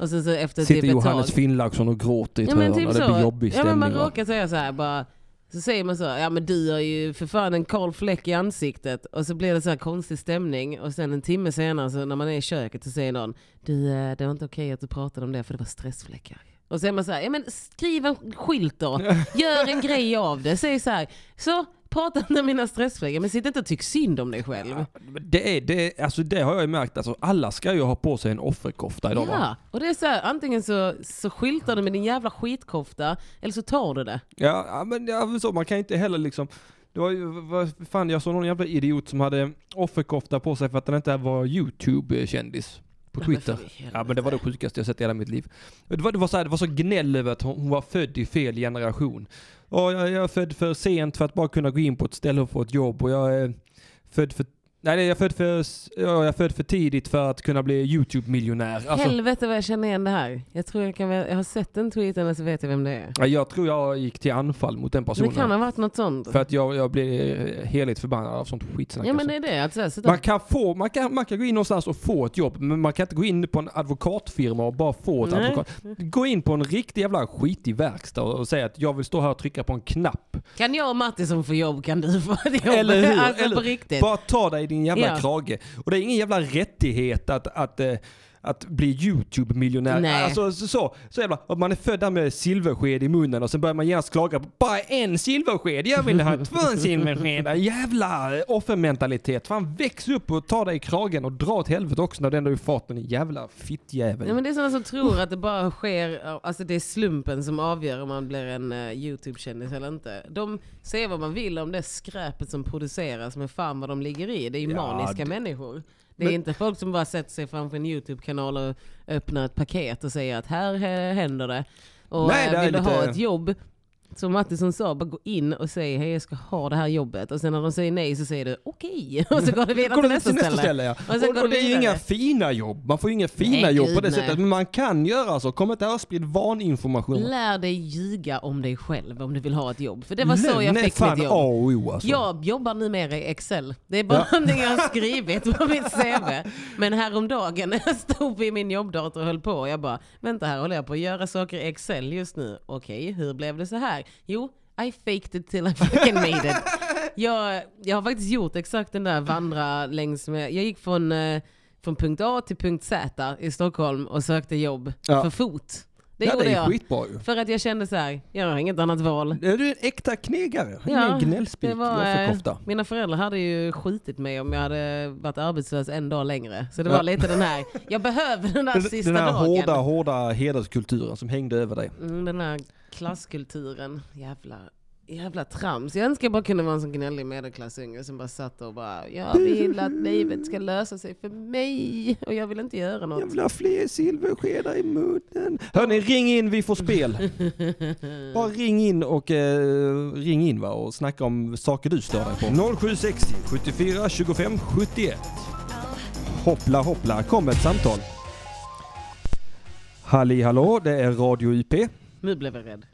Och sen så efter
Sitter
typ ett tag...
Johannes Finnlaugsson och gråter i ett
Ja men
hörn
typ
och det
så.
blir jobbig
ja,
stämning.
men man
va?
råkar säga så här bara. Så säger man så, ja men du har ju för fan en kall fläck i ansiktet. Och så blir det så här konstig stämning. Och sen en timme senare så när man är i köket så säger någon, du eh, det var inte okej att du pratade om det för det var stressfläckar. Och så är man så här, ja men skriv en skylt då. Gör en grej av det. Säg så här, så prata inte om mina stressfläckar men sitt inte och tyck synd om dig själv.
Men Det, är, det, är- alltså det har jag ju märkt, alltså alla ska ju ha på sig en offerkofta idag va?
Ja, och det är så här, antingen så, så skyltar du med din jävla skitkofta eller så tar du det.
Ja, ja, men ja, så, man kan ju inte heller liksom det var ju, vad fan jag såg någon jävla idiot som hade offerkofta på sig för att den inte var YouTube-kändis på Twitter.
för
Ja men det var det sjukaste jag sett i hela mitt liv. Det var, det var, så, här, det var så gnäll över att hon hon var född i fel generation. Och jag, jag är född för sent för att bara kunna gå in på ett ställe och få ett jobb och jag är född för Nej, nej, jag är född för, ja, jag är född för tidigt för att kunna bli YouTube-miljonär. Alltså,
Helvete vad jag känner igen det här. Jag tror jag, kan, jag har sett den tweeten eller så vet jag vem det är.
Ja, Jag tror jag gick till anfall mot den
Det
personen.
kan ha varit något sånt.
För att jag, jag blir eh, heligt förbannad av sånt skitsnack.
Ja men
alltså.
det är det. Att så här, sitta
man, kan få, man, kan, man kan gå in någonstans och få ett jobb, men man kan inte gå in på en advokatfirma och bara få ett
Nej.
advokat. Gå in på en riktig jävla skitig verkstad och och säga att jag vill stå här och trycka på en knapp.
Kan jag och Mattisson få jobb kan du få ett jobb.
Eller hur?
Alltså
Eller-
på riktigt.
Bara ta dig i din jävla
Ja.
krage. Och det är ingen jävla rättighet att, att eh, att bli YouTube-miljonär.
Nej.
Alltså så, så, så jävla, att man är född där med silversked i munnen och sen börjar man genast klaga på bara en silversked. Jag vill ha två silverskedar. Jävla eh, offermentalitet. Fan väx upp och ta dig i kragen och dra åt helvete också när du ändå är i farten din jävla fittjävel.
Ja, men det är sådana som tror att det bara sker, alltså det är slumpen som avgör om man blir en eh, YouTube-kändis eller inte. De säger vad man vill om det skräpet som produceras, men fan vad de ligger i. Det är ju
Ja,
maniska
det-
människor. Det är
Men-
inte folk som bara sätter sig framför en YouTube-kanal och öppnar ett paket och säger att här eh, händer det. Och
Nej,
eh,
det är
vill du ha
lite-
ett jobb, som Mattisson sa, bara gå in och säg hej jag ska ha det här jobbet. Och sen när de säger nej så säger du okej. Och så går det vidare
Går
till
det
nästa, ställe.
ja.
Och sen
Och,
går
och,
det
det är ju
vidare.
inga fina jobb. Man får ju inga fina
Nej,
jobb på
gud,
det
nej.
sättet. Men man kan göra så. Kom inte här och sprid vaninformation.
Lär dig ljuga om dig själv om du vill ha ett jobb. För det var så jag
Lögn är
fick
fan
mitt jobb.
A och O alltså.
Jag jobbar numera i Excel. Det är bara någonting jag har skrivit på mitt CV. Men häromdagen när jag stod vid min jobbdator och höll på. Och jag bara, vänta här håller jag på att göra saker i Excel just nu. Okej, hur blev det så här? Jo, I faked it till I fucking made it. Jag, jag har faktiskt gjort exakt den där vandra längs med. Jag gick från, eh, från punkt A till punkt Z i Stockholm och sökte jobb
Ja.
för fot. Det
ja,
gjorde
det är
jag.
skitbra ju.
För att jag kände så här, jag har inget annat val.
Är du en äkta knegare?
Ja,
Ingen gnällspik
det
och
var, eh,
offerkofta.
Mina föräldrar hade ju skjutit mig om jag hade varit arbetslös en dag längre. Så det var
Ja.
lite den här, jag behöver den här
Den,
sista
den här
dagen.
hårda, hårda hederskulturen som hängde över dig.
Mm, den här klasskulturen. Jävla, jävla trams. Jag önskar jag bara kunde vara en sån gnällig medelklassunge som bara satt och bara, jag vill att livet ska lösa sig för mig. Och jag vill inte göra något.
Jag vill ha fler silverskedar i munnen. Hörni, ring in, vi får spel. Bara ring in och eh, ring in va och snacka om saker du stör dig på. 0760 74 25 71. Hoppla hoppla, kom ett samtal. Halli hallå, det är Radio IP.
Nu blev jag rädd.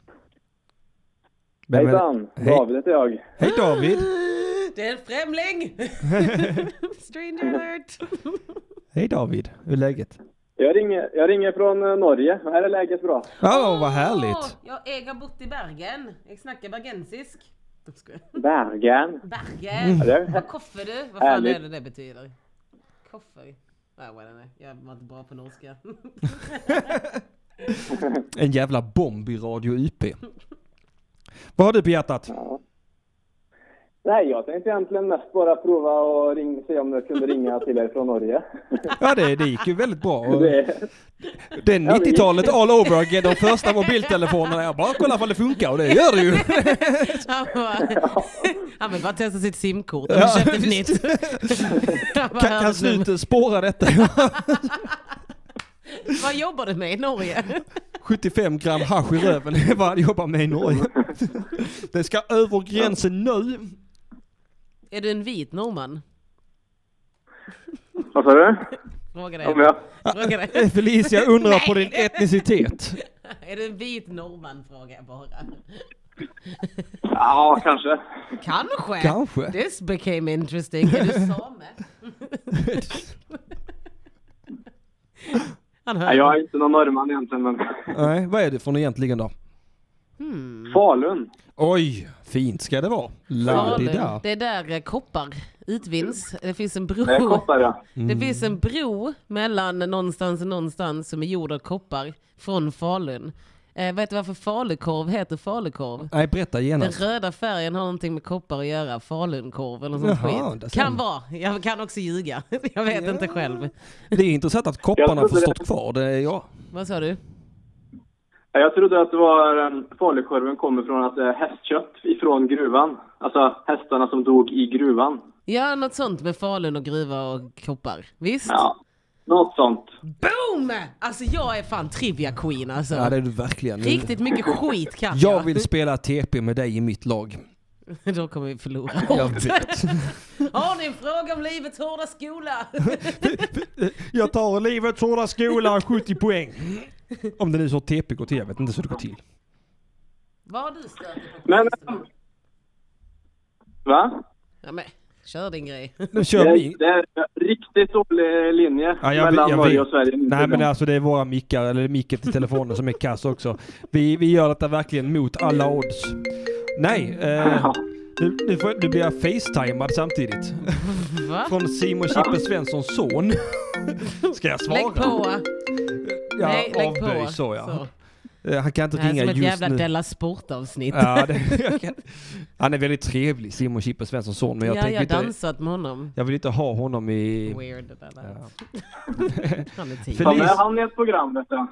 Vem är det? Hej.
David heter jag.
Hej David!
Det är en främling! Stranger alert!
Hej David, hur är läget?
Jag ringer, jag ringer från eh, Norge. Här är läget bra.
Ja, vad
Åh,
härligt!
jag äger bott i Bergen. Jag snackar bergensisk. Jag skojar.
Bergen.
Bergen!
Mm. Ja, det-
Vad koffer du? Vad fan
Härligt.
är det det betyder? Koffer? Nej, vad är det? Jag var inte bra på norska.
En jävla bomb i Radio IP. Vad har du på hjärtat?
Nej, jag tänkte egentligen mest bara prova och ring, se om jag kunde ringa till er från Norge.
Ja, det, det gick ju väldigt bra. Och
Det,
Det är 90-talet all over again. De första mobiltelefonerna. Jag bara kollar om det funkar och det gör det ju.
Han bara- Han vill bara testa sitt simkort. Han har
Ja,
köpt ett
visst.
nytt. Han bara,
Kan, kan slutet spåra detta?
Vad jobbar du med i Norge?
75 gram hasch i röven det är vad han jobbar med i Norge. Det ska över gränsen nu.
Är du en vit norrman?
vad sa du?
Fråga
Om
dig.
jag,
Fråga dig.
Felicia undrar på din etnicitet.
Är du en vit norrman? Frågar jag bara.
ja, kanske.
Kanske.
Kanske.
This became interesting. Är du same? Han hör.
Nej, jag är inte någon norrman egentligen, men
Nej, vad är det från egentligen då?
Falun.
Oj, fint ska det vara. la di
Falun.
da.
Det är där eh, koppar utvinns. Det finns en bro.
Mm. Det är koppar, ja.
Mm.
Det finns en bro mellan någonstans och någonstans som är gjord av koppar från Falun. Eh, vet du varför falukorv heter falukorv?
Nej, berätta
Den
genast.
röda färgen har någonting med koppar att göra. Falunkorv eller något
Jaha, där
skit.
ser
Kan
man.
vara. Jag kan också ljuga. Jag vet inte själv.
Det är intressant att kopparna får stått kvar. Det är jag.
Vad sa du?
Ja, Jag trodde att det var em, falukorven kommer från att det är hästkött ifrån gruvan. Alltså hästarna som dog i gruvan.
Ja, något sånt med Falun och gruva och koppar. Visst?
Ja, något sånt.
Boom! Alltså jag är fan trivia queen alltså.
Ja, det är du verkligen.
Riktigt mycket skit kan jag.
Jag vill spela TP med dig i mitt lag.
Då kommer vi förlora.
Jag vet.
Har ni en fråga om livets hårda skola?
Jag tar livets hårda skola 70 poäng. Om det nu är så TP går till, jag vet inte så det går till.
Vad har du stört dig på? på
Men-
sistone?
Va?
Ja, men, kör din grej.
Nu
Det
kör vi.
är, det är en riktigt dålig linje
Ja, jag vet-
mellan
jag
Norge
vet.
och Sverige.
Nej men alltså det är våra mickar, eller micken till telefonen som är kass också. Vi, vi gör detta verkligen mot alla odds. Nej, eh, Nu, nu, får, jag- nu blir jag facetimad samtidigt.
Va?
Från Simon Chippe Svenssons son. Ska jag svara?
Lägg på!
Ja,
Nej, lägg på.
avböj sa jag.
Så.
Eh, Han kan inte
Det här är
ringa
som ett
just
jävla
nu.
Della Sport-avsnitt.
Ja, det, jag kan, han är väldigt trevlig, Simon Chippe Svenssons son. Men jag,
ja,
tänker
jag har
inte,
dansat med honom.
jag vill inte ha honom i...
Weird det där
Ja.
lät. Han är tio.
Felice-
Ta med han i ett program, vet du.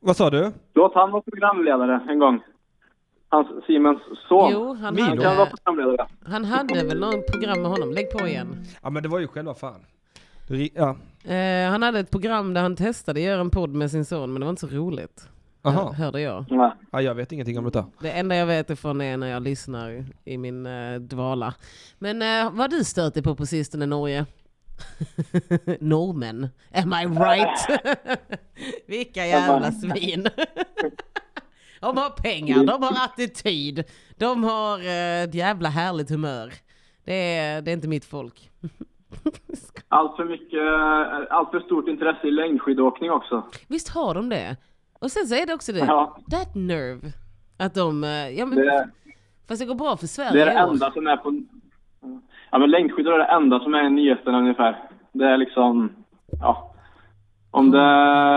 Vad sa du?
Låt han vara programledare en gång. Hans, Simens son.
Jo, han
Milo.
Han kan vara
hade,
programledare.
han hade väl något program med honom. Lägg på igen.
Ja men det var ju själva fan. Det ri- Ja,
Eh, han hade ett program där han testade göra en podd med sin son, men det var inte så roligt.
aha.
Hörde jag.
Nej.
Ja, jag vet ingenting om detta.
Det enda jag vet ifrån är när jag lyssnar i min eh, dvala. Men eh, vad har du stört dig på på sistone Norge? Normen, am I right? Vilka jävla svin. de har pengar, de har attityd, de har eh, ett jävla härligt humör. Det är, det är inte mitt folk.
Allt för mycket, eh, allt för stort intresse i längdskidåkning också.
Visst har de det? Och sen så är det också det,
Ja.
that nerve. Att de, eh, ja, men,
Det är,
fast det går bra för Sverige
det är det
i år.
enda som är på... Ja, men längdskidor är det enda som är i nyheterna ungefär. Det är liksom... Ja. Om det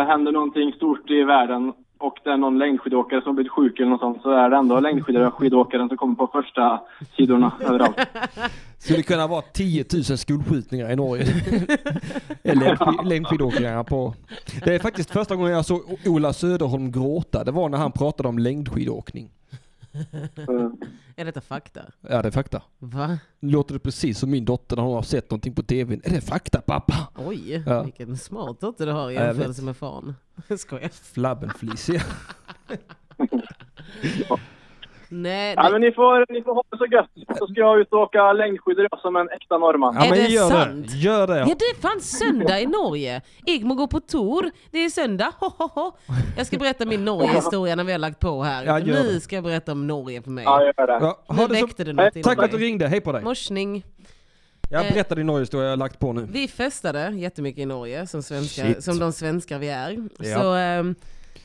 händer någonting stort i världen och det är någon längdskidåkare som har blivit sjuk eller något sånt så är det ändå längdskidåkaren som kommer på första sidorna överallt.
Skulle kunna vara 10 000 skolskjutningar i Norge. Eller längdskidåkningar på... Det är faktiskt första gången jag såg Ola Söderholm gråta. Det var när han pratade om längdskidåkning.
Så-
Är detta fakta?
Ja, det är fakta.
Va?
Låter det precis som min dotter när hon har sett någonting på tvn. Är det fakta pappa?
Oj,
Ja.
vilken smart dotter du har i
Ja, jag
jämförelse med fan. Skojar.
Flabbenflis.
Nej,
Ja,
det,
men ni får, ni får ha det så gött. Så ska jag ut och åka längdskidor jag som en äkta norrman.
Ja,
Är
men
det
gör
sant?
Det. Gör det.
ja, det är fan söndag i Norge. Igmo går på tour. Det är söndag. Ho, ho, ho. Jag ska berätta min Norge-historia när vi har lagt på här.
Ja, gör
nu
det.
ska jag berätta om Norge för mig.
Ja, gör det.
Ja, ha
Nu
det så...
väckte det något
Tack
Tack
inom
för att du
mig.
ringde. Hej på dig.
Morsning.
Jag
eh.
berättade din Norgehistoria jag har lagt på nu.
Vi festade jättemycket i Norge, som, svenskar,
Mm. Shit.
som de svenskar vi är.
Ja.
Så, ehm,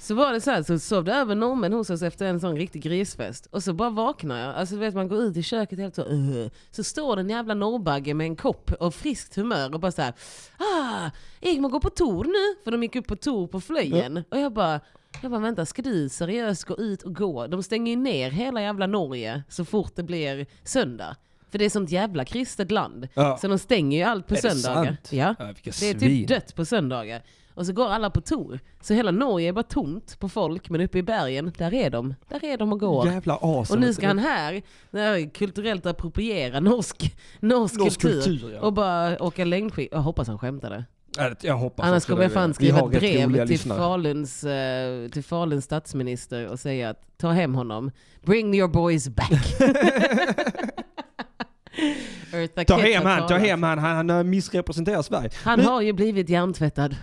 så var det så här, så sov det över norrmän hos oss efter en sån riktig grisfest. Och så bara vaknar jag, alltså du vet man går ut i köket helt så, "Ugh." så står den jävla norrbagge med en kopp och friskt humör och bara så här, ah, Egmar går på tour nu, för de gick upp på tour på Flöjen. Och jag bara, jag bara vänta, ska du seriöst gå ut och gå? De stänger ju ner hela jävla Norge så fort det blir söndag. För det är sånt jävla kristet land.
Ja.
Så de stänger ju allt på
Är det
söndagar.
sant?
Ja.
Ja, vilka
Det
svin.
är typ dött på söndagar. Och så går alla på tour. Så hela Norge är bara tomt på folk, men uppe i bergen, där är de. Där är de och går.
Jävla as.
Och nu ska han här, här kulturellt appropriera norsk, norsk,
Norsk
kultur,
kultur, ja.
och bara åka längdskid. Jag hoppas han skämtade.
Ja, det- Äh, Jag hoppas
Annars
också
kommer jag
det.
fan
Vi
skriva
har
ett
rätt roliga
brev till
lyssnare.
Faluns, eh, till Faluns statsminister och säga att ta hem honom. Bring your boys back. Eartha
Ta
Kitt har
hem han, ta
talat.
hem han, han, han missrepresenterar Sverige.
Han
Nu-
har ju blivit hjärntvättad.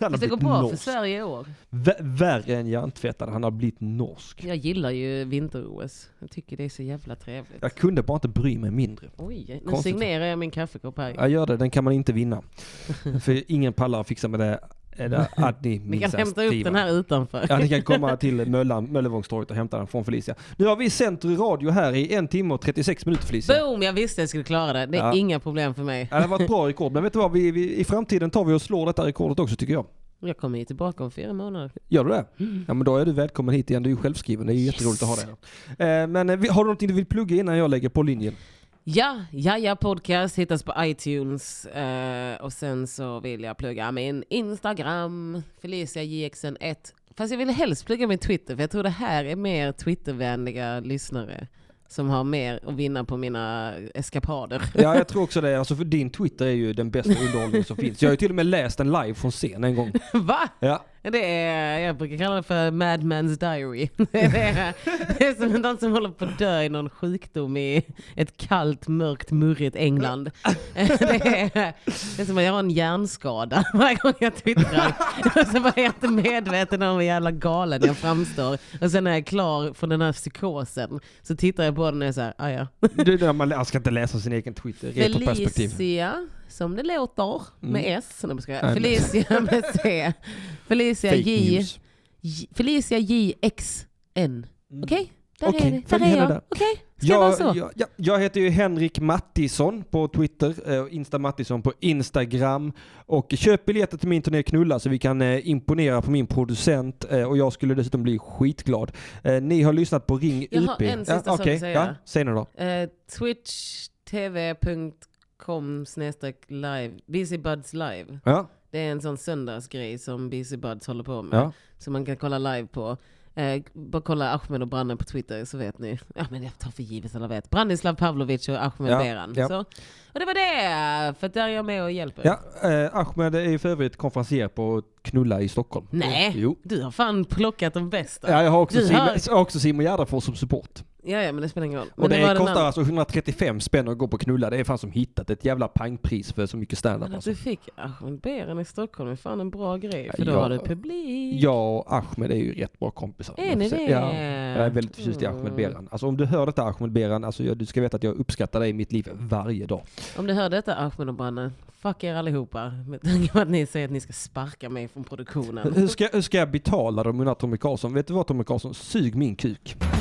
han har
Det går
blivit
bra för
norsk.
Sverige i år.
Vä- Värre än hjärntvättad, han har blivit norsk.
Jag gillar ju vinter-OS. Jag tycker det är så jävla trevligt.
Jag kunde bara inte bry mig mindre.
Oj, nu
Konstigt.
signerar jag min kaffekopp här.
Jag gör det, den kan man inte vinna. för ingen pallar att fixa med det, är det
Vi kan hämta upp den här utanför.
Ja, ni kan komma till Möllan- Möllevångstorget och hämta den från Felicia. Nu har vi sänt radio här i en timme och 36 minuter Felicia.
Boom! Jag visste jag skulle klara det. Det är
Ja.
inga problem för mig.
Ja, det var ett bra rekord, men vet du vad? Vi, vi, I framtiden tar vi och slår detta rekordet också tycker jag.
Jag kommer ju tillbaka om fyra månader.
Gör du det? Ja men då är du välkommen hit igen, du är ju självskriven. Det är ju jätteroligt att ha dig här. Eh, Men eh, vi- har du någonting du vill plugga innan jag lägger på linjen?
Ja, Jaja Podcast hittas på iTunes. Eh, och sen så vill jag plugga min Instagram, FeliciaJXN1. Fast jag vill helst plugga min Twitter, för jag tror det här är mer Twittervänliga lyssnare. Som har mer att vinna på mina eskapader.
Ja jag tror också det. Alltså, för din Twitter är ju den bästa underhållningen som finns. Jag har ju till och med läst den live från scen en gång.
Va?
Ja.
Det är, jag brukar kalla det för Mad Man's Diary. Det är, det är som någon som håller på att dö i någon sjukdom i ett kallt, mörkt, murrigt England. Det är, det är som att jag har en hjärnskada varje gång jag twittrar. Och så bara är jag inte medveten om hur jävla galen jag framstår. Och sen när jag är klar från den här psykosen så tittar jag på den och är såhär, ah ja.
Det är där man lä- ska inte läsa sin egen Twitter. Retroperspektiv.
Felicia, som det låter, med S. Nej, men ska jag.
Mm. Nej, men-
Felicia med C. Felicia
Fake
J.
news.
J- Felicia JXN. Okej? Där
Okej,
är det.
följ
Där är
Mm. henne
jag.
där.
Okej? Ska det vara så?
Jag, ja, jag heter ju Henrik Mattisson på Twitter, eh, Insta Mattisson på Instagram. Och köp biljetter till min turné Knulla så vi kan eh, imponera på min producent eh, och jag skulle dessutom bli skitglad. Eh, Ni har lyssnat på Ring
Jag
UP.
har en sista sak
okej.
att säga.
Ja, säg nu då.
Eh, twitch.tv.com snedstreck live. Busy Buds live.
Ja,
Det är en sån söndagsgrej som Busy Buds håller på med.
ja.
Som man kan kolla live på. Eh, bara kolla Ahmed och Branne på Twitter så vet ni. Ja men jag tar för givet alla vet. Branislav Pavlovic och Ahmed
Ja,
Beran.
ja.
Så. Och det var det! För där är jag med och hjälper.
ja eh, Ahmed är ju för övrigt konferencier på Knulla i Stockholm. Eh,
Nej,
Jo.
du har fan plockat de bästa. Ja,
Ja, jag har också
Du
Simon-
hör-
jag har också Simon Gärdenfors som support.
ja, men det spelar ingen roll.
Och
men
det,
var den
kostar
andra-
alltså 135 spänn att gå på knulla. Det är fan som hittat ett jävla pangpris för så mycket standup.
Men att
Alltså.
du fick Ahmed Beran i Stockholm är fan en bra grej. För då
Ja.
har du publik.
Jag och Ahmed är ju rätt bra kompisar.
Är ni det?
Ja, jag är väldigt förtjust i Ahmed Beran. Alltså om du hör detta Ahmed Beran, alltså, jag- du ska veta att jag uppskattar dig i mitt liv varje dag.
Om du hör detta Ahmed och Branne, fuck er allihopa. Med tanke på att ni säger att ni ska sparka mig från
Hur-
produktionen.
Hur ska, hur ska jag betala dem undan Tommy Karlsson? Vet du vad Tommy Karlsson? Sug min kuk.